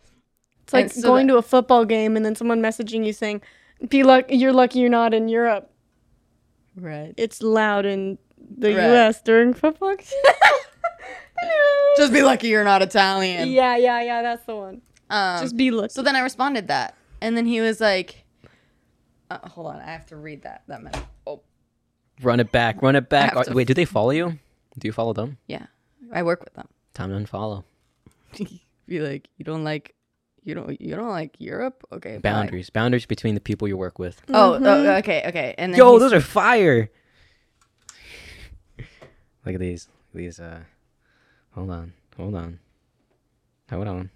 Speaker 2: it's like
Speaker 3: and so
Speaker 2: going
Speaker 3: that-
Speaker 2: to a football game and then someone messaging you saying, "Be luck, you're lucky you're not in Europe.
Speaker 3: right.
Speaker 2: It's loud in the
Speaker 3: Right.
Speaker 2: U.S. during football." games."
Speaker 3: Just be lucky you're not Italian.
Speaker 2: yeah, yeah, yeah. That's the one.
Speaker 3: Um,
Speaker 2: Just be lucky.
Speaker 3: so then I responded that, and then he was like, uh, "Hold on, I have to read that that message." Oh,
Speaker 1: run it back. Run it back.
Speaker 3: have
Speaker 1: Are-
Speaker 3: to-
Speaker 1: Wait, do they follow you? Do you follow them?
Speaker 3: yeah, I work with them.
Speaker 1: Time to unfollow.
Speaker 3: be like, you don't like, you don't, you don't like Europe? Okay, bye."
Speaker 1: Boundaries. Boundaries between the people you work with.
Speaker 3: Oh, oh, okay, okay. And then
Speaker 1: Yo,
Speaker 3: he's-
Speaker 1: those are fire. Look at these. These. Uh, hold on. Hold on. Hold on.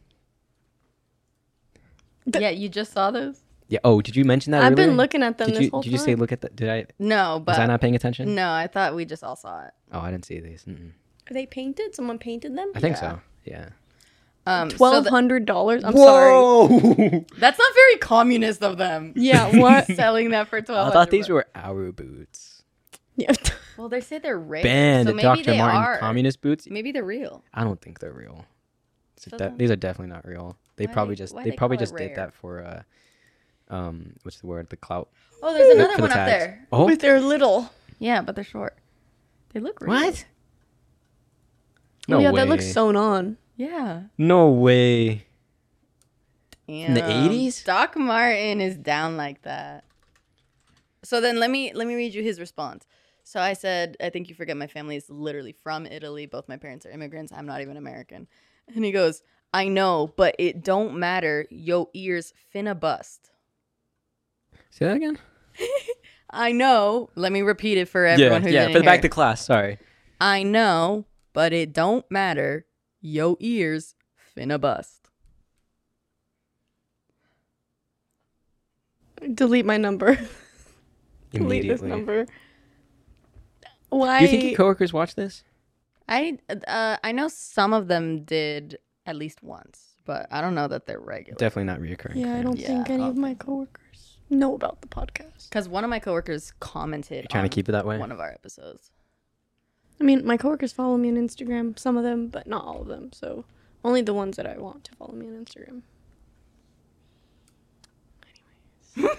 Speaker 3: yeah, you just saw those?
Speaker 1: Yeah. Oh, did you mention that?
Speaker 2: I've been
Speaker 1: earlier?
Speaker 2: looking at them
Speaker 1: Did
Speaker 2: this
Speaker 1: you
Speaker 2: whole
Speaker 1: Did you
Speaker 2: time.
Speaker 1: say look at that? Did I?
Speaker 3: No, but
Speaker 1: was I not paying attention?
Speaker 3: no, I thought we just all saw it.
Speaker 1: Oh, I didn't see these. Mm-mm.
Speaker 2: are they painted? Someone painted them.
Speaker 1: I think so. Yeah.
Speaker 3: Um, so
Speaker 2: Twelve
Speaker 3: th-
Speaker 2: hundred dollars. I'm sorry.
Speaker 3: that's not very communist of them.
Speaker 2: Yeah. What?
Speaker 3: selling that for twelve.
Speaker 1: I thought these were our boots.
Speaker 2: yeah.
Speaker 3: Well, they say they're rare.
Speaker 1: Ben,
Speaker 3: so
Speaker 1: the
Speaker 3: maybe
Speaker 1: Dr.
Speaker 3: they
Speaker 1: Martin
Speaker 3: are.
Speaker 1: communist boots.
Speaker 3: Maybe they're real.
Speaker 1: I don't think they're real. It's a de-
Speaker 3: Doesn't-
Speaker 1: these are definitely not real. They
Speaker 3: Why
Speaker 1: probably
Speaker 3: they-
Speaker 1: just
Speaker 3: why
Speaker 1: they
Speaker 3: they
Speaker 1: probably
Speaker 3: call it
Speaker 1: just did
Speaker 3: rare?
Speaker 1: that for uh, um, what's the word? The clout.
Speaker 3: Oh, there's
Speaker 1: the-
Speaker 3: another
Speaker 1: for the
Speaker 3: one up
Speaker 1: tags.
Speaker 3: there.
Speaker 1: Oh,
Speaker 2: But they're little.
Speaker 3: Yeah, but they're short. They look real.
Speaker 1: what?
Speaker 2: Oh
Speaker 1: No
Speaker 2: yeah,
Speaker 1: way.
Speaker 2: that looks sewn on.
Speaker 3: Yeah.
Speaker 1: No way. the
Speaker 3: Damn.
Speaker 1: 80s?
Speaker 3: Um, Doc Martin is down like that. So then let me let me read you his response. So I said, I think you forget my family is literally from Italy. Both my parents are immigrants. I'm not even American. And he goes, I know, but it don't matter. Yo ears finna bust.
Speaker 1: Say that again.
Speaker 3: I know. Let me repeat it for everyone who
Speaker 1: yeah,
Speaker 3: didn't
Speaker 1: yeah. For the
Speaker 3: hear.
Speaker 1: back to class. Sorry.
Speaker 3: I know, but it don't matter. Yo ears finna bust.
Speaker 2: Delete my number. Delete this
Speaker 1: Immediately.
Speaker 2: number. Why?
Speaker 1: Do you think your coworkers watch this?
Speaker 3: I uh, I know some of them did at least once, but I don't know that they're regular.
Speaker 1: Definitely not reoccurring.
Speaker 2: yeah, I
Speaker 1: thing.
Speaker 2: don't
Speaker 3: Yeah,
Speaker 2: think any of my coworkers know about the podcast.
Speaker 3: Because one of my coworkers commented.
Speaker 1: You're trying
Speaker 3: on
Speaker 1: to keep it that way.
Speaker 3: One of our episodes.
Speaker 2: I mean, my coworkers follow me on Instagram, some of them, but not all of them. So only the ones that I want to follow me on Instagram.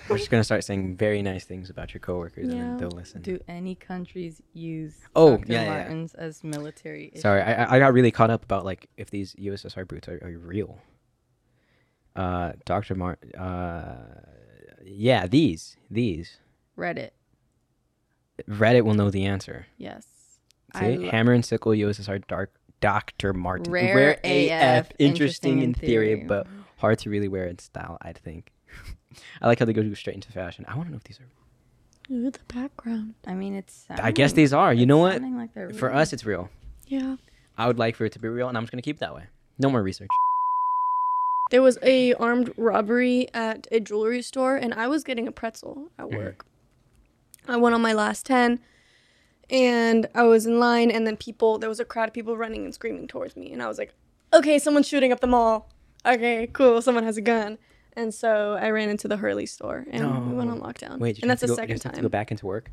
Speaker 1: We're just gonna start saying very nice things about your coworkers, and
Speaker 2: Yeah.
Speaker 1: then they'll listen.
Speaker 3: Do any countries use
Speaker 1: Hmm. Oh,
Speaker 3: Dr.
Speaker 1: yeah, yeah, yeah.
Speaker 3: Martens as military? is-
Speaker 1: Sorry, I, I- I got really caught up about like if these USSR boots are, are real. Uh, Doctor Mart. Uh, yeah, these these
Speaker 3: Reddit.
Speaker 1: Reddit will know the answer.
Speaker 3: Yes. I
Speaker 1: See?
Speaker 3: lo-
Speaker 1: Hammer and sickle USSR dark Doctor Martin.
Speaker 3: Rare AF,
Speaker 1: interesting
Speaker 3: interesting
Speaker 1: in
Speaker 3: in
Speaker 1: theory,
Speaker 3: theory.
Speaker 1: but hard to really wear in style. I think. I like how they go straight into fashion. I want to know if these are.
Speaker 2: Ooh, the background.
Speaker 3: I mean, it's.
Speaker 1: I guess these are. You know what?
Speaker 3: Sounding like they're
Speaker 1: For
Speaker 3: real.
Speaker 1: us, it's real.
Speaker 2: Yeah.
Speaker 1: I would like for it to be real, and I'm just gonna keep it that way. No more research.
Speaker 2: There was a armed robbery at a jewelry store, and I was getting a pretzel
Speaker 1: Mm.
Speaker 2: at work. I went on my last ten, and I was in line, and then people. There was a crowd of people running and screaming towards me, and I was like, "Okay, someone's shooting up the mall. Okay, cool. Someone has a gun." And so I ran into the Hurley store, and we went on lockdown.
Speaker 1: Wait, did you
Speaker 2: and
Speaker 1: have
Speaker 2: that's
Speaker 1: to
Speaker 2: the
Speaker 1: go, did you
Speaker 2: second
Speaker 1: have
Speaker 2: time.
Speaker 1: to go back into work.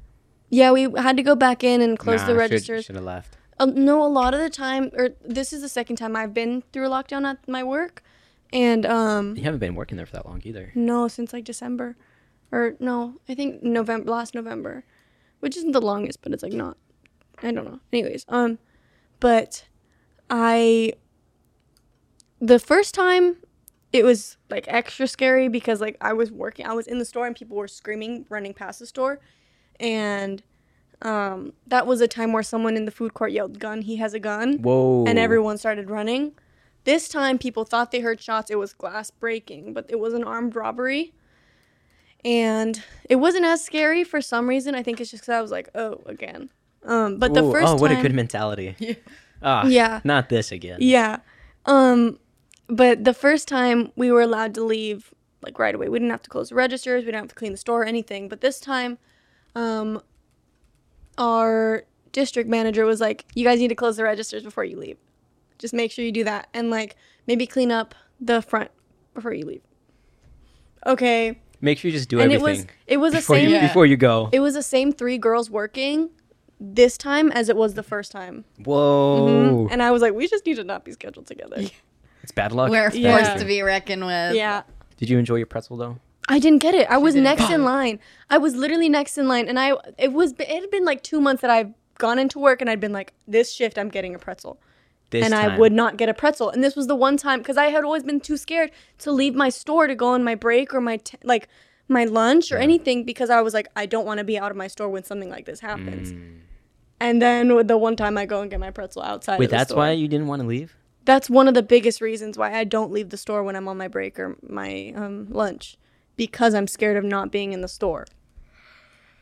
Speaker 2: Yeah, we had to go back in and close the registers.
Speaker 1: Should have left.
Speaker 2: Um, no, a lot of the time, or this is the second time I've been through a lockdown at my work, and um,
Speaker 1: You haven't been working there for that long either.
Speaker 2: no, since like December, or no, I think November, last November, which isn't the longest, but it's like not. I don't know. Anyways, um, but I, the first time, it was like extra scary because like I was working, I was in the store and people were screaming, running past the store, and. Um, that was a time where someone in the food court yelled, "Gun! He has a gun!"
Speaker 1: Whoa.
Speaker 2: and everyone started running. This time, people thought they heard shots. It was glass breaking, but it was an armed robbery. And it wasn't as scary for some reason. I think it's just because I was like, oh, again. Um, but the
Speaker 1: Whoa,
Speaker 2: first
Speaker 1: Oh, what
Speaker 2: time,
Speaker 1: a good mentality. Ah,
Speaker 2: Yeah.
Speaker 1: Not this again.
Speaker 2: yeah. Um, but the first time we were allowed to leave like right away. We didn't have to close the registers. We didn't have to clean the store or anything. But this time, um, our district manager was like, "You guys need to close the registers before you leave. Just make sure you do that, and like maybe clean up the front before you leave." Okay.
Speaker 1: Make sure you just do
Speaker 2: and it
Speaker 1: everything
Speaker 2: was it was the
Speaker 1: before
Speaker 2: same
Speaker 1: you before you go.
Speaker 2: it was the same three girls working this time as it was the first time.
Speaker 1: Whoa.
Speaker 2: Mhm. And I was like, we just need to not be scheduled together.
Speaker 1: It's bad luck.
Speaker 3: We're
Speaker 1: It's
Speaker 3: forced
Speaker 1: bad
Speaker 2: Yeah.
Speaker 1: luck.
Speaker 3: to be reckoned with.
Speaker 2: Yeah.
Speaker 1: Did you enjoy your pretzel though?
Speaker 2: I didn't get it. I was next in line. I was literally next in line, and I it was it had been like two months that I've gone into work, and I'd been like, this shift, I'm getting a pretzel,
Speaker 1: This
Speaker 2: and I
Speaker 1: time.
Speaker 2: would not get a pretzel. And this was the one time because I had always been too scared to leave my store to go on my break or my t- like my lunch or anything because I was like, I don't want to be out of my store when something like this
Speaker 1: Mm.
Speaker 2: happens. And then with the one time I go and get my pretzel outside.
Speaker 1: Wait,
Speaker 2: of the
Speaker 1: that's
Speaker 2: store.
Speaker 1: why you didn't want to leave?
Speaker 2: that's one of the biggest reasons why I don't leave the store when I'm on my break or my um, lunch because I'm scared of not being in the store.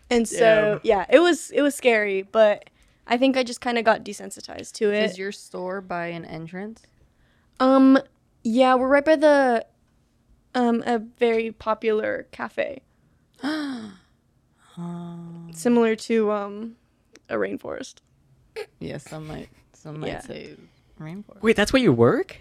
Speaker 2: And so, yeah, it was it was scary, but I think I just kind of got desensitized to it.
Speaker 3: Is your store by an entrance?
Speaker 2: um yeah, we're right by the um a very popular cafe. Uh, Similar to um a rainforest.
Speaker 3: Yeah, some might some might
Speaker 2: Yeah.
Speaker 3: say rainforest.
Speaker 1: Wait, that's where you work?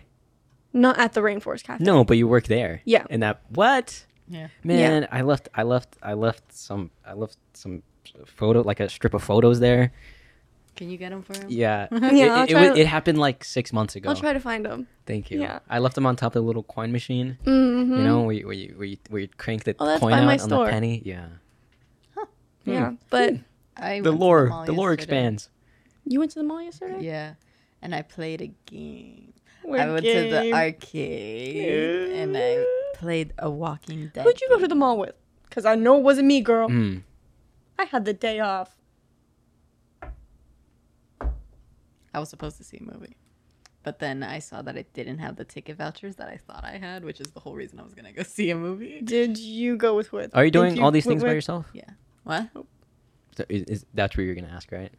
Speaker 2: Not at the rainforest cafe.
Speaker 1: No, but you work there.
Speaker 2: Yeah.
Speaker 1: And that what?
Speaker 3: Yeah.
Speaker 1: Man, I left I left I left some I left some photo like a strip of photos there.
Speaker 3: Can you get them for him?
Speaker 1: Yeah. it,
Speaker 2: I'll
Speaker 1: it,
Speaker 2: try
Speaker 1: wa-
Speaker 2: to-
Speaker 1: it happened like six months ago.
Speaker 2: I'll try to find them.
Speaker 1: Thank you.
Speaker 2: Yeah.
Speaker 1: I left them on top of the little coin machine.
Speaker 2: Mhm.
Speaker 1: You know, where you, where you, where you, where you crank the
Speaker 2: Oh, that's
Speaker 1: coin
Speaker 2: by
Speaker 1: out
Speaker 2: my
Speaker 1: on the
Speaker 2: store.
Speaker 1: penny. Yeah.
Speaker 2: Yeah, but
Speaker 3: I went to
Speaker 1: The lore,
Speaker 3: mall
Speaker 1: the lore
Speaker 3: yesterday.
Speaker 1: expands.
Speaker 2: you went to the mall yesterday?
Speaker 3: Yeah, and I played a game.
Speaker 2: We're
Speaker 7: I went to
Speaker 2: gay.
Speaker 7: the arcade and I played a Walking Dead.
Speaker 2: Who'd you go to the mall with? Because I know it wasn't me, girl.
Speaker 1: Mm.
Speaker 2: I had the day off.
Speaker 3: I was supposed to see a movie. But then I saw that I didn't have the ticket vouchers that I thought I had, which is the whole reason I was going to go see a movie.
Speaker 2: Did you go with what?
Speaker 1: Are you
Speaker 2: Think
Speaker 1: doing all these
Speaker 2: went
Speaker 1: things by
Speaker 2: with-
Speaker 1: yourself?
Speaker 3: What?
Speaker 1: So is, is that's where you're gonna ask, right?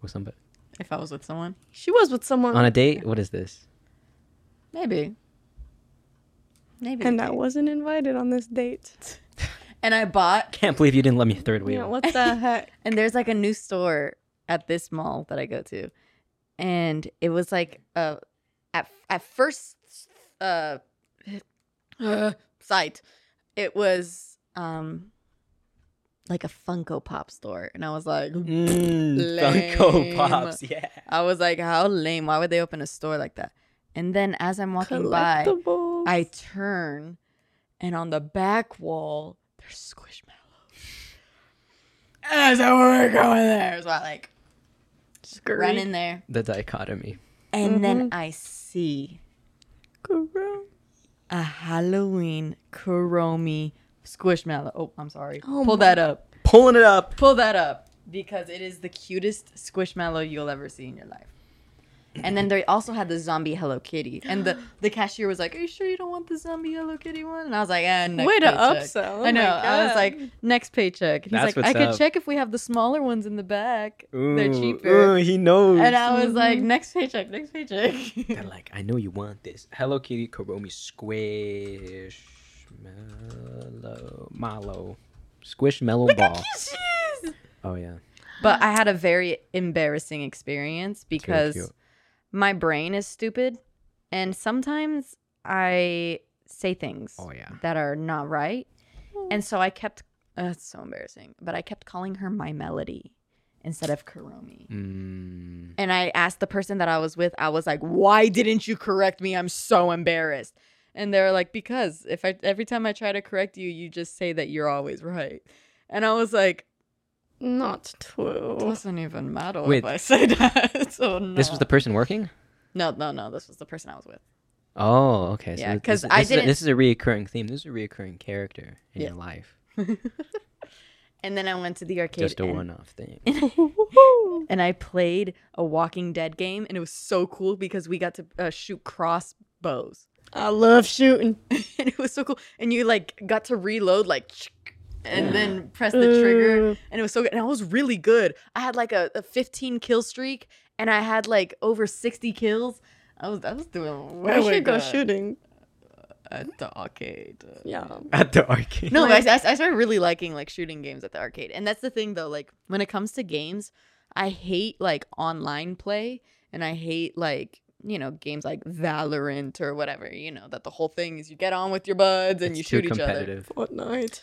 Speaker 1: With somebody
Speaker 3: If I was with someone?
Speaker 2: She was with someone,
Speaker 1: on a date? What is this?
Speaker 3: Maybe. Maybe.
Speaker 2: and I wasn't invited on this date.
Speaker 3: and I bought,
Speaker 1: Can't believe you didn't let me third wheel.
Speaker 2: Yeah, what the heck?
Speaker 3: and there's like a new store at this mall that I go to. And it was like uh at at first uh, uh sight, it was um like a Funko Pop store. And I was like,
Speaker 1: Mm, Funko
Speaker 3: Lame.
Speaker 1: Pops, yeah.
Speaker 3: I was like, how lame. Why would they open a store like that? And then as I'm walking by,
Speaker 2: Collectibles.
Speaker 3: I turn and on the back wall, there's squishmallows. And I said, we're going there. So I like
Speaker 2: Scurry.
Speaker 3: run in there.
Speaker 1: The dichotomy.
Speaker 3: And
Speaker 2: Mm-hmm.
Speaker 3: then I see a Halloween Kuromi squishmallow. Oh, I'm sorry. Pull that up.
Speaker 1: Pulling it up.
Speaker 3: Pull that up. Because it is the cutest squishmallow you'll ever see in your life. And then they also had the zombie Hello Kitty. And the, the cashier was like, Are you sure you don't want the zombie Hello Kitty one? And I was like, ah, next
Speaker 2: Way to
Speaker 3: paycheck.
Speaker 2: upsell. Oh
Speaker 3: I
Speaker 2: my
Speaker 3: know. I was
Speaker 2: God.
Speaker 3: like, next paycheck. And he's
Speaker 1: That's
Speaker 3: like, I
Speaker 1: what's
Speaker 3: could
Speaker 1: up.
Speaker 3: check if we have the smaller ones in the back. They're
Speaker 1: Ooh,
Speaker 3: cheaper.
Speaker 1: ooh, he knows.
Speaker 3: And I was like, next paycheck, next paycheck.
Speaker 1: They're Mm-hmm. like, I know you want this. Hello Kitty Karomi Squishmallow. Mallow. Squishmallow Ball. Oh, yeah.
Speaker 3: but I had a very embarrassing experience because
Speaker 1: cute.
Speaker 3: my brain is stupid. And sometimes I say things
Speaker 1: Oh, yeah.
Speaker 3: that are not right. And so I kept, uh, it's so embarrassing, but I kept calling her my melody instead of Karomi.
Speaker 1: Mm.
Speaker 3: And I asked the person that I was with, I was like, why didn't you correct me? I'm so embarrassed. And they're like, because if I every time I try to correct you, you just say that you're always right. And I was like,
Speaker 2: Not true.
Speaker 3: doesn't even matter
Speaker 1: Wait.
Speaker 3: if I say that. so no.
Speaker 1: This was the person working?
Speaker 3: no, no, no. This was the person I was with.
Speaker 1: Oh, okay.
Speaker 3: Yeah,
Speaker 1: this-
Speaker 3: 'cause
Speaker 1: this-
Speaker 3: I
Speaker 1: this is a-
Speaker 3: didn't-
Speaker 1: This is a reoccurring theme. This is a reoccurring character in your life.
Speaker 3: And then I went to the arcade.
Speaker 1: Just a
Speaker 3: and,
Speaker 1: one off thing.
Speaker 3: and I played a Walking Dead game, and it was so cool because we got to uh, shoot crossbows,
Speaker 2: I love shooting.
Speaker 3: and it was so cool. And you like got to reload like, and then press the trigger, and it was so good. And I was really good. I had like a, a 15 kill streak, and I had like over 60 kills. I was I was doing.
Speaker 2: I
Speaker 3: way, way
Speaker 2: should go
Speaker 3: good
Speaker 2: shooting.
Speaker 3: at the arcade.
Speaker 2: Yeah.
Speaker 1: At the arcade.
Speaker 3: No, but I, I- I started really liking like shooting games at the arcade, and that's the thing though. Like when it comes to games, I hate like online play, and I hate like you know games like Valorant or whatever. You know that the whole thing is you get on with your buds and
Speaker 1: It's
Speaker 3: you
Speaker 1: too
Speaker 3: shoot each other.
Speaker 1: competitive.
Speaker 2: What night?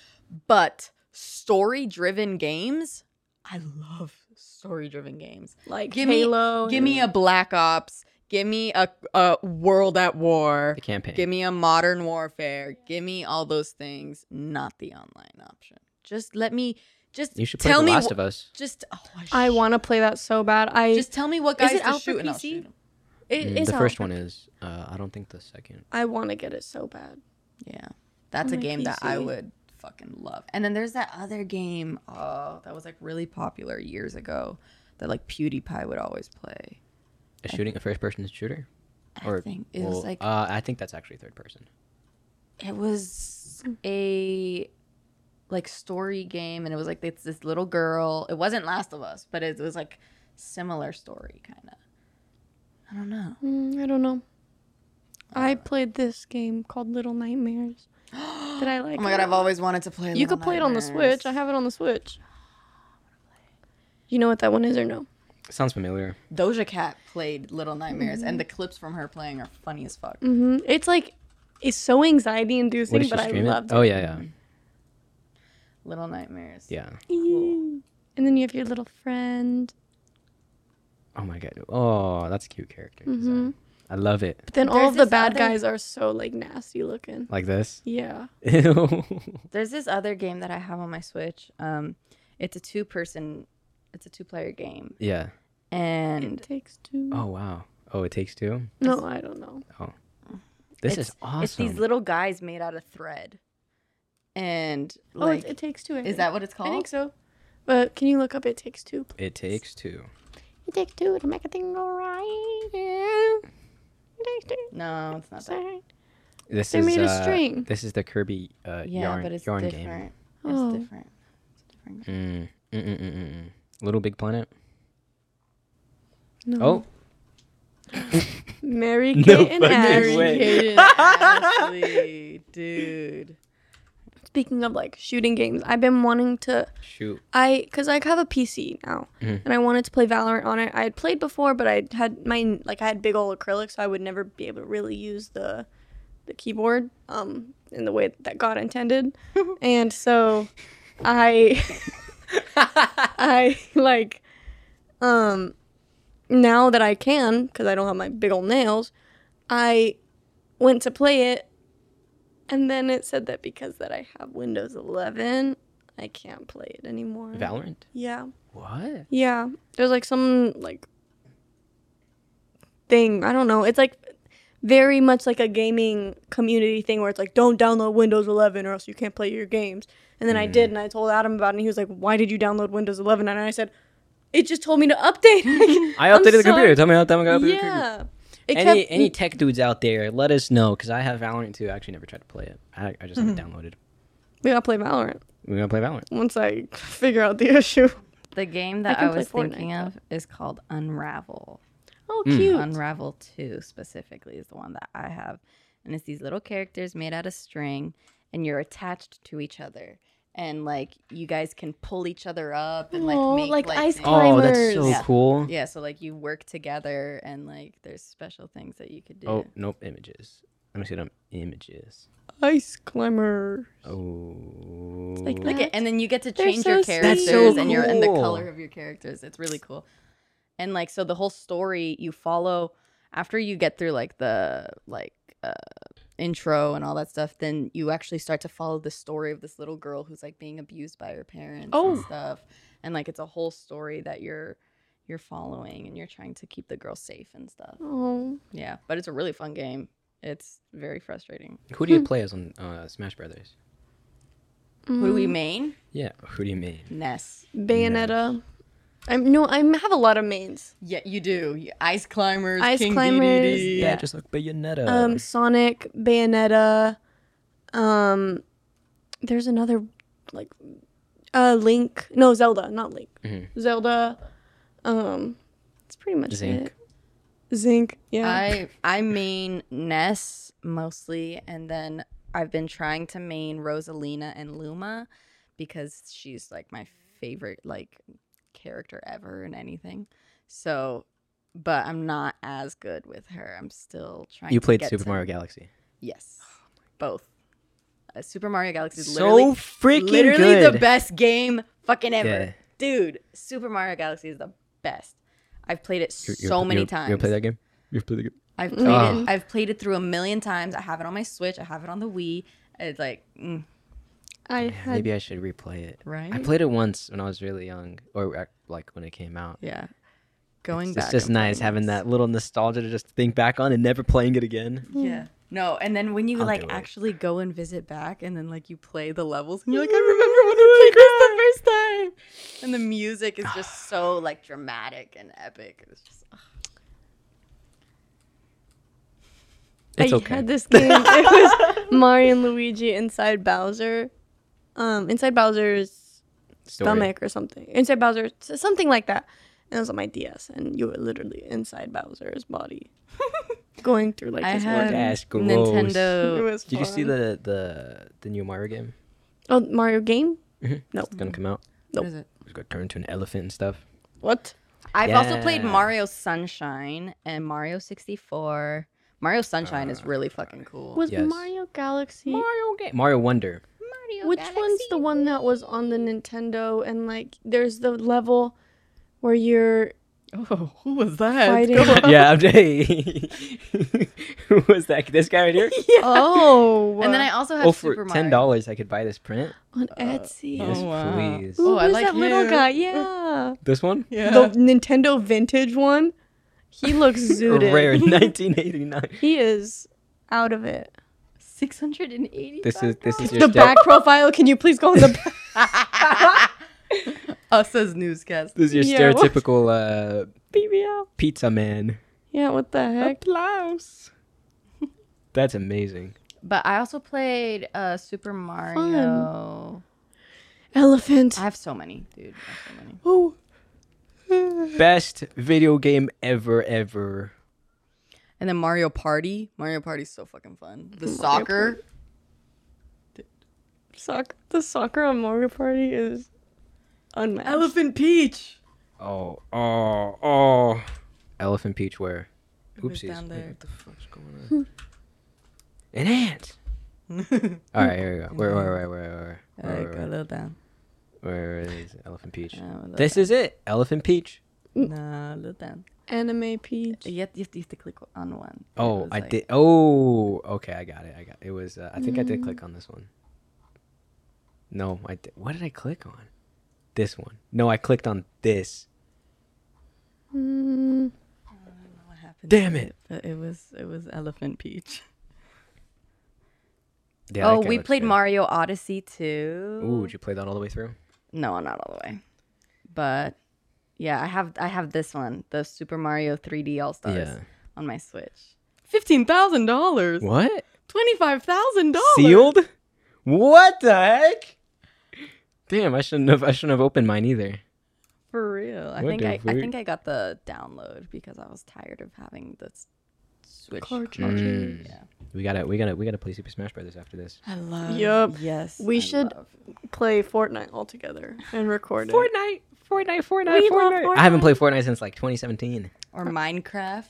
Speaker 3: But story-driven games, I love story-driven games.
Speaker 2: Like
Speaker 3: Give me-
Speaker 1: Oh,
Speaker 2: Halo.
Speaker 3: Give me a Black Ops. Give me a, a World at War.
Speaker 1: The campaign.
Speaker 3: Give me a modern warfare. Give me all those things, not the online option. Just let me. Just
Speaker 1: you should play
Speaker 3: tell
Speaker 1: The
Speaker 3: me.
Speaker 1: Last
Speaker 3: wh-
Speaker 1: of Us.
Speaker 3: Just oh, I,
Speaker 2: I
Speaker 3: sh-
Speaker 2: want to play that so bad. I
Speaker 3: Just tell me what
Speaker 2: Is
Speaker 3: guys
Speaker 2: it
Speaker 3: to
Speaker 2: out for
Speaker 3: shoot, and I'll
Speaker 2: PC?
Speaker 3: shoot 'em. It
Speaker 1: Mm,
Speaker 3: is
Speaker 1: the
Speaker 3: out
Speaker 1: first
Speaker 3: for-
Speaker 1: one is. Uh, I don't think the second.
Speaker 2: I want to get it so bad.
Speaker 3: Yeah, that's a
Speaker 2: On my
Speaker 3: game that I
Speaker 2: PC.
Speaker 3: would fucking love. And then there's that other game. Oh, that was like really popular years ago. That like PewDiePie would always play.
Speaker 1: A shooting, a first person shooter?
Speaker 3: I think it was
Speaker 1: well,
Speaker 3: like
Speaker 1: uh, I think that's actually third person.
Speaker 3: it was a like story game and it was like it's this little girl it wasn't last of us but it was like similar story kind of i don't know
Speaker 2: Mm, I don't know. I played this game called Little Nightmares. Did I like?
Speaker 3: oh my god
Speaker 2: it?
Speaker 3: i've always wanted to play
Speaker 2: You could play it on the Switch. I have it on the Switch. You know what that one is or no?
Speaker 1: Sounds familiar.
Speaker 3: doja cat played little nightmares and the
Speaker 2: Mm-hmm.
Speaker 3: clips from her playing are funny as fuck
Speaker 2: hmm It's like it's so anxiety
Speaker 1: What
Speaker 2: inducing,
Speaker 1: did she
Speaker 2: but I
Speaker 1: stream
Speaker 2: loved
Speaker 1: it?
Speaker 2: it.
Speaker 1: Oh yeah, yeah,
Speaker 3: little nightmares
Speaker 1: yeah.
Speaker 3: Oh.
Speaker 2: Eee. And then you have your little friend.
Speaker 1: Oh my god. Oh, that's a cute character.
Speaker 2: Mm-hmm.
Speaker 1: design. I love it.
Speaker 2: But then all
Speaker 3: There's
Speaker 2: of the
Speaker 3: this
Speaker 2: bad
Speaker 3: other-
Speaker 2: guys are so like nasty looking.
Speaker 1: Like this.
Speaker 2: Yeah.
Speaker 1: Ew.
Speaker 3: there's this other game that i have on my switch um it's a two person it's a two player game
Speaker 1: yeah.
Speaker 3: and
Speaker 2: It takes two.
Speaker 1: Oh wow. Oh, it takes two.
Speaker 2: No, I don't know.
Speaker 1: Oh. This
Speaker 3: It's-
Speaker 1: is awesome.
Speaker 3: It's these little guys made out of thread. And
Speaker 2: Oh, it,
Speaker 3: like,
Speaker 2: it takes two. I
Speaker 3: is
Speaker 2: think.
Speaker 3: that what it's
Speaker 2: I
Speaker 3: called?
Speaker 2: think so. But can you look up? It takes two. please?
Speaker 1: it takes two.
Speaker 2: It takes two to make a thing go right. Yeah. It takes two.
Speaker 3: No, it's not that.
Speaker 2: Sorry.
Speaker 1: This
Speaker 2: They
Speaker 1: is
Speaker 2: made a
Speaker 1: uh,
Speaker 2: string.
Speaker 1: This is the Kirby uh,
Speaker 3: Yeah,
Speaker 1: yarn
Speaker 3: but it's
Speaker 1: yarn game.
Speaker 3: different.
Speaker 2: Oh.
Speaker 3: It's different.
Speaker 1: Mm. Mm, mm, mm, mm, mm. Little Big Planet.
Speaker 2: No.
Speaker 1: Oh,
Speaker 2: Mary Kate and
Speaker 1: fucking
Speaker 2: Ash.
Speaker 1: way.
Speaker 3: Dude, Ashley, dude.
Speaker 2: Speaking of like shooting games, I've been wanting to.
Speaker 1: shoot.
Speaker 2: I because I have a PC now,
Speaker 1: Mhm.
Speaker 2: and I wanted to play Valorant on it. I had played before, but I had my like I had big old acrylic, so I would never be able to really use the the keyboard um in the way that God intended, and so I I like um now that I can because I don't have my big old nails, I went to play it. And then it said that because that I have Windows 11, I can't play it anymore.
Speaker 1: Valorant.
Speaker 2: Yeah.
Speaker 1: What?
Speaker 2: Yeah. There's like some like thing. I don't know. It's like very much like a gaming community thing where it's like don't download Windows 11 or else you can't play your games. And then I
Speaker 1: Mm.
Speaker 2: did and I told Adam about it and he was like, "Why did you download Windows 11?" And I said, "It just told me to update."
Speaker 1: I
Speaker 2: I'm
Speaker 1: updated the
Speaker 2: sorry.
Speaker 1: computer. Tell me how time I got updated the computer.
Speaker 2: Yeah. It
Speaker 1: Any
Speaker 2: kept-
Speaker 1: any tech dudes out there, let us know because I have Valorant too. I actually never tried to play it. I, I
Speaker 2: Mm-hmm.
Speaker 1: just have it downloaded.
Speaker 2: we gotta play Valorant
Speaker 1: We're gonna play Valorant.
Speaker 2: once I figure out the issue.
Speaker 3: The game that
Speaker 2: can
Speaker 3: I,
Speaker 2: play
Speaker 3: was
Speaker 2: Fortnite,
Speaker 3: thinking
Speaker 2: though.
Speaker 3: of is called Unravel.
Speaker 2: Oh,
Speaker 1: Hmm.
Speaker 2: cute.
Speaker 3: Unravel 2 specifically is the one that I have. And it's these little characters made out of string and you're attached to each other. And like you guys can pull each other up and like
Speaker 2: Aw,
Speaker 3: make
Speaker 2: like ice
Speaker 3: things.
Speaker 1: Oh, that's so
Speaker 2: Climbers.
Speaker 3: Yeah.
Speaker 1: cool.
Speaker 3: Yeah, so like you work together and like there's special things that you could do.
Speaker 1: Oh nope, images. Let me see them images.
Speaker 2: Ice climber.
Speaker 1: Oh,
Speaker 2: like
Speaker 3: Look at, and then you get to
Speaker 2: They're
Speaker 3: change
Speaker 2: so
Speaker 3: your
Speaker 2: sweet.
Speaker 3: characters
Speaker 2: That's so
Speaker 3: and your and the
Speaker 1: cool.
Speaker 3: color of your characters. It's really cool. And like so the whole story you follow after you get through like the like uh intro and all that stuff, then you actually start to follow the story of this little girl who's like being abused by her parents
Speaker 2: Oh.
Speaker 3: and stuff. And like it's a whole story that you're you're following and you're trying to keep the girl safe and stuff.
Speaker 2: Oh.
Speaker 3: Yeah, but it's a really fun game. It's very frustrating.
Speaker 1: who do you play as on uh, Smash Brothers?
Speaker 3: Who do we
Speaker 2: Mm-hmm.
Speaker 3: main?
Speaker 1: Yeah, who do you mean?
Speaker 3: Ness.
Speaker 2: Bayonetta. I'm no, I have a lot of mains.
Speaker 3: Yeah, you do. You- Ice climbers,
Speaker 2: Ice
Speaker 3: King
Speaker 2: climbers.
Speaker 3: DDD.
Speaker 1: Yeah, just like Bayonetta.
Speaker 2: Um, Sonic, Bayonetta. Um, there's another like, uh, Link. No, Zelda, not Link.
Speaker 1: Mm-hmm.
Speaker 2: Zelda. Um, it's pretty much
Speaker 1: Zinc.
Speaker 2: it. Zinc. Yeah.
Speaker 3: I I main Ness mostly, and then I've been trying to main Rosalina and Luma because she's like my favorite like character ever in anything. So, but I'm not as good with her. I'm still trying.
Speaker 1: you
Speaker 3: to
Speaker 1: played
Speaker 3: get
Speaker 1: Super
Speaker 3: to-
Speaker 1: Mario Galaxy.
Speaker 3: Yes, both. Uh, Super Mario Galaxy is
Speaker 1: So
Speaker 3: literally
Speaker 1: freaking
Speaker 3: literally
Speaker 1: good.
Speaker 3: the best game fucking ever.
Speaker 1: Yeah.
Speaker 3: Dude, Super Mario Galaxy is the best. I've played it
Speaker 1: You- you-
Speaker 3: so
Speaker 1: you-
Speaker 3: many
Speaker 1: you ever
Speaker 3: times.
Speaker 1: play that game? You ever play the game?
Speaker 3: I've played
Speaker 1: Ah.
Speaker 3: it. I've played it through a million times. I have it on my Switch. I have it on the Wii. It's like mm,
Speaker 2: I
Speaker 1: Yeah,
Speaker 2: had.
Speaker 1: maybe I should replay it.
Speaker 3: right.
Speaker 1: I played it once when I was really young, or uh, like when it came out.
Speaker 3: yeah. Going back.
Speaker 1: It's just
Speaker 3: and playing
Speaker 1: nice having
Speaker 3: this.
Speaker 1: that little nostalgia to just think back on and never playing it again.
Speaker 3: Yeah. No, and then when you
Speaker 1: I'll
Speaker 3: like
Speaker 1: do it.
Speaker 3: actually go and visit back, and then like you play the levels, and you're like, I remember when
Speaker 1: Oh
Speaker 3: I played this the first time, and the music is just so like dramatic and epic. It's just
Speaker 1: It's
Speaker 2: I
Speaker 1: okay.
Speaker 2: had this game. it was Mario and Luigi inside Bowser, um, inside Bowser's
Speaker 1: Story.
Speaker 2: stomach or something. Inside Bowser, s- something like that. And it was on my DS, and you were literally inside Bowser's body, going through like
Speaker 3: I
Speaker 2: his
Speaker 3: had
Speaker 2: organs.
Speaker 1: That's gross.
Speaker 2: It
Speaker 3: Nintendo.
Speaker 2: was
Speaker 1: Did you see
Speaker 2: fun.
Speaker 1: the the the new Mario game?
Speaker 2: oh Mario game?
Speaker 1: It's gonna come out.
Speaker 2: Nope.
Speaker 3: is it?
Speaker 1: It's gonna turn into an elephant and stuff.
Speaker 2: What?
Speaker 3: I've also played
Speaker 1: Yeah.
Speaker 3: Mario Sunshine and Mario 64. Mario Sunshine
Speaker 1: Uh,
Speaker 3: is really fucking cool.
Speaker 2: Was
Speaker 1: Yes.
Speaker 2: Mario Galaxy?
Speaker 1: Mario game. Mario Wonder.
Speaker 2: Which one's the one that was on the Nintendo? And like, there's the level where you're
Speaker 3: Oh, who was that?
Speaker 2: fighting.
Speaker 1: yeah, I'm Who was that? This guy right here?
Speaker 2: Oh,
Speaker 3: And then I also have
Speaker 1: oh, for
Speaker 3: Super
Speaker 1: ten
Speaker 3: Mario.
Speaker 1: dollars, I could buy this print.
Speaker 2: on Etsy.
Speaker 1: Yes,
Speaker 3: wow.
Speaker 1: please.
Speaker 2: Ooh,
Speaker 3: Uh, Oh, I
Speaker 2: who's
Speaker 3: like
Speaker 2: that little
Speaker 3: him.
Speaker 2: guy? Yeah.
Speaker 1: This one,
Speaker 2: The Nintendo vintage one. He looks zooted.
Speaker 1: rare, 1989.
Speaker 2: He is. out of it.
Speaker 3: 680.
Speaker 1: This is this is your
Speaker 2: the
Speaker 1: step.
Speaker 2: back profile. Can you please go on the back?
Speaker 3: Us as newscast.
Speaker 1: This is your
Speaker 2: Yeah, what?
Speaker 1: stereotypical uh, pizza man
Speaker 2: Yeah, what the heck?
Speaker 1: blouse. That's amazing.
Speaker 3: But I also played uh, Super Mario.
Speaker 2: Elephant.
Speaker 3: I have so many, dude. I have so many.
Speaker 2: Oh,
Speaker 1: Best video game ever, ever.
Speaker 3: And then Mario Party. Mario Party's so fucking fun. The soccer.
Speaker 2: soc- the soccer on Mario Party is unmatched.
Speaker 3: Elephant Peach.
Speaker 1: Oh, oh, oh. Elephant peach wear.
Speaker 3: was
Speaker 1: Oopsies.
Speaker 3: down
Speaker 1: Wait,
Speaker 3: there.
Speaker 1: what the fuck's going on? An ant. All right, here we go. Where, where, where, where, where,
Speaker 3: All
Speaker 1: where,
Speaker 3: right, go a
Speaker 1: where,
Speaker 3: little down.
Speaker 1: where is Elephant Peach?
Speaker 3: Uh, a little
Speaker 1: This is it, Elephant Peach.
Speaker 3: down. No, a little down.
Speaker 2: Anime Peach.
Speaker 3: You have, you have to- you have to click on one. It
Speaker 1: Oh,
Speaker 3: was
Speaker 1: I
Speaker 3: like-
Speaker 1: did. Oh, okay, I got it. I got it. Was uh, I think I did
Speaker 3: Mm.
Speaker 1: click on this one? No, I did. What did I click on? This one. No, I clicked on this.
Speaker 2: Mm,
Speaker 3: oh, What happened?
Speaker 1: Damn it.
Speaker 3: But it was it was Elephant Peach.
Speaker 1: Yeah,
Speaker 3: oh,
Speaker 1: that guy
Speaker 3: we
Speaker 1: looks
Speaker 3: played
Speaker 1: good.
Speaker 3: Mario Odyssey too.
Speaker 1: Ooh, did you play that all the way through?
Speaker 3: No, not all the way. But yeah, I have I have this one, the Super Mario 3D All Stars
Speaker 1: Yeah.
Speaker 3: on my Switch. Fifteen thousand dollars.
Speaker 1: What?
Speaker 3: Twenty five thousand dollars.
Speaker 1: Sealed? What the heck? Damn, I shouldn't have. I shouldn't have opened mine either.
Speaker 3: For real. I
Speaker 1: What
Speaker 3: think
Speaker 1: the
Speaker 3: I, I
Speaker 1: freak?
Speaker 3: think I got the download because I was tired of having this Switch.
Speaker 2: Card
Speaker 3: cartridge.
Speaker 1: chargers.
Speaker 3: Yeah.
Speaker 1: We gotta. We gotta. We gotta play Super Smash Brothers after this.
Speaker 3: I love
Speaker 2: Yup.
Speaker 3: Yes.
Speaker 2: We
Speaker 3: I
Speaker 2: should-
Speaker 3: love.
Speaker 2: play Fortnite all together and record it.
Speaker 1: Fortnite, Fortnite,
Speaker 3: uh,
Speaker 1: Fortnite, Fortnite. I haven't played Fortnite since like 2017.
Speaker 3: or Minecraft.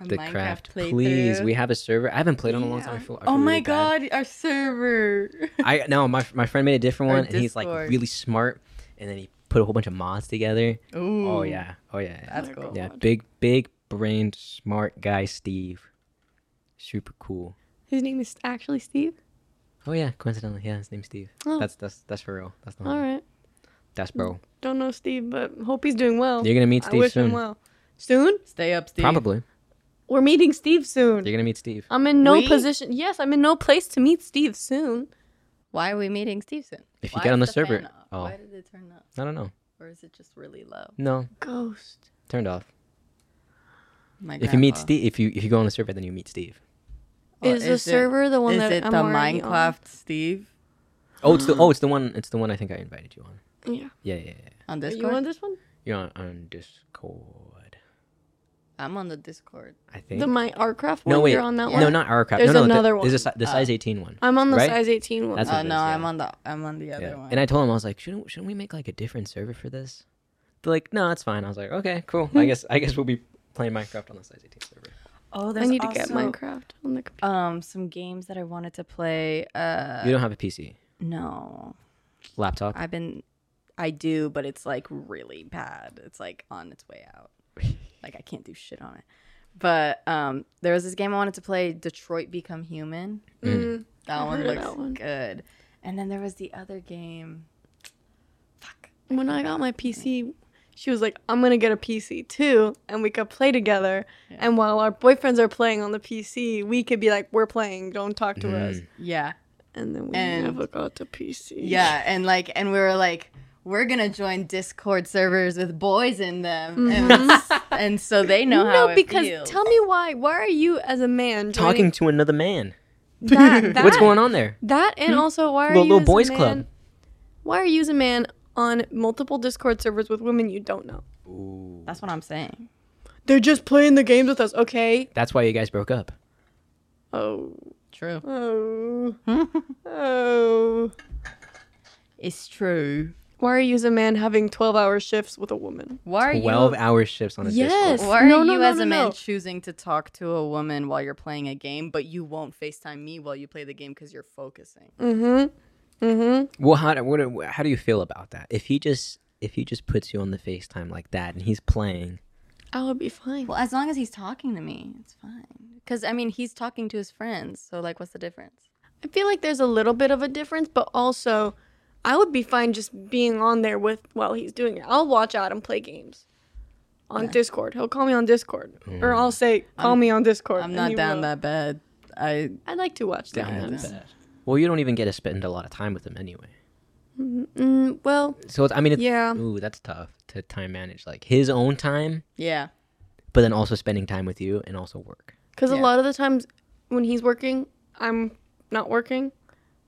Speaker 3: A
Speaker 1: The
Speaker 3: Minecraft
Speaker 1: craft, please.
Speaker 3: playthrough.
Speaker 1: We have a server. I haven't played on a long time. I feel, I feel
Speaker 3: Oh my
Speaker 1: really bad.
Speaker 3: god, our server.
Speaker 1: I no, my my friend made a different
Speaker 3: Or
Speaker 1: one, and he's like
Speaker 3: Discord.
Speaker 1: really smart, and then he put a whole bunch of mods together.
Speaker 3: Ooh.
Speaker 1: Oh yeah, oh yeah, yeah.
Speaker 3: That's cool.
Speaker 1: yeah. Big big brained smart guy Steve, super cool.
Speaker 2: His name is actually Steve.
Speaker 1: Oh yeah, coincidentally, yeah, his name's Steve.
Speaker 2: Oh.
Speaker 1: That's that's that's for real. That's not.
Speaker 2: All right.
Speaker 1: That's bro.
Speaker 2: Don't know Steve, but hope he's doing well.
Speaker 1: You're gonna meet
Speaker 2: I
Speaker 1: Steve
Speaker 2: wish
Speaker 1: soon.
Speaker 2: him well. Soon?
Speaker 3: Stay up, Steve.
Speaker 1: Probably.
Speaker 2: We're meeting Steve soon.
Speaker 1: You're gonna meet Steve.
Speaker 2: I'm in no
Speaker 3: We?
Speaker 2: position. Yes, I'm in no place to meet Steve soon.
Speaker 3: Why are we meeting Steve soon?
Speaker 1: If you
Speaker 3: Why
Speaker 1: get on
Speaker 3: is
Speaker 1: the server-
Speaker 3: fan off?
Speaker 1: oh.
Speaker 3: Why did it turn up?
Speaker 1: I don't know.
Speaker 3: Or is it just really low?
Speaker 1: No,
Speaker 2: Ghost.
Speaker 1: turned off.
Speaker 3: My
Speaker 1: If you meet
Speaker 3: grandpa.
Speaker 1: Steve, if you if you go on the server, then you meet Steve.
Speaker 3: Or
Speaker 2: is, the server the one
Speaker 3: Oh, is
Speaker 2: that
Speaker 3: it
Speaker 2: I'm
Speaker 3: the
Speaker 2: already
Speaker 3: Minecraft
Speaker 2: on?
Speaker 3: Steve
Speaker 1: Oh, it's the oh, it's the one. It's the one I think I invited you on.
Speaker 2: Yeah.
Speaker 1: Yeah, yeah, yeah.
Speaker 3: on
Speaker 2: You
Speaker 3: Discord?
Speaker 2: want this one?
Speaker 1: You're on, on Discord.
Speaker 3: I'm on the Discord.
Speaker 1: I think.
Speaker 2: The my Artcraft one.
Speaker 1: no wait,
Speaker 2: You're on that
Speaker 1: no,
Speaker 2: one.
Speaker 1: not our crap.
Speaker 2: There's
Speaker 1: no, no, the-
Speaker 2: another
Speaker 1: There's a,
Speaker 2: one.
Speaker 1: si-
Speaker 2: Uh,
Speaker 1: the size 18 one.
Speaker 2: I'm on the
Speaker 1: Right?
Speaker 2: size 18 one.
Speaker 1: That's
Speaker 3: Oh
Speaker 1: what it
Speaker 3: no,
Speaker 1: is,
Speaker 3: I'm
Speaker 1: yeah.
Speaker 3: on the I'm on the other
Speaker 1: Yeah.
Speaker 3: one.
Speaker 1: And I told him I was like, shouldn't shouldn't we make like a different server for this? They're like, no, it's fine. I was like, okay, cool. I guess I guess we'll be playing Minecraft on the size 18 server.
Speaker 3: oh,
Speaker 2: I
Speaker 3: there's
Speaker 2: need to get
Speaker 3: also,
Speaker 2: Minecraft on the computer.
Speaker 3: Um, some games that I wanted to play. Uh,
Speaker 1: you don't have a PC,
Speaker 3: no,
Speaker 1: laptop.
Speaker 3: I've been, I do, but it's like really bad. It's like on its way out. like I can't do shit on it. But um, there was this game I wanted to play, Detroit Become Human.
Speaker 2: Mm.
Speaker 3: That
Speaker 2: I've
Speaker 3: one
Speaker 2: heard of
Speaker 3: looks
Speaker 2: that one.
Speaker 3: good. And then there was the other game. Fuck.
Speaker 2: When I got my PC, she was like, "I'm gonna get a PC too, and we could play together. And while our boyfriends are playing on the PC, we could be like, we're playing. Don't talk to us."
Speaker 3: Yeah.
Speaker 2: And then we
Speaker 3: Mm-hmm. And-
Speaker 2: never got the PC.
Speaker 3: Yeah, and like, and we were like, we're gonna join Discord servers with boys in them, and, and so they know how.
Speaker 2: Mm-hmm. no,
Speaker 3: it
Speaker 2: because
Speaker 3: feels.
Speaker 2: tell me why. Why are you as a man
Speaker 1: Talking
Speaker 2: joining
Speaker 1: to another man.
Speaker 2: That, that,
Speaker 1: What's going on there?
Speaker 2: That
Speaker 3: Hmm?
Speaker 2: and also why are
Speaker 1: Little-
Speaker 2: you
Speaker 1: little
Speaker 2: as
Speaker 1: boys
Speaker 2: a man,
Speaker 1: club.
Speaker 2: Why are you as a man on multiple Discord servers with women you don't know?
Speaker 3: that's what I'm saying.
Speaker 2: They're just playing the games with us, okay?
Speaker 1: That's why you guys broke up.
Speaker 2: Oh,
Speaker 3: True.
Speaker 2: oh, oh.
Speaker 3: It's true.
Speaker 2: Why are you as a man having 12 hour shifts with a woman?
Speaker 3: Why are
Speaker 1: Twelve
Speaker 3: you?
Speaker 1: hour shifts on a
Speaker 2: Yes.
Speaker 1: Discord.
Speaker 3: Why are
Speaker 2: No,
Speaker 3: you
Speaker 2: no, no,
Speaker 3: as
Speaker 2: no,
Speaker 3: a man
Speaker 2: no.
Speaker 3: choosing to talk to a woman while you're playing a game, but you won't FaceTime me while you play the game because you're focusing?
Speaker 1: Well, how do, what, do- how do you feel about that? If he just if he just puts you on the FaceTime like that and he's playing,
Speaker 2: I would be fine.
Speaker 3: Well, as long as he's talking to me, it's fine. Because I mean, he's talking to his friends, so like, what's the difference?
Speaker 2: I feel like there's a little bit of a difference, but also I would be fine just being on there with while he's doing it. I'll watch out and play games on Discord. He'll call me on Discord, or I'll say, "Call me on Discord."
Speaker 3: I'm
Speaker 2: and
Speaker 3: not
Speaker 2: he
Speaker 3: down
Speaker 2: will.
Speaker 3: that bad. I
Speaker 2: I'd like to watch that.
Speaker 1: Damn, that's bad. Well, you don't even get to spend a lot of time with them anyway.
Speaker 2: Mm, well,
Speaker 1: So it's, I mean, it's,
Speaker 2: Yeah.
Speaker 1: Ooh, that's tough to time manage. Like his own time,
Speaker 3: yeah.
Speaker 1: but then also spending time with you and also work.
Speaker 2: because a
Speaker 3: Yeah.
Speaker 2: lot of the times when he's working, I'm not working,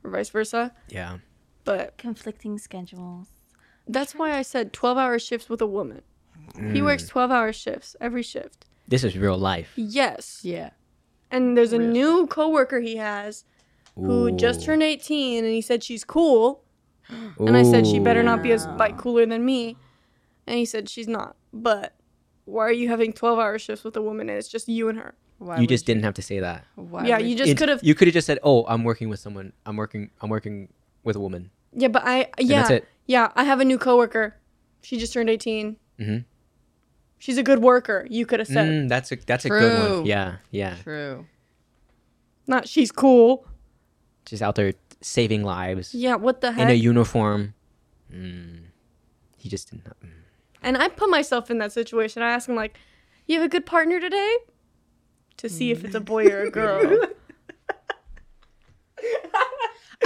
Speaker 2: or vice versa.
Speaker 1: Yeah.
Speaker 2: But
Speaker 7: Conflicting schedules.
Speaker 2: that's why I said 12 hour shifts with a woman. He works 12 hour shifts every shift.
Speaker 1: This is real life.
Speaker 2: Yes.
Speaker 3: Yeah.
Speaker 2: And there's a new coworker he has who just
Speaker 1: Ooh.
Speaker 2: turned 18 and he said she's cool. And I said she better not be as like cooler than me. And he said she's not. But why are you having 12 hour shifts with a woman and it's just you and her?
Speaker 3: Why
Speaker 1: You just didn't have to say that.
Speaker 3: Why
Speaker 2: yeah,
Speaker 3: would-
Speaker 2: you just
Speaker 1: It-
Speaker 2: could have
Speaker 1: You could have just said, "Oh, I'm working with someone. I'm working. I'm working with a woman."
Speaker 2: Yeah, but I yeah.
Speaker 1: that's it.
Speaker 2: Yeah, I have a new coworker. She just turned 18.
Speaker 1: Mhm.
Speaker 2: She's a good worker. You could have said
Speaker 1: Mm, that's a that's a good one.
Speaker 3: True.
Speaker 1: Yeah, yeah.
Speaker 3: True.
Speaker 2: not she's cool.
Speaker 1: She's out there saving lives
Speaker 2: Yeah, what the heck?
Speaker 1: in a uniform. Mm. He just didn't.
Speaker 2: Hmm?
Speaker 1: mm.
Speaker 2: And I put myself in that situation. I ask him like, "You have a good partner today?" To see if it's a boy or a girl.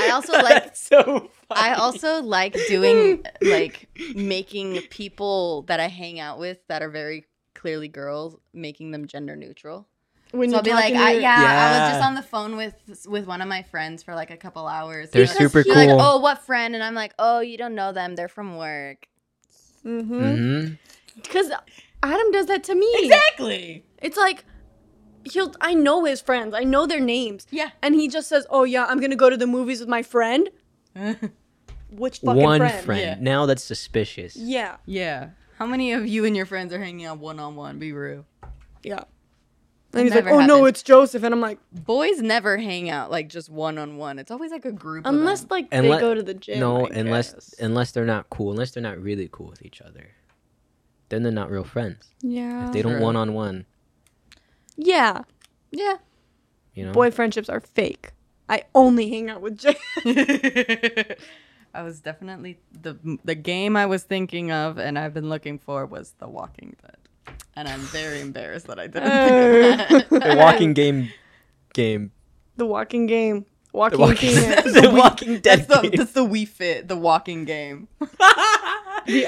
Speaker 3: I also like so I also like doing like making people that I hang out with that are very clearly girls, making them gender neutral.
Speaker 2: when
Speaker 3: So I'll be like,
Speaker 2: talking to
Speaker 3: I,
Speaker 2: your-
Speaker 3: yeah, I was
Speaker 1: Yeah.
Speaker 3: just on the phone with with one of my friends for like a couple hours.
Speaker 1: They're
Speaker 3: Because
Speaker 1: super
Speaker 3: she's Like,
Speaker 1: cool.
Speaker 3: oh, what friend? And I'm like, oh, you don't know them. They're from work. Mm.
Speaker 1: Mhm.
Speaker 2: Because Mm-hmm. Adam does that to me.
Speaker 3: Exactly.
Speaker 2: It's like he'll. I know his friends. I know their names.
Speaker 3: Yeah.
Speaker 2: And he just says, "Oh yeah, I'm gonna go to the movies with my friend." Which fucking
Speaker 1: One friend.
Speaker 2: friend?
Speaker 3: Yeah.
Speaker 1: Now that's suspicious.
Speaker 2: Yeah.
Speaker 3: Yeah. How many of you and your friends are hanging out one on one? Be real.
Speaker 2: Yeah. And he's like,
Speaker 3: never
Speaker 2: "Oh no,
Speaker 3: happens.
Speaker 2: it's Joseph," and I'm like,
Speaker 3: Boys never hang out like just one on one. It's always like a group. of
Speaker 2: "Unless
Speaker 3: them.
Speaker 2: like
Speaker 1: Unle-
Speaker 2: they go to the gym."
Speaker 1: no,
Speaker 2: I
Speaker 1: unless
Speaker 2: guess.
Speaker 1: unless they're not cool, unless they're not really cool with each other, then they're not real friends.
Speaker 2: yeah.
Speaker 1: They don't
Speaker 3: True.
Speaker 1: one on one.
Speaker 2: Yeah.
Speaker 3: yeah.
Speaker 1: You know.
Speaker 2: Boy friendships are fake. I only hang out with Jay.
Speaker 3: I was definitely the the game I was thinking of and I've been looking for was The Walking Dead, and I'm very embarrassed that I didn't think of that.
Speaker 1: Oh. the walking game. Game.
Speaker 2: The Walking Game. Walking,
Speaker 1: Walking-
Speaker 2: Phoenix.
Speaker 1: the Walking
Speaker 3: That's
Speaker 1: Dead.
Speaker 3: the
Speaker 1: game.
Speaker 3: that's the We Fit, the walking game.
Speaker 2: the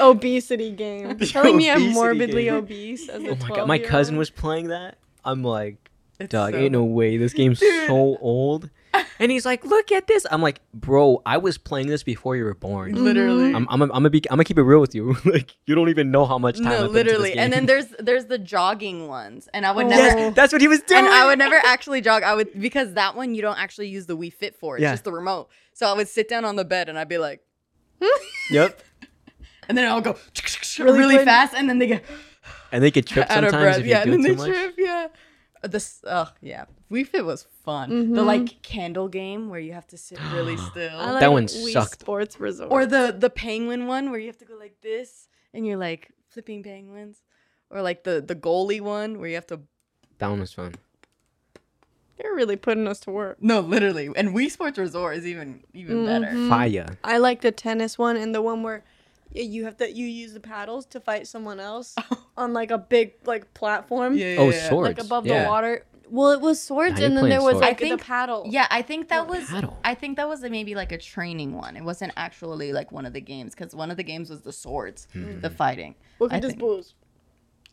Speaker 2: obesity game. Telling me I'm
Speaker 1: obesity
Speaker 2: morbidly
Speaker 1: game.
Speaker 2: obese as a
Speaker 1: Oh my god, my
Speaker 2: 12-year-old.
Speaker 1: cousin was playing that. I'm like,
Speaker 3: It's
Speaker 1: dog,
Speaker 3: so-
Speaker 1: ain't no way. This game's so old. And he's like, look at this. I'm like, bro, I was playing this before you were born.
Speaker 3: literally.
Speaker 1: I'm, I'm, I'm gonna be, I'm gonna keep it real with you. like, you don't even know how much time. I put
Speaker 3: no,
Speaker 1: into
Speaker 3: literally.
Speaker 1: this
Speaker 3: And
Speaker 1: game.
Speaker 3: then there's there's the jogging ones, and I would
Speaker 2: Oh.
Speaker 3: never.
Speaker 1: yes, that's what he was doing.
Speaker 3: And I would never actually jog. I would because that one you don't actually use the Wii Fit for. It's
Speaker 1: Yeah.
Speaker 3: just the remote. So I would sit down on the bed and I'd be like,
Speaker 1: Yep.
Speaker 3: and then I'll go really,
Speaker 2: good.
Speaker 3: fast, and then they get
Speaker 1: And they could trip
Speaker 3: out of
Speaker 1: sometimes
Speaker 3: breath.
Speaker 1: if you
Speaker 3: Yeah, and
Speaker 1: do
Speaker 3: then
Speaker 1: it
Speaker 3: they
Speaker 1: too much.
Speaker 3: trip. Yeah. This, oh yeah, Wii Fit was fun. The like candle game where you have to sit really still,
Speaker 2: I like
Speaker 1: That one
Speaker 2: Wii
Speaker 1: sucked.
Speaker 2: Sports Resort.
Speaker 3: or the the penguin one where you have to go like this and you're like flipping penguins, or like the the goalie one where you have to
Speaker 1: That one was fun.
Speaker 2: They're really putting us to work.
Speaker 3: no literally. And Wii Sports Resort is even even better.
Speaker 1: Fire.
Speaker 2: I like the tennis one and the one where y- you have to you use the paddles to fight someone else on like a big like platform.
Speaker 3: Oh. Yeah,
Speaker 1: Oh,
Speaker 3: yeah, yeah.
Speaker 1: swords.
Speaker 2: Like above
Speaker 1: yeah.
Speaker 2: the water. Well, it was swords,
Speaker 1: Now you're
Speaker 2: and then
Speaker 1: playing
Speaker 2: there was
Speaker 1: swords.
Speaker 2: like
Speaker 3: I think-
Speaker 2: the paddle.
Speaker 3: Yeah, I think that was.
Speaker 1: paddle.
Speaker 3: I think that was maybe like a training one. It wasn't actually like one of the games because one of the games was the swords,
Speaker 1: Hmm.
Speaker 3: the fighting.
Speaker 2: Look
Speaker 3: I
Speaker 2: at this
Speaker 3: think-
Speaker 2: booze.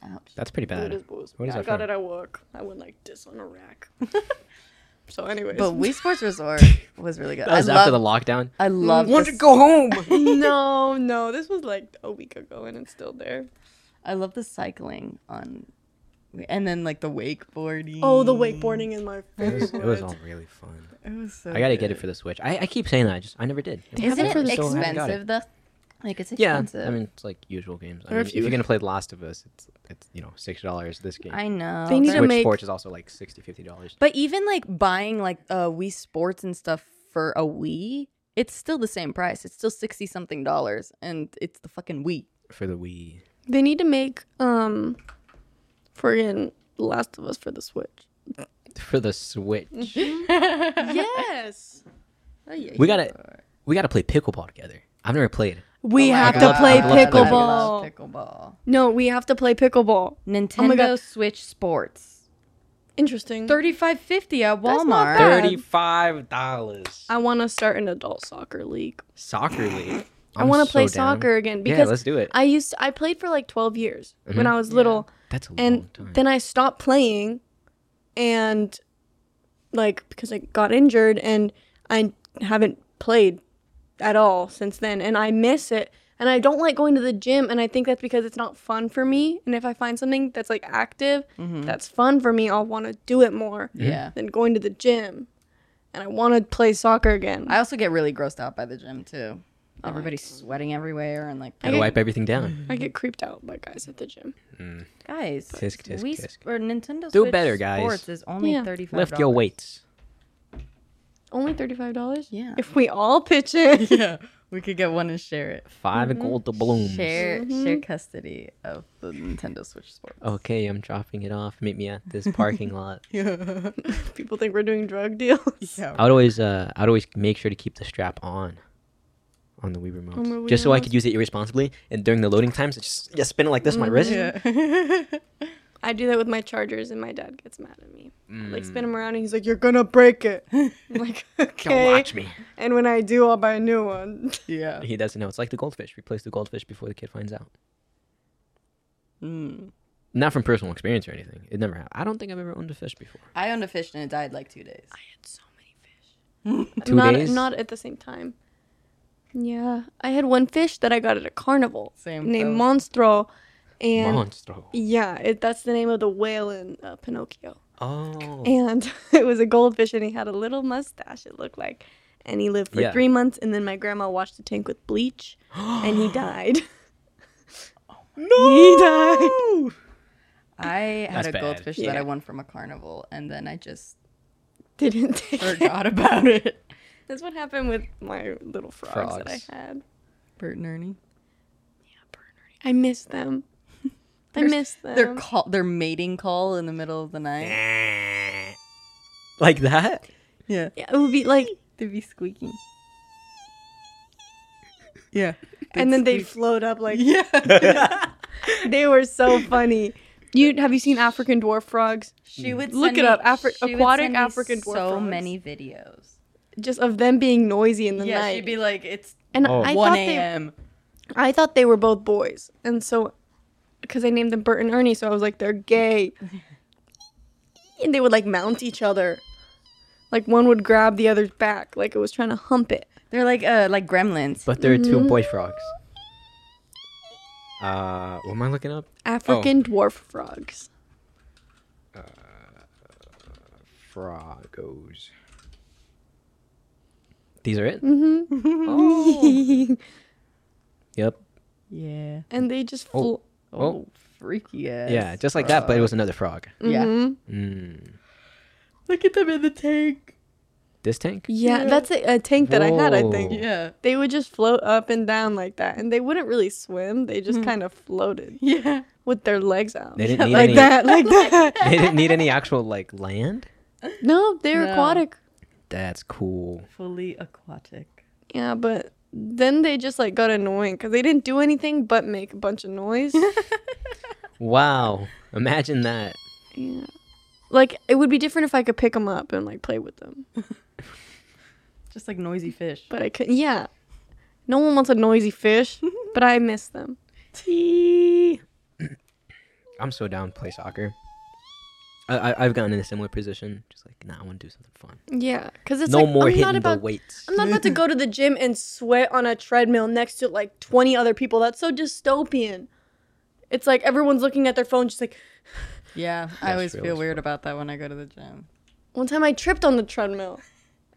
Speaker 3: Ouch.
Speaker 1: That's pretty
Speaker 2: Look at
Speaker 1: bad.
Speaker 2: this booze.
Speaker 1: What is
Speaker 2: I
Speaker 1: that
Speaker 2: got
Speaker 1: from?
Speaker 2: it at work. I went like this on a rack. so, anyways.
Speaker 3: But Wii Sports Resort was really good.
Speaker 1: That was
Speaker 3: I
Speaker 1: after
Speaker 3: love. Mm,
Speaker 1: the lockdown.
Speaker 3: I love.
Speaker 1: Want to
Speaker 3: this-
Speaker 1: go home?
Speaker 2: no, no, this was like a week ago, and it's still there.
Speaker 3: I love the cycling on, and then like the wakeboarding.
Speaker 2: Oh, the wakeboarding in my
Speaker 1: it, was,
Speaker 2: favorite.
Speaker 1: it was all really fun.
Speaker 3: It was so.
Speaker 1: I gotta get it for the Switch. I, I keep saying that. I just I never did.
Speaker 3: Isn't it
Speaker 1: I still haven't got
Speaker 3: expensive though? Like it's
Speaker 1: Yeah,
Speaker 3: expensive.
Speaker 1: I mean it's like usual games. I
Speaker 2: Or
Speaker 1: mean,
Speaker 2: if
Speaker 1: if
Speaker 2: you-
Speaker 1: you're gonna play The Last of Us, it's it's you know six dollars. This game,
Speaker 3: I know.
Speaker 2: They need
Speaker 3: but-
Speaker 2: to
Speaker 1: Switch
Speaker 2: make-
Speaker 1: Sports is also like 60 dollars.
Speaker 3: But even like buying like uh Wii Sports and stuff for a Wii, it's still the same price. It's still sixty something dollars, and it's the fucking Wii.
Speaker 1: for the Wii.
Speaker 2: They need to make um, friggin' The Last of Us for the Switch.
Speaker 1: For the Switch,
Speaker 2: yes,
Speaker 1: we gotta we gotta play pickleball together. I've never played.
Speaker 2: we
Speaker 3: I
Speaker 2: have
Speaker 3: love-
Speaker 2: to play
Speaker 3: I love- Oh I
Speaker 2: pickleball.
Speaker 3: love Pickleball.
Speaker 2: No, we have to play pickleball.
Speaker 3: Nintendo
Speaker 2: God.
Speaker 3: Switch Sports.
Speaker 2: Interesting.
Speaker 3: Thirty-five fifty at Walmart.
Speaker 2: bad.
Speaker 1: Thirty-five dollars.
Speaker 2: I want to start an adult soccer league.
Speaker 1: Soccer league.
Speaker 2: i
Speaker 1: I'm
Speaker 2: want to
Speaker 1: so
Speaker 2: play
Speaker 1: down.
Speaker 2: soccer again
Speaker 1: Yeah,
Speaker 2: because
Speaker 1: let's do it.
Speaker 2: I used to, I played for like 12 years when
Speaker 1: Mhm.
Speaker 2: I was little
Speaker 1: That's a long
Speaker 2: and
Speaker 3: Mm.
Speaker 1: time.
Speaker 2: then I stopped playing and like because I got injured and I haven't played at all since then and I miss it and I don't like going to the gym and I think that's because it's not fun for me and if I find something that's like active
Speaker 3: Mm-hmm.
Speaker 2: that's fun for me I'll want to do it more
Speaker 3: Yeah.
Speaker 2: than going to the gym and I want to play soccer again.
Speaker 3: I also get really grossed out by the gym too. Everybody's sweating everywhere and like,
Speaker 1: Gotta
Speaker 2: I-
Speaker 1: wipe everything down.
Speaker 2: I get creeped out by guys at the gym.
Speaker 3: guys,
Speaker 1: Tisk, tisk,
Speaker 3: we
Speaker 1: tisk.
Speaker 3: or Nintendo
Speaker 1: Do
Speaker 3: Switch
Speaker 1: better, guys.
Speaker 3: Sports is only
Speaker 2: Yeah.
Speaker 3: thirty-five.
Speaker 1: Lift your weights.
Speaker 2: Only thirty-five dollars.
Speaker 3: Yeah.
Speaker 2: If we all pitch in,
Speaker 3: yeah, we could get one and share it.
Speaker 1: 5
Speaker 2: Mm-hmm.
Speaker 1: gold doubloons.
Speaker 3: Share share custody of the Nintendo Switch Sports.
Speaker 1: Okay, I'm dropping it off. Meet me at this parking lot.
Speaker 2: people think we're doing drug deals.
Speaker 1: I would always, uh, I'd always make sure to keep the strap on, on the Wii remote,
Speaker 2: the Wii
Speaker 1: just so I
Speaker 2: remotes.
Speaker 1: could use it irresponsibly. And during the loading times, I just yeah, spin it like this, my wrist.
Speaker 2: I do that with my chargers, and my dad gets mad at me. I, like spin them around, and he's like, "You're gonna break it." I'm like,
Speaker 1: Don't
Speaker 2: okay.
Speaker 1: watch me.
Speaker 2: And when I do, I'll buy a new one.
Speaker 3: Yeah.
Speaker 1: He doesn't know. It's like the goldfish. Replace the goldfish before the kid finds out.
Speaker 3: Mm.
Speaker 1: Not from personal experience or anything. It never happened. I don't think I've ever owned a fish before.
Speaker 3: I owned a fish and it died like two days.
Speaker 1: Two
Speaker 2: not,
Speaker 1: days.
Speaker 2: Not at the same time. Yeah, I had one fish that I got at a carnival
Speaker 3: Same
Speaker 2: named
Speaker 3: though.
Speaker 2: Monstro, and
Speaker 1: Monstro.
Speaker 2: yeah, it, that's the name of the whale in uh, Pinocchio.
Speaker 1: Oh.
Speaker 2: and it was a goldfish and he had a little mustache it looked like and he lived for
Speaker 1: Yeah.
Speaker 2: three months and then my grandma washed the tank with bleach and he died no he died
Speaker 3: I had
Speaker 1: That's
Speaker 3: a
Speaker 1: bad.
Speaker 3: goldfish that
Speaker 2: Yeah.
Speaker 3: I won from a carnival and then I just
Speaker 2: didn't take it.
Speaker 3: forgot about it.
Speaker 2: that's what happened with my little frogs, that
Speaker 1: Frogs.
Speaker 2: i had
Speaker 3: Bert and Ernie.
Speaker 2: i miss them i miss them
Speaker 3: Their call their mating call in the middle of the night.
Speaker 1: Like that?
Speaker 3: Yeah.
Speaker 2: yeah, it would be like
Speaker 3: They'd be squeaking. Yeah.
Speaker 2: and then they float up like
Speaker 3: Yeah.
Speaker 2: they were so funny you have you seen african dwarf frogs
Speaker 3: she would
Speaker 2: Look
Speaker 3: send
Speaker 2: it
Speaker 3: me-
Speaker 2: up, Afri-
Speaker 3: she would
Speaker 2: aquatic
Speaker 3: send me
Speaker 2: African dwarf
Speaker 3: So
Speaker 2: frogs.
Speaker 3: many videos.
Speaker 2: just of them being noisy in the
Speaker 3: yeah,
Speaker 2: night
Speaker 3: she'd be like, "It's
Speaker 2: and
Speaker 1: Oh.
Speaker 2: i
Speaker 3: one
Speaker 2: thought they
Speaker 3: a.m."
Speaker 2: I thought they were both boys, and so because I named them Bert and Ernie, so I was like they're gay, and they would like mount each other, like one would grab the other's back, like it was trying to hump it.
Speaker 3: They're like, uh, like gremlins.
Speaker 1: But there are two boy frogs. Uh, what am I looking up?
Speaker 2: Oh. African dwarf frogs.
Speaker 1: Frogos. These are it? Yep.
Speaker 3: yeah.
Speaker 2: and they just fl-
Speaker 1: Oh.
Speaker 3: Oh,
Speaker 1: Oh.
Speaker 3: freaky ass.
Speaker 1: Yeah, just like that, but it was another frog.
Speaker 3: yeah.
Speaker 2: mm-hmm.
Speaker 1: Mm.
Speaker 3: Look at them in the tank.
Speaker 1: This tank?
Speaker 2: yeah, that's a, a tank that I had. I think
Speaker 1: Whoa.
Speaker 3: Yeah.
Speaker 2: they would just float up and down like that, and they wouldn't really swim. They just kind of floated
Speaker 3: Yeah.
Speaker 2: with their legs out.
Speaker 1: They didn't need
Speaker 2: like
Speaker 1: any.
Speaker 2: that, like that.
Speaker 1: They didn't need any actual like land.
Speaker 2: No, they're
Speaker 3: No.
Speaker 2: aquatic.
Speaker 1: That's cool.
Speaker 3: Fully aquatic.
Speaker 2: Yeah, but then they just like got annoying because they didn't do anything but make a bunch of noise.
Speaker 1: Wow. Imagine that.
Speaker 2: yeah. Like it would be different if I could pick them up and like play with them,
Speaker 3: Just like noisy fish.
Speaker 2: but I couldn't. Yeah, no one wants a noisy fish, but I miss them.
Speaker 1: I'm so down to play soccer. I, I I've gotten in a similar position. Just like, nah, I want to do something fun.
Speaker 2: Yeah, because it's
Speaker 1: no
Speaker 2: like,
Speaker 1: more
Speaker 2: I'm
Speaker 1: hitting
Speaker 2: not about.
Speaker 1: the weights.
Speaker 2: I'm not about to go to the gym and sweat on a treadmill next to like 20 other people. That's so dystopian. It's like everyone's looking at their phone, just like.
Speaker 3: Yeah. I always
Speaker 1: real
Speaker 3: feel
Speaker 1: as
Speaker 3: weird about that when I go to the gym.
Speaker 2: One time I tripped on the treadmill,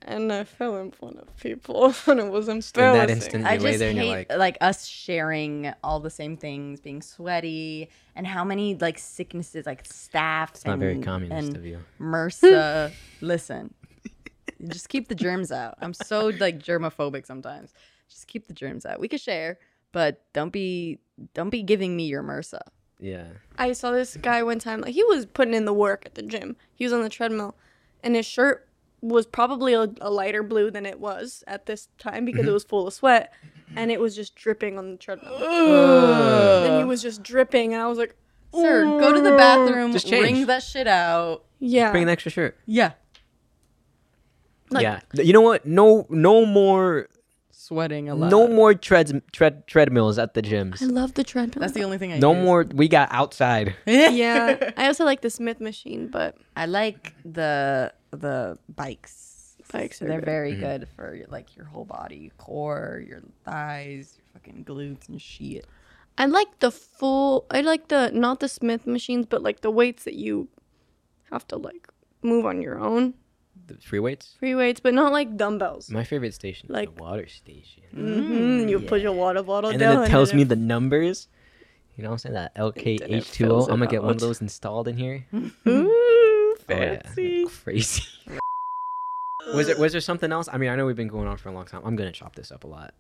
Speaker 2: and I fell in front of people, and it was
Speaker 1: In
Speaker 2: embarrassing.
Speaker 1: that instant,
Speaker 3: I
Speaker 1: you lay
Speaker 3: just
Speaker 1: there
Speaker 3: hate
Speaker 1: and you're
Speaker 3: like...
Speaker 1: like,
Speaker 3: us sharing all the same things, being sweaty, and how many like sicknesses like staph.
Speaker 1: it's not very
Speaker 3: and-
Speaker 1: communist
Speaker 3: and
Speaker 1: of you.
Speaker 3: MRSA. Listen, just keep the germs out. I'm so like germophobic sometimes. Just keep the germs out. We could share, but don't be don't be giving me your MRSA.
Speaker 1: Yeah.
Speaker 2: I saw this guy one time. Like he was putting in the work at the gym. He was on the treadmill, and his shirt was probably a, a lighter blue than it was at this time because
Speaker 1: Mm-hmm.
Speaker 2: it was full of sweat, and it was just dripping on the treadmill. and he was just dripping, and I was like,
Speaker 3: Sir, go to the bathroom,
Speaker 1: Just change.
Speaker 3: wring that shit out.
Speaker 2: Yeah.
Speaker 1: Bring an extra shirt.
Speaker 3: Yeah.
Speaker 2: Like-
Speaker 1: yeah. You know what? No, no more,
Speaker 3: Sweating a lot.
Speaker 1: no more treads, tread, treadmills at the
Speaker 2: I
Speaker 1: gyms.
Speaker 2: love the treadmill.
Speaker 3: That's the only thing I
Speaker 1: No
Speaker 3: use.
Speaker 1: more. We got outside.
Speaker 2: yeah. I also like the Smith machine, but
Speaker 3: I like the the bikes.
Speaker 2: Bikes are
Speaker 3: They're
Speaker 2: good.
Speaker 3: very
Speaker 1: Mm-hmm.
Speaker 3: good for like your whole body, core, your thighs, your fucking glutes and shit.
Speaker 2: I like the full. I like the not the Smith machines, but like the weights that you have to like move on your own.
Speaker 1: The free weights.
Speaker 2: Free weights, but not like dumbbells.
Speaker 1: My favorite station, is
Speaker 2: Like-
Speaker 1: the water station.
Speaker 2: Mm-hmm. You put your water bottle
Speaker 1: Mm. and
Speaker 2: down,
Speaker 1: then it tells
Speaker 2: and
Speaker 1: me
Speaker 2: it-
Speaker 1: the numbers. You know what I'm saying? That
Speaker 2: then it
Speaker 1: LKH2O.
Speaker 2: fills
Speaker 1: I'm
Speaker 2: it
Speaker 1: gonna get one
Speaker 2: out.
Speaker 1: of those installed in here.
Speaker 2: Ooh,
Speaker 1: Oh, yeah.
Speaker 2: fancy.
Speaker 1: Crazy. was there was there something else? I mean, I know we've been going on for a long time. I'm gonna chop this up a lot.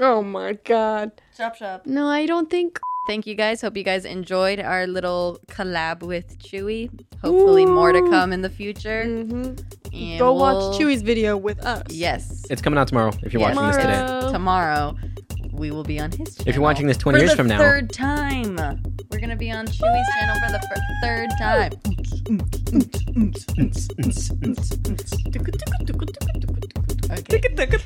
Speaker 2: Oh my god.
Speaker 3: Shop shop.
Speaker 2: No, I don't think.
Speaker 3: Thank you guys. Hope you guys enjoyed our little collab with Chewy. Hopefully more to
Speaker 2: Ooh.
Speaker 3: come in the future.
Speaker 2: hmm
Speaker 3: And
Speaker 2: Go
Speaker 3: we'll-
Speaker 2: watch Chewy's video with us.
Speaker 3: Yes.
Speaker 1: It's coming out tomorrow. If you're
Speaker 3: Yes.
Speaker 1: watching this today,
Speaker 2: Tomorrow.
Speaker 3: Tomorrow we will be on his channel.
Speaker 1: if you're watching this 20
Speaker 3: for
Speaker 1: years
Speaker 3: the
Speaker 1: from now,
Speaker 3: Third time. We're gonna be on Chewy's channel for the fir- third time. Okay.